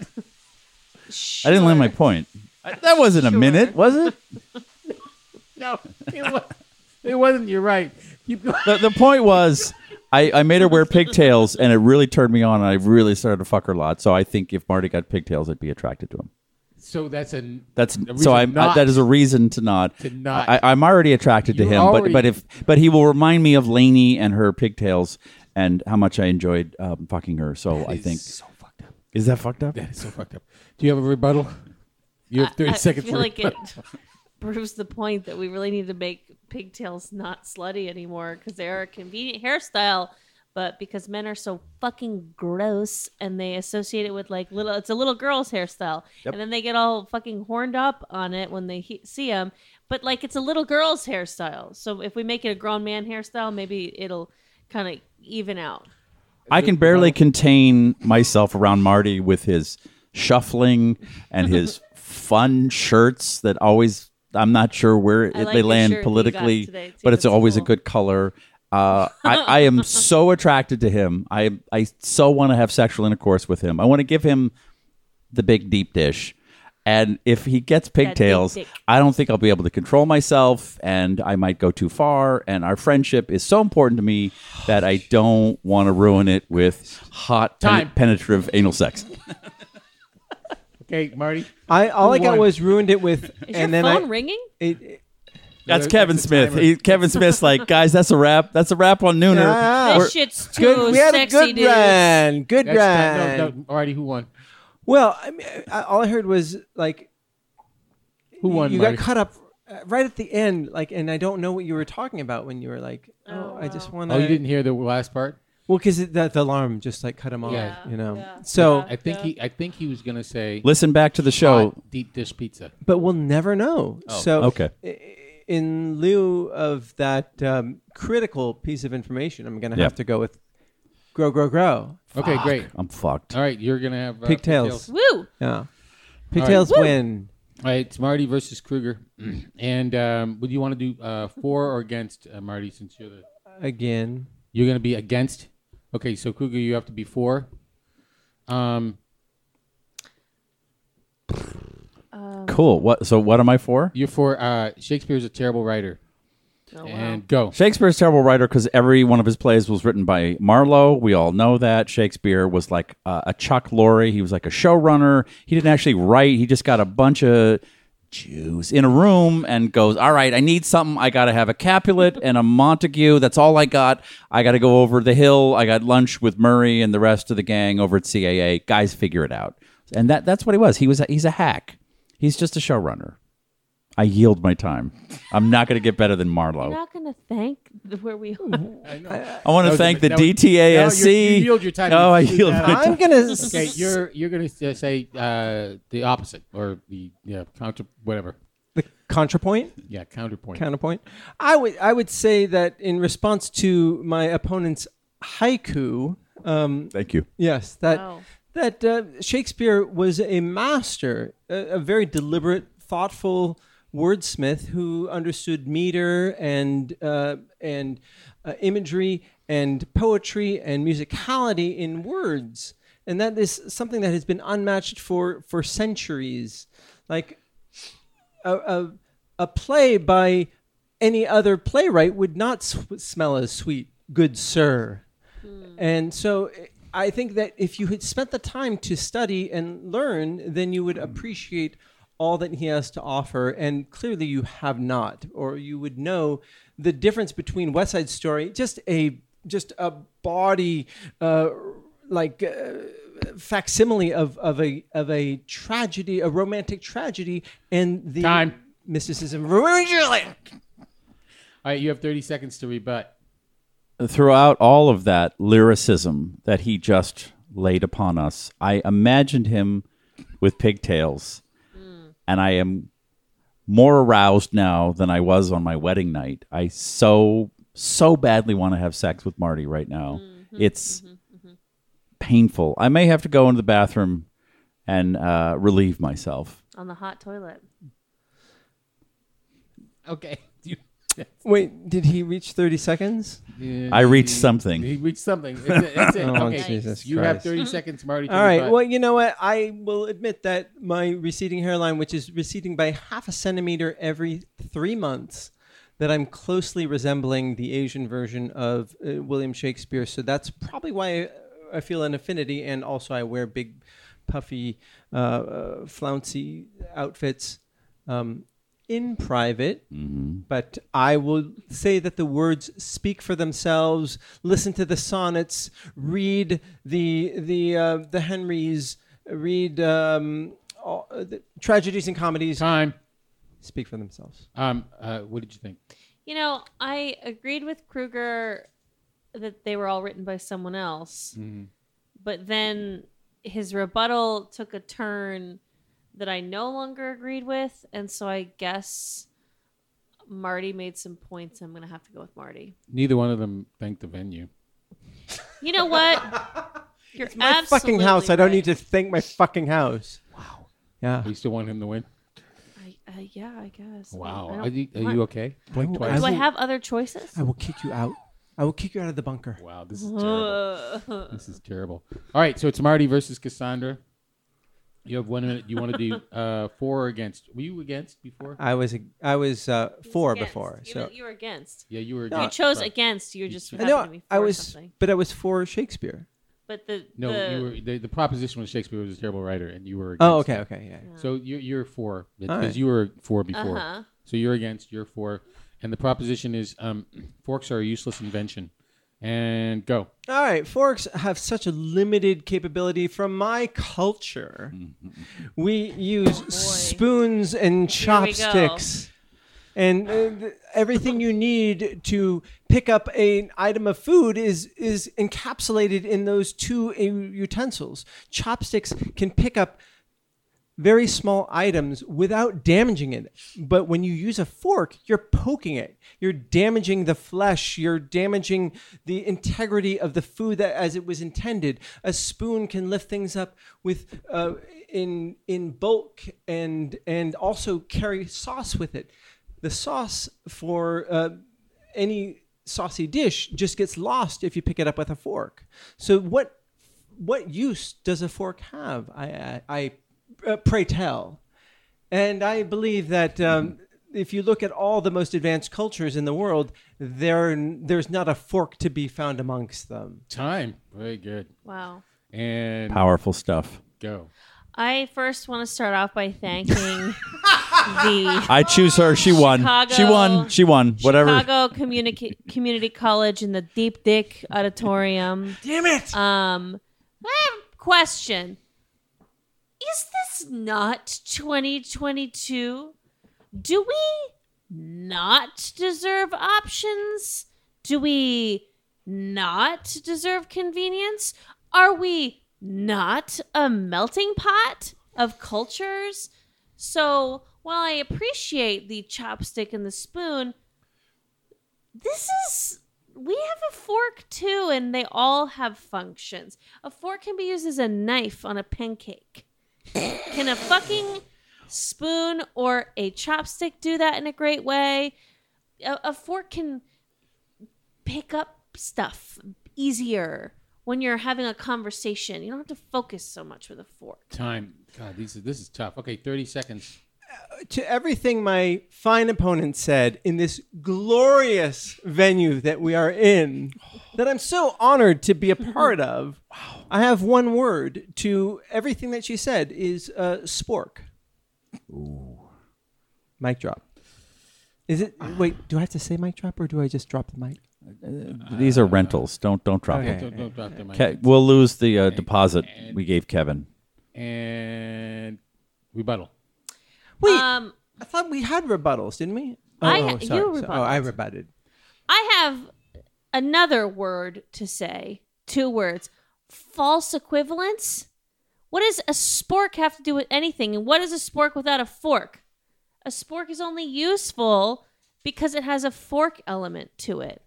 I didn't land my
sure.
point. I- that wasn't a
Sure.
minute, was it?
*laughs* No, it, was, *laughs* it wasn't. You're right. Keep going.
The, the point was, I, I made her wear pigtails, and it really turned me on, and I really started to fuck her a lot. So I think if Marty got pigtails, I'd be attracted to him.
So that's a
That's
A reason
so. I'm I,
not
that is a reason to not.
to not.
I, I'm already attracted to
You're
him,
already-
but but if but he will remind me of Lainey and her pigtails and how much I enjoyed um, fucking her. So I think
so fucked up.
is that fucked up?
That is so fucked up. Do you have a rebuttal? You have 30
I
seconds.
feel
for
like it
rebuttal.
*laughs* proves the point that we really need to make pigtails not slutty anymore because they are a convenient hairstyle, but because men are so fucking gross and they associate it with like little, it's a little girl's hairstyle, and then they get all fucking horned up on it when they he- see them. But like it's a little girl's hairstyle, so if we make it a grown man hairstyle, maybe it'll kind of even out.
I can barely contain myself around Marty with his shuffling and his
*laughs*
fun shirts that always I'm not sure where it,
like
they
your
land
shirt you got
politically,
today, too.
but it's
That's
always a
cool.
good color. Uh, I, I
*laughs*
am so attracted to him. I I so want to have sexual intercourse with him. I want to give him the big deep dish. And if he gets pigtails,
dick.
I don't think I'll be able to control myself and I might go too far. And our friendship is so important to me that I don't want to ruin it with hot, pen-
Time.
penetrative anal sex.
okay, Marty.
*laughs* I all I got
One.
was ruined it with,
Is
and
your
then
phone
I.
ringing?
It, it-
That's
That's
Kevin
a
Smith.
timer.
He, Kevin Smith's like, guys, that's a wrap. That's a wrap on Nooner.
Yeah.
We're-
This shit's too
Ah, good. we had a
sexy,
good
dude.
run. Good
That's
run.
time. No, no, Marty, who won?
Well, I mean, I, all I heard was like
Who won?
you
Marty?
got caught up uh, right at the end, like, and I don't know what you were talking about when you were like, "Oh, I just want to."
Oh, you didn't hear the last part.
Well, because the, the alarm just like cut him off,
Yeah.
you know.
Yeah.
So,
I think he. I think he was gonna say
Listen back to the show.
hot deep dish pizza.
but we'll never know.
Oh,
so,
okay.
i- In lieu of that um, critical piece of information, I'm going to
Yeah.
have to go with grow, grow, grow.
Okay, great.
I'm fucked.
All right, you're gonna have uh,
Pigtails.
Woo!
Yeah. Pigtails win.
All right, it's Marty versus Kruger. *clears throat* and um, would you want to do uh, for or against uh, Marty? Since you're the
again.
you're gonna be against. Okay, so Kruger, you have to be for. Um,
Cool. What? So what am I for?
you're for uh, Shakespeare's a terrible writer.
Oh, wow.
And
*laughs*
go.
Shakespeare's a terrible writer because every one of his plays was written by Marlowe. We all know that. Shakespeare was like uh, a Chuck Lorre. He was like a showrunner. He didn't actually write. He just got a bunch of Jews in a room and goes, "All right, I need something. I got to have a Capulet and a Montague. That's all I got. I got to go over the hill. I got lunch with Murray and the rest of the gang over at CAA. Guys, figure it out." And that that's what he was. He was a, he's a hack. He's just a showrunner. I yield my time. I'm not going to get better than Marlowe.
You're not gonna thank the- where we
Hmm.
are.
I want
That
to
was a
thank
bit-
the
that was-
DTASC.
No, you- you yield your time.
Oh, I
You do
yield
that.
my
I'm
time.
going
*laughs*
to.
Okay, you're you're gonna s- say uh, the opposite or the yeah counter whatever
The contrapoint?
yeah counterpoint.
counterpoint. I would I would say that in response to my opponent's haiku, um,
Thank you.
yes, that
Oh.
that uh, Shakespeare was a master, a, a very deliberate, thoughtful wordsmith who understood meter and uh, and uh, imagery and poetry and musicality in words. and that is something that has been unmatched for for centuries. Like a a, a play by any other playwright would not sw- smell as sweet, good sir. And so eh, I think that if you had spent the time to study and learn, then you would appreciate all that he has to offer. And clearly you have not, or you would know the difference between West Side Story, just a just a body uh, like uh, facsimile of, of a of a tragedy, a romantic tragedy, and the
Time.
mysticism. Really?
All right, you have 30 seconds to rebut.
throughout all of that lyricism that he just laid upon us, I imagined him with pigtails, and I am more aroused now than I was on my wedding night. I so so badly want to have sex with Marty right now. It's painful. I may have to go into the bathroom and uh, relieve myself.
on the hot toilet.
*laughs*
Okay. You,
Wait, did he reach thirty seconds?
I reached something.
He *laughs* reached something. That's it. That's
*laughs*
it.
Oh,
okay.
Jesus
you have
Christ.
30 seconds, Marty. to
All right.
rebut.
Well, you know what? I will admit that my receding hairline, which is receding by half a centimeter every three months, that I'm closely resembling the Asian version of uh, William Shakespeare. So that's probably why I, I feel an affinity, and also I wear big, puffy, uh, uh, flouncy outfits um, in private. But I will say that the words speak for themselves. Listen to the sonnets. Read the the uh, the Henrys. Read um, all, uh, the tragedies and comedies.
Time.
Speak for themselves.
Um, uh, what did you think?
You know, I agreed with Kruger that they were all written by someone else,
Mm-hmm.
but then his rebuttal took a turn that I no longer agreed with, and so I guess Marty made some points. I'm gonna have to go with Marty.
Neither one of them thanked the venue.
You know what?
*laughs*
You're
My fucking
absolutely
house. I don't
right.
need to thank my fucking house. Wow. Yeah.
We still want him to win.
I, uh, yeah, I guess. I-
Wow.
I
Are
don't-
you, are
what?
you okay? Blink
I
twice.
Do I
will-
have other choices?
I will kick you out. I will kick you out of the bunker.
Wow, this is terrible.
Uh, *laughs*
This is terrible. All right, so it's Marty versus Cassandra. You have one minute. You want to do
*laughs*
uh, for or against? Were you against before?
I was I was uh, four
against.
before.
You,
So
you were against.
Yeah, you were.
You
Against,
chose
but-
against. You were just
I
happened to
know
be for
I was,
something.
but I was for Shakespeare.
But the
No,
the,
you were. The, the proposition was Shakespeare was a terrible writer, and you were. Against
Oh, okay, okay, yeah.
So you, you're for because
right.
you were for before.
Uh-huh.
So you're against. You're for, and the proposition is um, *clears throat* forks are a useless invention. And go.
All right, forks have such a limited capability from my culture. We use spoons and
Oh, we go.
chopsticks. And uh, th- everything you need to pick up an item of food is is encapsulated in those two u- utensils. Chopsticks can pick up very small items without damaging it. But when you use a fork, you're poking it. You're damaging the flesh. You're damaging the integrity of the food that, as it was intended. A spoon can lift things up with uh, in in bulk and and also carry sauce with it. The sauce for uh, any saucy dish just gets lost if you pick it up with a fork. So what what use does a fork have? I, I, I uh, pray tell. And I believe that um, if you look at all the most advanced cultures in the world, there there's not a fork to be found amongst them.
Time. Very good.
wow.
And
Powerful stuff.
go.
I first want to start off
*laughs*
by thanking the
I choose her. She won.
Chicago-
She won. She won. Whatever.
Chicago Communica- Community College in the Deep Dick Auditorium.
Damn it!
Um, I have a question. Is this not 2022? Do we not deserve options? Do we not deserve convenience? Are we not a melting pot of cultures? So while I appreciate the chopstick and the spoon, this is we have a fork too and they all have functions a fork can be used as a knife on a pancake can a fucking spoon or a chopstick do that in a great way a, a fork can pick up stuff easier when you're having a conversation. You don't have to focus so much with a fork.
Time. God, these are, this is tough. Okay, 30 seconds.
to everything my fine opponent said in this glorious venue that we are in, that I'm so honored to be a part of. I have one word to everything that she said is uh, spork. Mic drop. Is it? Wait, do I have to say mic drop or do I just drop the
Um,
mic?
These are rentals. Don't don't drop
Okay.
them.
Don't, don't drop the mic.
Ke- we'll lose the uh, deposit we gave Kevin.
And rebuttal.
Wait,
Um,
I thought we had rebuttals, didn't we? Oh,
I-
oh,
you
sorry. So- Oh, I
rebutted.
rebutted.
I have another word to say. Two words. False equivalence. What does a spork have to do with anything? And what is a spork without a fork? A spork is only useful because it has a fork element to it.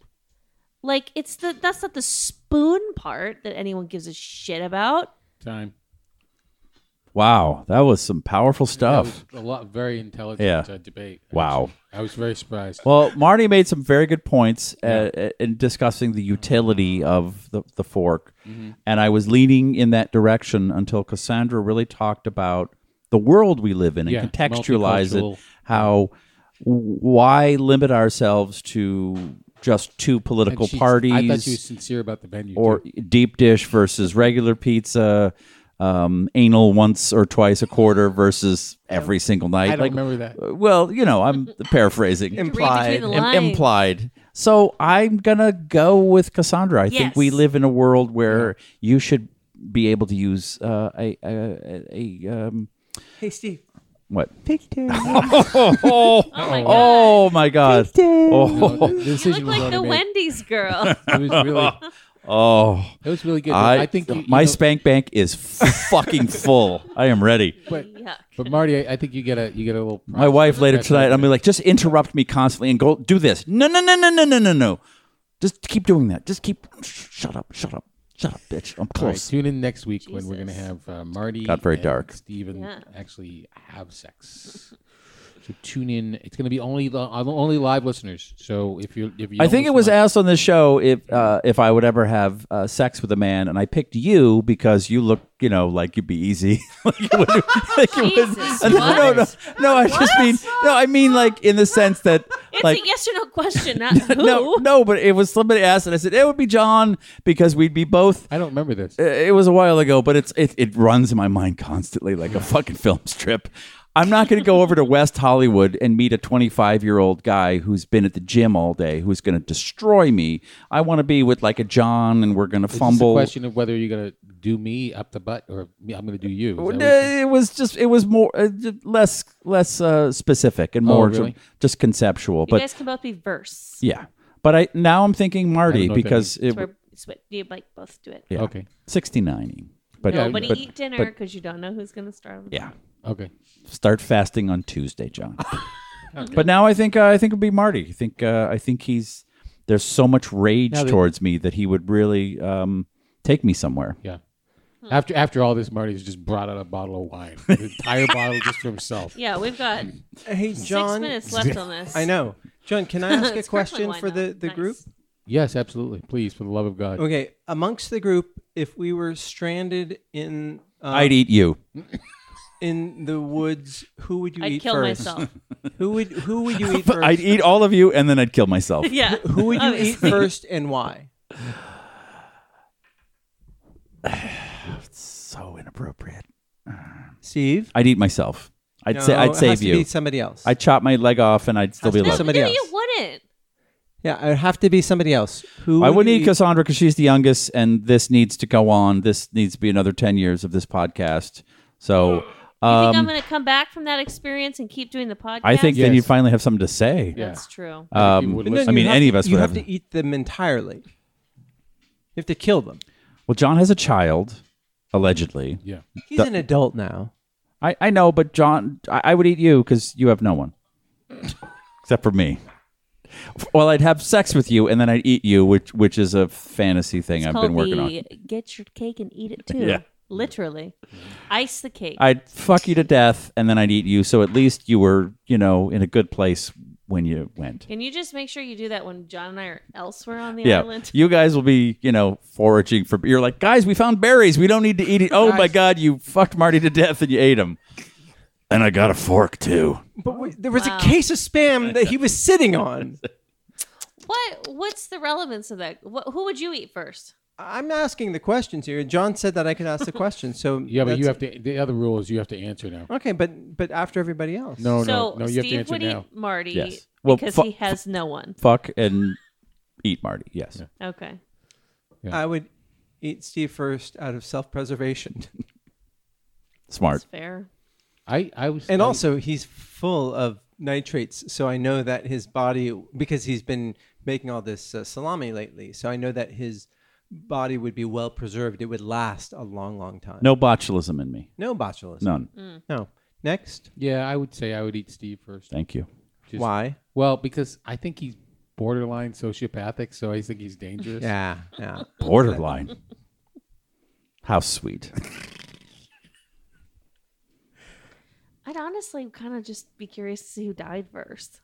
Like it's the that's not the spoon part that anyone gives a shit about.
Time.
Wow, that was some powerful stuff.
That was a lot, very intelligent
Yeah.
uh, debate.
Wow.
actually. I was very surprised.
Well, Marty made some very good points uh, in discussing the utility of the, the fork.
Mm-hmm.
And I was leaning in that direction until Cassandra really talked about the world we live in and
Yeah,
contextualize
multicultural.
it, how w- why limit ourselves to just two
And
political
she-
parties
I thought she was sincere about the venue.
or
too.
deep dish versus regular pizza, um, anal once or twice a quarter versus every single night.
I don't remember that.
Well, you know, I'm
*laughs*
paraphrasing.
to read between the
Im-
lines.
implied. So I'm gonna go with Cassandra. I think we
Yes.
live in a world where you should be able to use uh, a a, a, a um,
Hey, Steve.
what?
Pigtail.
Oh, *laughs* oh,
my God.
my god!
Pigtail.
Oh,
The
You
decision
look
was
like the
already made.
Wendy's girl.
*laughs*
It was really,
oh.
it was really good.
I,
I, think you, you
my
know-
spank bank is
*laughs*
fucking full. I am ready. *laughs*
But,
Yuck.
but Marty, I, I think you get a you get a little.
My wife later tonight, I'm like, just interrupt me constantly and go do this. No, no, no, no, no, no, no, no. Just keep doing that. Just keep. *laughs* Sh- shut up. Shut up. Shut up, bitch. I'm
All right,
close.
tune in next week when we're going to
Jesus.
have uh, Marty.
Got very
and
dark.
Steven
Yeah.
actually have sex. So tune in. It's going to be only the uh, only live listeners. So if you if you
I
don't
think it
listen
was
on-
asked on the show if uh, if I would ever have uh, sex with a man, and I picked you because you look, you know, like you'd be easy. *laughs* like you
*laughs*
would, like you would- *laughs*
Jesus,
no, no, no,
what?
no. I just mean, no, I mean, like in the sense that,
It's
like,
a yes or
*laughs*
no question, not who.
no, no, but it was somebody asked, and I said it would be John because we'd be both
I don't remember this.
it was a while ago, but it's it, it runs in my mind constantly like a fucking film strip. I'm not going to go over to West Hollywood and meet a 25 year old guy who's been at the gym all day who's going to destroy me. I want to be with like a John, and we're going to
It's just a
fumble.
question of whether you're going to do me up the butt or me- I'm going to do you. Is that
Uh,
what you said?
It was just it was more uh, d- less less uh, specific and more
Oh, really?
just conceptual.
you
but
guys can both be verse.
yeah, but I now I'm thinking Marty
know what that
because it
It's where it's what you like both do it.
yeah
Okay.
69. But
Nobody
but,
eat dinner
but-
because you don't know who's going to starve.
yeah.
Okay.
start fasting on Tuesday, John. But now I think uh, I think it'd be Marty. I think uh, I think he's there's so much rage
Now that-
towards me that he would really um, take me somewhere.
Yeah.
Hmm.
After after all this, Marty's just brought out a bottle of wine, an entire bottle just for himself.
*laughs* Yeah, we've got
Hey, John.
six minutes left on this.
I know. John, can I ask a
*laughs* It's sparkling
question
wine,
for
though.
the, the
Nice.
group?
Yes, absolutely. Please, for the love of God.
Okay, amongst the group, if we were stranded in uh,
I'd eat you.
in the woods, who would you
I'd
eat
kill
first? *laughs*
myself.
Who would who would
*laughs*
you eat 1st
I'd eat all of you, and then I'd kill
*laughs*
myself.
yeah.
who would you
*laughs*
eat
Obviously.
first and why?
so inappropriate.
Steve,
I'd eat myself. I'd say
No,
I'd
it
save
has To be
you.
somebody else.
I'd chop my leg off, and I'd still be
to be
alive.
some- somebody
no,
else.
you wouldn't.
yeah, I'd have to be somebody else. Who
I
would
wouldn't
you
eat Cassandra because she's the youngest, and this needs to go on. This needs to be another ten years of this podcast. So
You
um,
think I'm going to come back from that experience and keep doing the podcast?
I think then
Yes.
you'd finally have something to say.
that's true.
I think
Um,
you would
But no,
listen.
I
you
mean,
have
any
to-
of us
You
would
have
have-
to eat them entirely. You have to kill them.
Well, John has a child, allegedly.
yeah.
He's an adult now.
I, I know, but John, I, I would eat you because you have no one except for me. Well, I'd have sex with you and then I'd eat you, which which is a fantasy thing I've
Called
been working
the
on.
Get your cake and eat it too.
*laughs* Yeah.
Literally. Ice the cake.
I'd fuck you to death and then I'd eat you, so at least you were, you know, in a good place when you went.
Can you just make sure you do that when John and I are elsewhere on the
Yeah,
island?
you guys will be, you know, foraging for. You're like, guys, we found berries. We don't need to eat it. Oh my god, you fucked Marty to death and you ate him. And I got a fork too.
But wait, there was
Wow.
a case of spam that he was sitting
*laughs*
on.
What what's the relevance of that? What, who would you eat first?
I'm asking the questions here. John said that I could ask the questions, so
Yeah, but you
that's-
have to. The other rule is you have to answer now.
okay, but but after everybody else.
No,
so
Oh, no, no. You
Steve
have to
would
answer now.
eat Marty
Yes. Well,
because
fu-
he has no one.
Fuck and eat Marty. Yes.
Okay.
I would eat Steve first out of self-preservation,
Smart.
That's fair.
I, I was.
and
I-
also he's full of nitrates, so I know that his body because he's been making all this uh, salami lately, so I know that his body would be well preserved. It would last a long, long time.
No botulism in me.
no botulism.
None.
Mm.
No. Next,
yeah, I would say I would eat Steve first.
Thank you.
Just-
why?
Well, because I think he's borderline sociopathic, so I think he's dangerous.
Yeah, yeah.
Borderline. How sweet.
I'd honestly kind of just be curious to see who died first.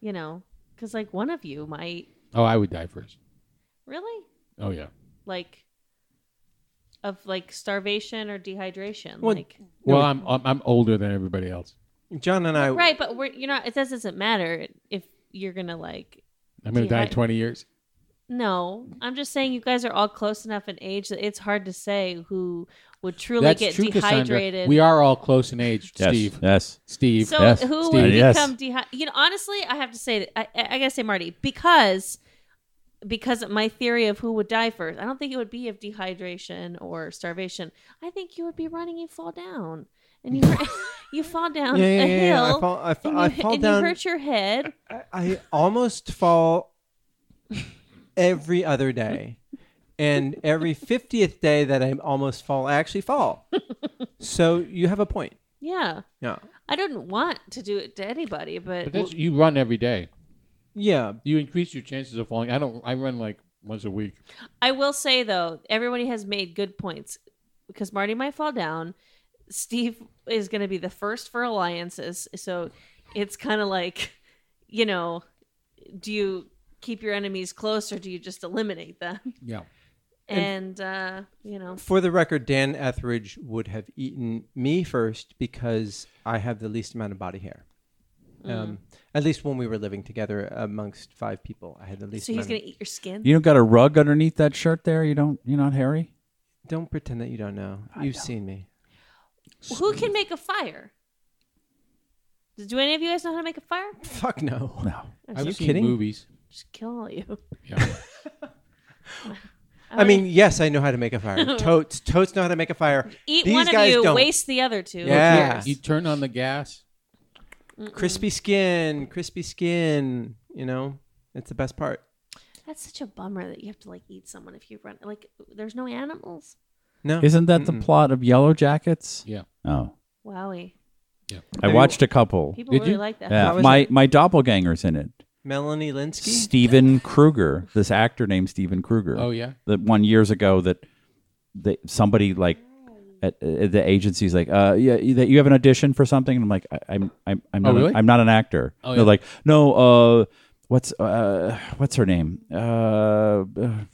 You know, because like one of you might
Oh, I would die first.
really
Oh yeah.
like of like starvation or dehydration.
Well,
like
Well, I'm, I'm I'm older than everybody else.
John and I.
right, but we're you're not. It does- doesn't matter if you're gonna like.
I'm gonna die
Dehy-
in 20 years.
No, I'm just saying you guys are all close enough in age that it's hard to say who would truly get
Cassandra.
dehydrated.
We are all close in age,
Yes.
*laughs* Steve.
Yes.
Steve.
So
Yes,
who
Steve.
would
Yes.
become dehy You know, honestly, I have to say, that- I, I I gotta say Marty because because of my theory of who would die first. I don't think it would be of dehydration or starvation. I think you would be running, you fall down, and you
*laughs*
*laughs* you fall down
Yeah, yeah,
a
yeah, yeah.
hill.
I fall- I fa-
and you,
I
hit-
fall
and
down-
You hurt your head.
I, I almost fall every other day. And every 50th day that I almost fall, I actually fall. So you have a point.
Yeah,
Yeah.
I didn't want to do it to anybody, but,
But that's, you run every day.
Yeah.
You increase your chances of falling. I don't. I run like once a week.
I will say though, everybody has made good points because Marty might fall down. Steve is going to be the first for alliances, so it's kind of like, you know, do you keep your enemies close or do you just eliminate them?
Yeah.
And, uh, you know,
For the record, Dan Etheridge would have eaten me first because I have the least amount of body hair. Um, at least when we were living together amongst five people, I had the least.
so he's
amount
going
of-
to eat your skin.
You don't got a rug underneath that shirt there? You don't you're not hairy?
Don't pretend that you don't know. You've seen me.
Who can make a fire? Do any of you guys know how to make a fire?
Fuck no.
No.
I've
you
seen
kidding?
movies.
Just kill all you.
Yeah.
*laughs*
I mean, yes, I know how to make a *laughs* fire. Totes, totes know how to make a fire.
Eat
These
one of
guys
you,
don't.
waste the other two.
Yeah.
You turn on the gas.
crispy skin, crispy skin. You know, it's the best part.
That's such a bummer that you have to like eat someone if you run. Like, there's no animals.
No,
Isn't that the plot of Yellow Jackets?
Yeah.
Oh.
Wowie,
I watched a couple.
people
Did
really
you?
like that.
Yeah,
How is
my my doppelganger's in it.
Melanie Linsky?
Steven Kruger, this actor named Steven Kruger.
Oh yeah.
that one years ago that that somebody like at, at the agency's like, uh, yeah, you- that you have an audition for something. And I'm like, I, I'm I'm I'm
Oh,
not,
really?
I'm not an actor.
Oh,
They're
yeah.
like, no, uh, what's uh, what's her name? Uh, uh,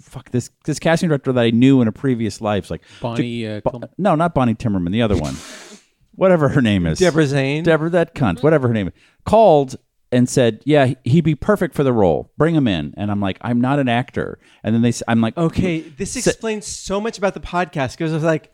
fuck this this casting director that I knew in a previous life. like,
Bonnie. Uh,
Bo-
Tillman-
no, not Bonnie Timmerman, the other
*laughs*
one, whatever her name is,
Deborah Zane.
Deborah, that
Mm-hmm.
cunt, whatever her name is, called and said, "Yeah, he'd be perfect for the role. Bring him in." And I'm like, "I'm not an actor." And then they, s- I'm like,
okay, this explains so much about the podcast because I was like,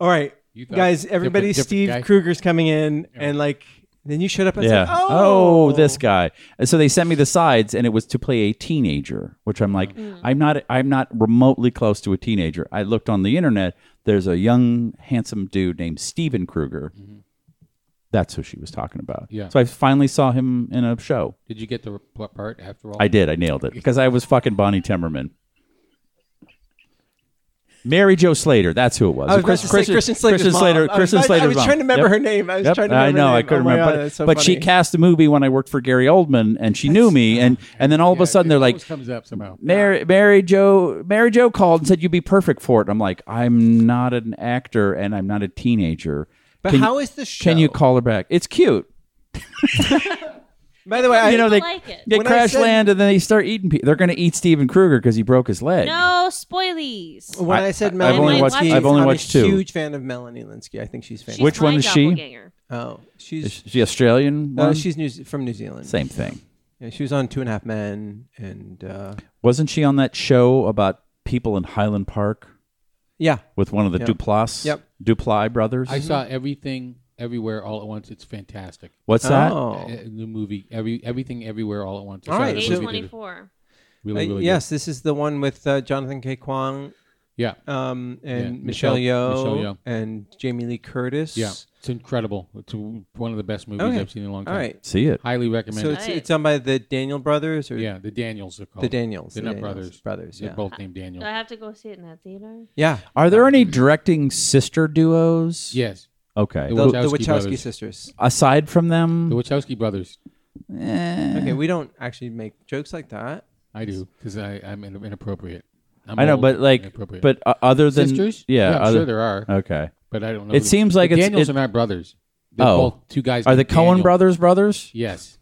all right,
You thought
guys,
different-
everybody,
different
Steve
guy.
Kruger's coming in, and like, then you showed up and
Yeah.
said, oh,
this guy. And so they sent me the sides, and it was to play a teenager, which I'm like, I'm not, I'm not remotely close to a teenager. I looked on the internet. There's a young, handsome dude named Steven Kruger. That's who she was talking about.
Yeah.
So I finally saw him in a show.
Did you get the rep- part after all?
I did. I nailed it because I was fucking Bonnie Timmerman. Mary Jo Slater. That's who it was.
I was
Chris-
Chris, Christian,
Chris-
Christian Slater's
Christian
mom.
Slater.
I was-
Kristen
I- I,
Slater's
was
mom.
trying to remember
Yep.
her name. I was
Yep.
trying to
I
remember
know.
her
I
name.
couldn't
Oh my
remember.
God,
but
that's so
but she
funny.
cast a movie when I worked for Gary Oldman, and she knew
*laughs*
me. And and then all of
Yeah,
a sudden
it
they're like,
always comes up somehow.
Mary Mary Joe Mary Joe called and said you'd be perfect for it. I'm like, I'm not an actor and I'm not a teenager.
But
Can you-
how is this show?
Can you call her back? It's cute.
By the way, I,
you know they
like it.
they
When I
crash
said-
land and then they start eating. Pe- they're going to eat Steven Kruger because he broke his leg.
No spoilies.
when
I-
I, said
I've
Melanie
only
Linsky,
watched- I've
only
I'm
watched
a
two.
Huge fan of Melanie Linsky. I think she's
She's
fantastic.
Which one
my
is she?
doppelganger.
oh,
Is
she's
she Australian?
uh,
one?
she's New, from New Zealand.
Um, Same thing.
Yeah, she was on Two and a Half Men, and uh,
Wasn't she on that show about people in Highland Park
yeah,
with one of the
Yep.
Duplass
Yep.
Dupli brothers?
I saw everything everywhere all at once. It's fantastic.
What's that?
Oh.
Uh, the movie every everything everywhere all at once. I
All
saw
right,
that
so-
Eight
movie,
twenty
dude.
four.
Really,
Uh,
really.
yes, this is the one with uh, Jonathan K. Kwong
good. Yeah.
um, and
Yeah,
Michelle,
Michelle-
Yeoh
Michelle Yeoh.
and Jamie Lee Curtis.
Yeah. It's incredible. It's w- one of the best movies
Okay.
I've seen in a long time.
All right.
See it.
Highly recommend.
So
it.
it's, it's done by the Daniel brothers or
yeah, the Daniels are called.
the Daniels.
They're
the
not
Daniels
brothers.
Brothers.
They're
Yeah.
both named Daniel.
Do I have to go see it in that theater?
yeah.
Are there any directing sister duos?
yes.
Okay.
The
The,
Who-
the
Wachowski
Wachowski
brothers.
sisters.
Aside from
The
them,
Wachowski brothers.
eh.
Okay, we don't actually make jokes like that.
I do because I'm in, inappropriate. I'm
I know,
old
but
and
like,
inappropriate.
but uh, other than
sisters?
yeah,
I'm
other,
sure there are,
okay.
but I don't know.
It
who-
seems like
the
it's-
Daniels
it-
are not brothers. They're
Oh.
both two guys.
Are the
named
Cohen
Daniel.
brothers brothers?
Yes.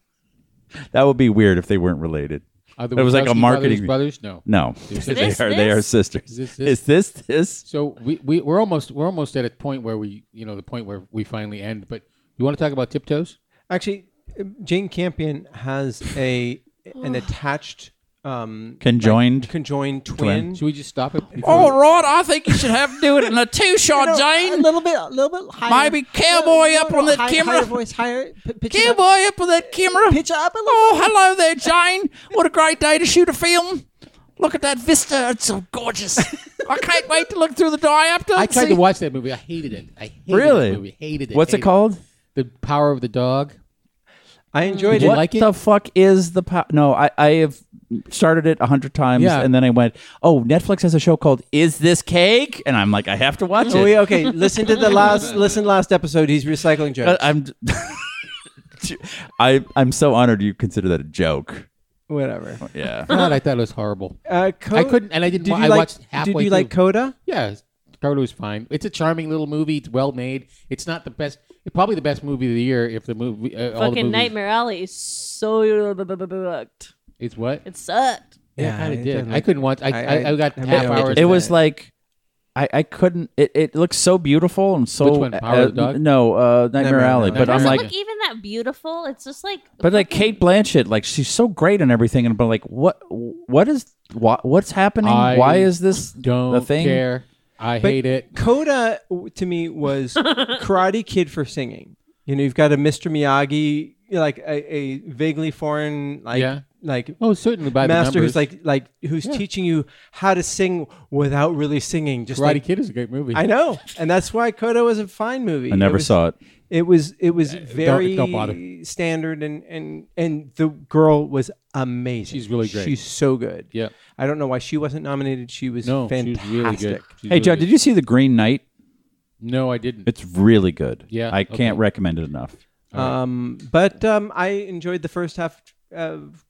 That would be weird if they weren't related.
Are the
It was like a
Wachowski
marketing-
brothers. brothers? No.
No, *laughs*
Is
they
this
are they are
this?
sisters.
Is this this?
Is this this?
So we, we we're almost we're almost at a point where we you know the point where we finally end. But you want to talk about tiptoes?
Actually, uh, Jane Campion has a an attached um,
Conjoined?
conjoined twin.
Should we just stop it? before-
All right, I think you should have to do it in a two *laughs* shot,
a
Jane.
little bit, a little bit higher.
Maybe cowboy up on that
high-
camera.
higher voice, higher. P- pitch it up.
Cowboy up with that camera.
Pitch it up a little.
Oh, hello there, Jane. What a great day to shoot a film. Look at that vista. It's so gorgeous. I can't wait to look through the diopter.
I
and
tried
see-
to watch that movie. I hated it. I hated
Really?
that movie. Hated it.
What's it
hated
called?
The Power of
*laughs*
the Dog.
I enjoyed
Did you
it.
what
like it?
the fuck is the po- no? I I have started it a hundred times,
Yeah.
and then I went, oh, Netflix has a show called "Is This Cake?" and I'm like, I have to watch
Oh,
it.
yeah,
*laughs*
okay, listen to the last listen to last episode. He's recycling
Uh,
I,
jokes.
I'm *laughs* I I'm so honored you consider that a joke.
Whatever.
Yeah.
God, I thought it was horrible.
Uh, Co-
I couldn't, and I didn't.
Did you
wa- I
like,
watched halfway.
Did you like
through.
Coda?
Yeah, Coda was fine. It's a charming little movie. It's well made. It's not the best. It's probably the best movie of the year. If the movie, uh, all the
Fucking
movies-
Nightmare Alley is so sucked.
It's what?
It sucked.
Yeah, I kind
I
of did.
didn't
I
like-
couldn't watch. I
I-
I, I,
I-
got
I
half
mean,
hours.
it
of
was
that.
like I, I couldn't it, it looks so beautiful and so
Which one, Power
uh,
of the Dog?
no uh, Nightmare,
Nightmare
Alley
Alley.
but I'm
Doesn't
like
*laughs*
look even that beautiful. It's just like
but like
fucking-
Kate Blanchett like she's so great and everything and but like what what is what, what's happening
I
why is this
don't
the thing
care. I hate it.
Coda w- to me
*laughs*
was Karate Kid for singing. You know, you've got a Mr. Miyagi, like a, a vaguely foreign, like
Yeah.
like
Oh, certainly by the
master
numbers.
who's like like who's teaching you how to sing without really singing. Just
Karate
like
Kid is a great movie.
I know, and that's why Coda was a fine movie.
I never
was-
saw it
It was it was very
don't bother.
standard and and and the girl was amazing.
She's really great.
She's so good.
Yeah.
I don't know why she wasn't nominated. She was
No,
fantastic.
she was really good. She's
hey
really
Joe
good.
did you see The Green Knight
No, I didn't.
it's really good
Yeah,
I can't
okay.
recommend it enough
Um, but um, I enjoyed the first half of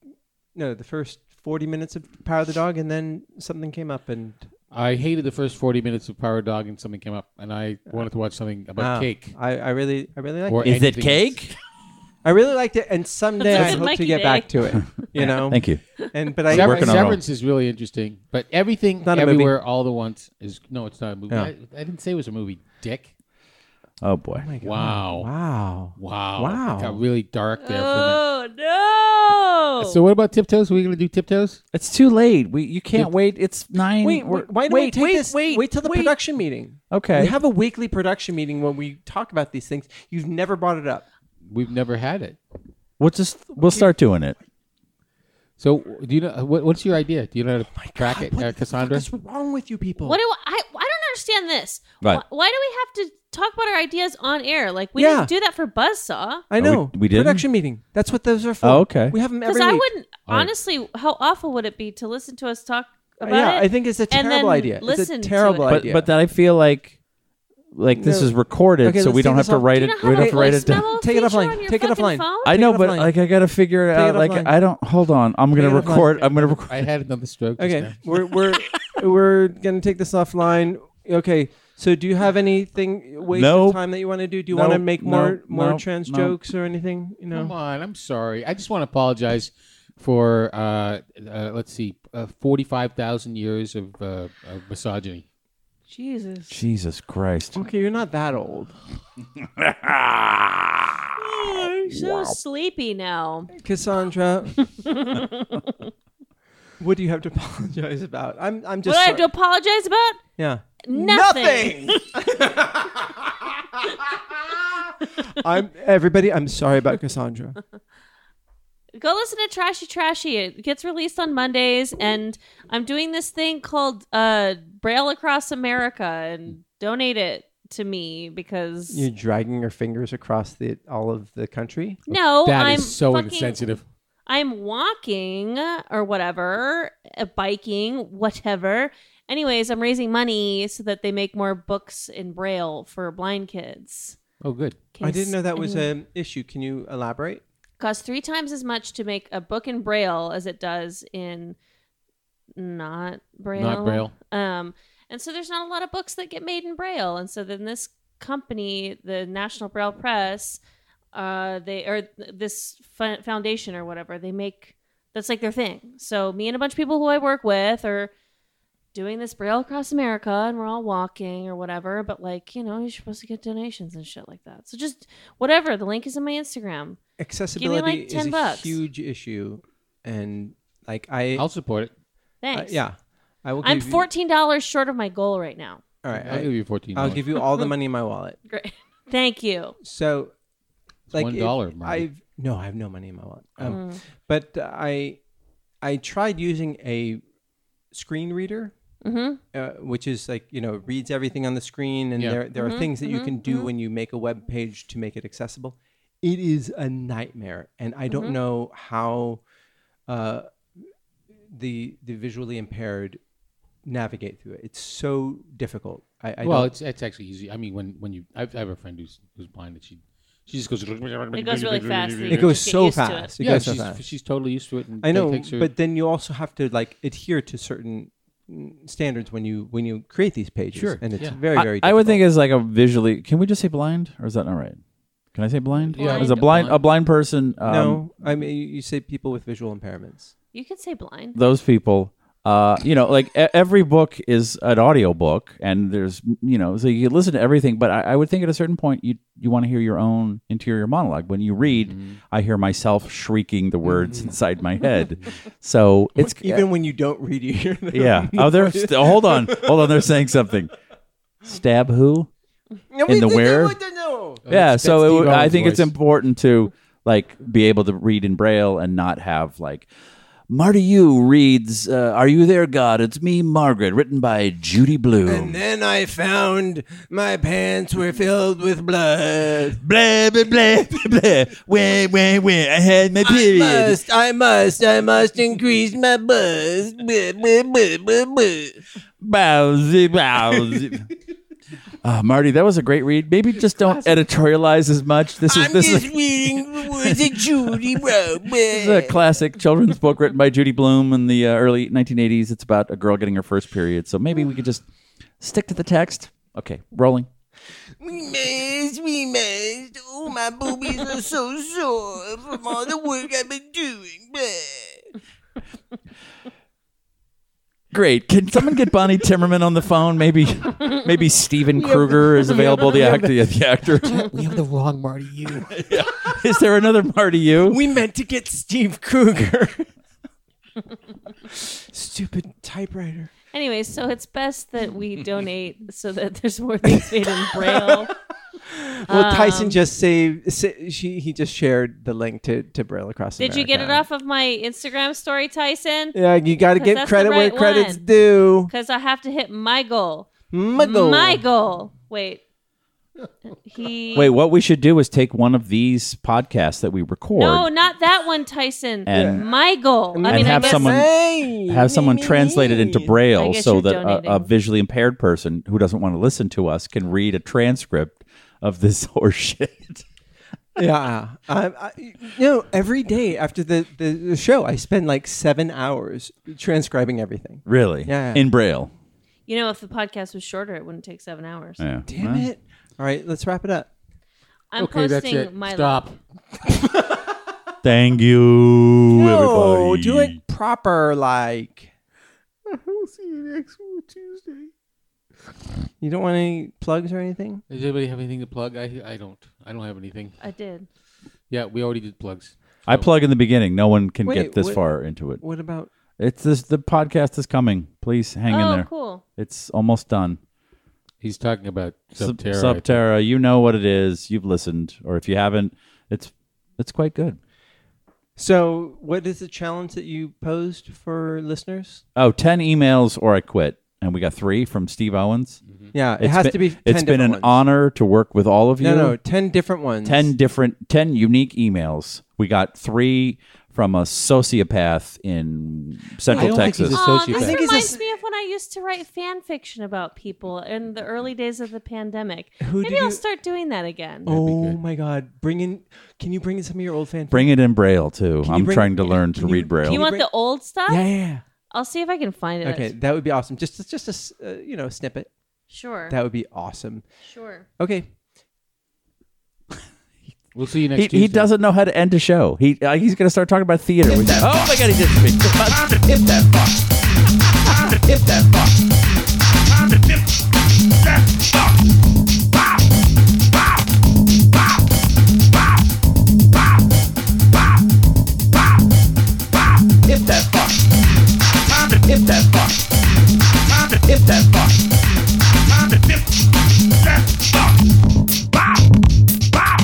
no, the first forty minutes of Power of the Dog, and then something came up, and
I hated the first forty minutes of Power Dog, and something came up, and I wanted to watch something about
uh,
cake.
I, I really, I really liked
Or
it.
is it
anything
cake
I really liked it, and someday
That's
I
a
hope
Mikey
to get
day.
back to it. You know,
thank you
And but I,
Sever-
working on it all.
Severance is really interesting, but everything,
Not a movie.
everywhere, all the once is no, it's not a movie.
Yeah.
I, I didn't say it was a movie, Dick.
oh boy
Wow, wow,
wow,
wow!
Wow.
It got really dark there. For
Oh no! Oh.
that. So what about tiptoes? Are we gonna do tiptoes?
it's too late we you can't wait it's nine
Wait,
we're-
wait, why don't we
wait
take
wait
this?
wait
till the production meeting.
Okay.
we have a weekly production meeting when we talk about these things. You've never brought it up.
We've never had it.
we'll just we'll start doing it
So do you know what, what's your idea? Do you know how
Oh
to crack it, uh, Cassandra?
What's wrong with you people?
what do I? I, I don't understand this.
Right.
Why, why do we have to talk about our ideas on air? Like we
Yeah.
didn't do that for Buzzsaw.
I know.
we didn't?
production meeting. That's what those are for.
Oh, okay.
We have them
Because
every
I
week.
wouldn't honestly. How awful would it be to listen to us talk about
Uh, yeah,
it?
I think it's a
and then
terrible idea. It's
Listen
a
to
terrible
it.
but
idea.
but then I feel like like this
No.
is recorded,
Okay,
so
let's
we don't
take
have
this
to
off.
write
Do you
it.
know how
We don't
to
have to write
voice
it down.
Take
memo
it
feature
offline.
on your
Take it
fucking
offline.
phone?
I know,
it
but
offline.
like I gotta figure it
Take it
out. like
offline.
I don't. Hold on, I'm gonna
Take it offline.
record. I'm gonna record.
I had another stroke. just
okay,
now.
we're we're we're gonna take this offline. Okay, So, do you have anything waste
No.
of time that you want to do? Do you
No,
want to make
no,
more more
no,
trans
no.
jokes or anything? You know,
Come on, I'm sorry. I just want to apologize for uh, uh let's see, uh, forty five thousand years of, uh, of misogyny.
Jesus.
Jesus Christ.
okay, you're not that old.
I'm so sleepy now. *laughs*
Cassandra, what do you have to apologize about? I'm I'm
What
just
do I have to
sorry-
apologize about?
yeah.
Nothing.
*laughs* I'm everybody. I'm sorry about Cassandra.
Go listen to Trashy Trashy. It gets released on Mondays, and I'm doing this thing called uh, Braille Across America, and donate it to me because
You're dragging your fingers across the all of the country.
no,
That is
Oh, I'm
so
fucking-
insensitive.
I'm walking or whatever, uh, biking, whatever. Anyways, I'm raising money so that they make more books in Braille for blind kids.
Oh, good.
I didn't know that was
Mm-hmm.
an issue. Can you elaborate?
costs three times as much to make a book in braille as it does in not braille
Not Braille.
um and so there's not a lot of books that get made in braille and so then this company the national braille press uh they or this fo- foundation or whatever they make that's like their thing so me and a bunch of people who i work with are doing this braille across america and we're all walking or whatever but like you know you're supposed to get donations and shit like that so just whatever the link is in my instagram
Accessibility is
10
a
bucks.
huge issue, and like I,
I'll support it.
I-
Thanks.
Uh, yeah, I will.
I'm
give you-
fourteen dollars short of my goal right now.
all right,
I'll
I,
give you fourteen.
I'll give you all the money in
*laughs*
my wallet.
Great. Thank you.
So, like
one
if
dollar, Marty.
I've no, I have no money in my wallet.
Mm.
Um, But I, I tried using a screen reader,
Mm-hmm.
uh, which is like you know it reads everything on the screen, and
Yeah.
there there
Mm-hmm,
are things that you can do when you make a web page to make it accessible. It is a nightmare, and I
Mm-hmm.
don't know how uh, the the visually impaired navigate through it. It's so difficult. I, I
well,
don't-
it's it's actually easy. I mean, when when you, I, I have a friend who's who's blind and she she just goes.
It goes really
*laughs*
fast. and you
it goes
just get
so
used to it.
fast. It
Yeah,
goes so
she's,
fast.
she's totally used to it. And
I
it
know,
takes her-
but then you also have to like adhere to certain mm, standards when you when you create these pages.
Sure,
and it's
yeah.
very
I,
very.
I would think
difficult.
it's like a visually. Can we just say blind, or is that not right? Can I say blind?
Yeah.
Is a blind a blind person? Um,
no. I mean, you- you say people with visual impairments.
You could say blind.
those people uh, you know like e- every book is an audio book and there's you know so you listen to everything but i, I would think at a certain point you you want to hear your own interior monologue when you read i hear myself shrieking the words inside my head so it's
Even when you don't read, you hear them.
yeah oh they're st- hold on hold on they're saying something stab who in the where
Oh,
yeah
that's-
so it,
that's Steve
would- i
Irwin's
think it's
voice.
important to like be able to read in braille and not have like marty you reads uh, are you there god it's me margaret written by judy bloom
then I found my pants were filled with blood.
blah blah blah blah blah wah, wah, wah. i had my period
I must, I must increase my buzz.
Bowsy, *laughs* bowsy. Ah, Marty, that was a great read. Maybe just don't editorialize as much. This is this is
reading the words that Judy wrote.
*laughs* This is a classic children's book written by Judy Bloom in the uh, early 1980s. It's about a girl getting her first period. So maybe we could just stick to the text. Okay, rolling.
We missed, we missed. Oh, my boobies are so sore from all the work I've been doing.
Great. Can someone get Bonnie Timmerman on the phone? Maybe, maybe Steven
*laughs*
Kruger is available. The actor, yeah, the actor.
We have the wrong Marty
*laughs*
you.
Is there another Marty? You?
We meant to get Steve Kruger. Stupid typewriter.
Anyway, so it's best that we *laughs* donate so that there's more things made in braille. *laughs*
Well,
Um,
Tyson just saved. sa- She he just shared the link to to Braille across.
Did you get it
America.
off of my Instagram story, Tyson?
Yeah, you got
*laughs*
to
'Cause
give
that's
credit
the
where
right
credits
one.
due.
Because I have to hit my goal.
My goal.
My goal. Wait. *laughs* He.
Wait, what we should do is take one of these podcasts that we record
No, not that one, Tyson.
And-
my goal. I
and
mean, I
have
guess
someone
Hey,
have someone
me, me,
translate it
me.
into
I
braille
guess
so
you're
that a, a
donating.
visually impaired person who doesn't want to listen to us can read a transcript of this *laughs* horseshit.
yeah. I, I, you know, every day after the, the, the show, I spend like seven hours transcribing everything.
really?
Yeah.
In braille.
You know, if the podcast was shorter, it wouldn't take seven hours.
Yeah.
Damn it. All right, let's wrap it up.
I'm
okay, that's
posting
it.
my
Stop.
Thank you,
No,
everybody.
do it proper. Like,
I'll see you next Tuesday.
you don't want any plugs or anything?
Does anybody have anything to plug? I I don't. I don't have anything.
I did.
Yeah, we already did plugs.
I plug in the beginning. No one can
Wait,
get this
what-
far into it.
What about
It's this. The podcast is coming. Please hang in
oh,
there.
cool.
It's almost done.
He's talking about
Sub-
Subterra. I think.
Subterra. You know what it is. You've listened, or if you haven't, it's it's quite good.
So, what is the challenge that you posed for listeners?
Oh, 10 emails or I quit, and we got three from Steve Owens.
Yeah, it
Hmm. It's
has
been-
to be. 10
It's been
different
an
ones.
honor to work with all of you.
No, no, ten different ones.
10 different 10 unique emails we got three from a sociopath in
I
central
don't think
texas
he's a
Aw, this
sociopath. I
think he's a
reminds
s-
me of when I used to write fan fiction about people in the early days of the pandemic.
Who
Maybe
did
I'll
you-
start doing that again.
Oh my God! Bring in. Can you bring in some of your old fan?
bring it in braille too
Can you
i'm
bring-
trying to learn to
can you-
read braille
can
you want
bring-
the old stuff?
Yeah, yeah, yeah.
I'll see if I can find it.
Okay, that would be awesome. Just, just a s- uh, you know snippet.
Sure.
That would be awesome.
sure.
Okay,
We'll see you next
he,
Tuesday.
he doesn't know how to end a show he uh, he's going to start talking about theater
*laughs*
oh my god he did
Time to hit that box. Time to hit that box. Time to hit that box. Bow, bow, bow, bow, bow, bow, bow, bow. Hit that box. Time to hit that box. Time to hit that box. Time to hit that box. Bow, bow, bow,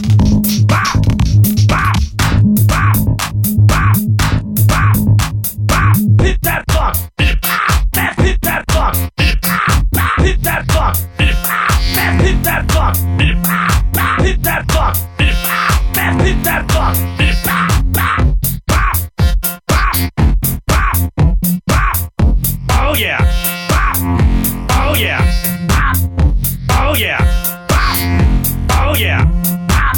bow, bow, bow, bow hit that fuck. Let's hit that fuck. Hit that fuck. Let's hit that fuck. Hit that fuck. Let's hit that fuck. Bop, bop, bop, bop. Oh yeah. Bop. Oh yeah. Bop. Oh yeah. Bop. Oh yeah. Bop.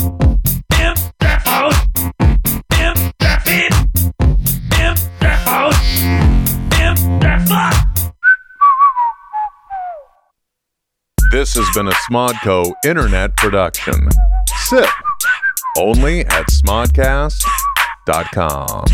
Imp that phone. Imp that fit. Imp that phone. Imp that fuck.
This has been a Smodco internet production. Sip only at smodcast.com.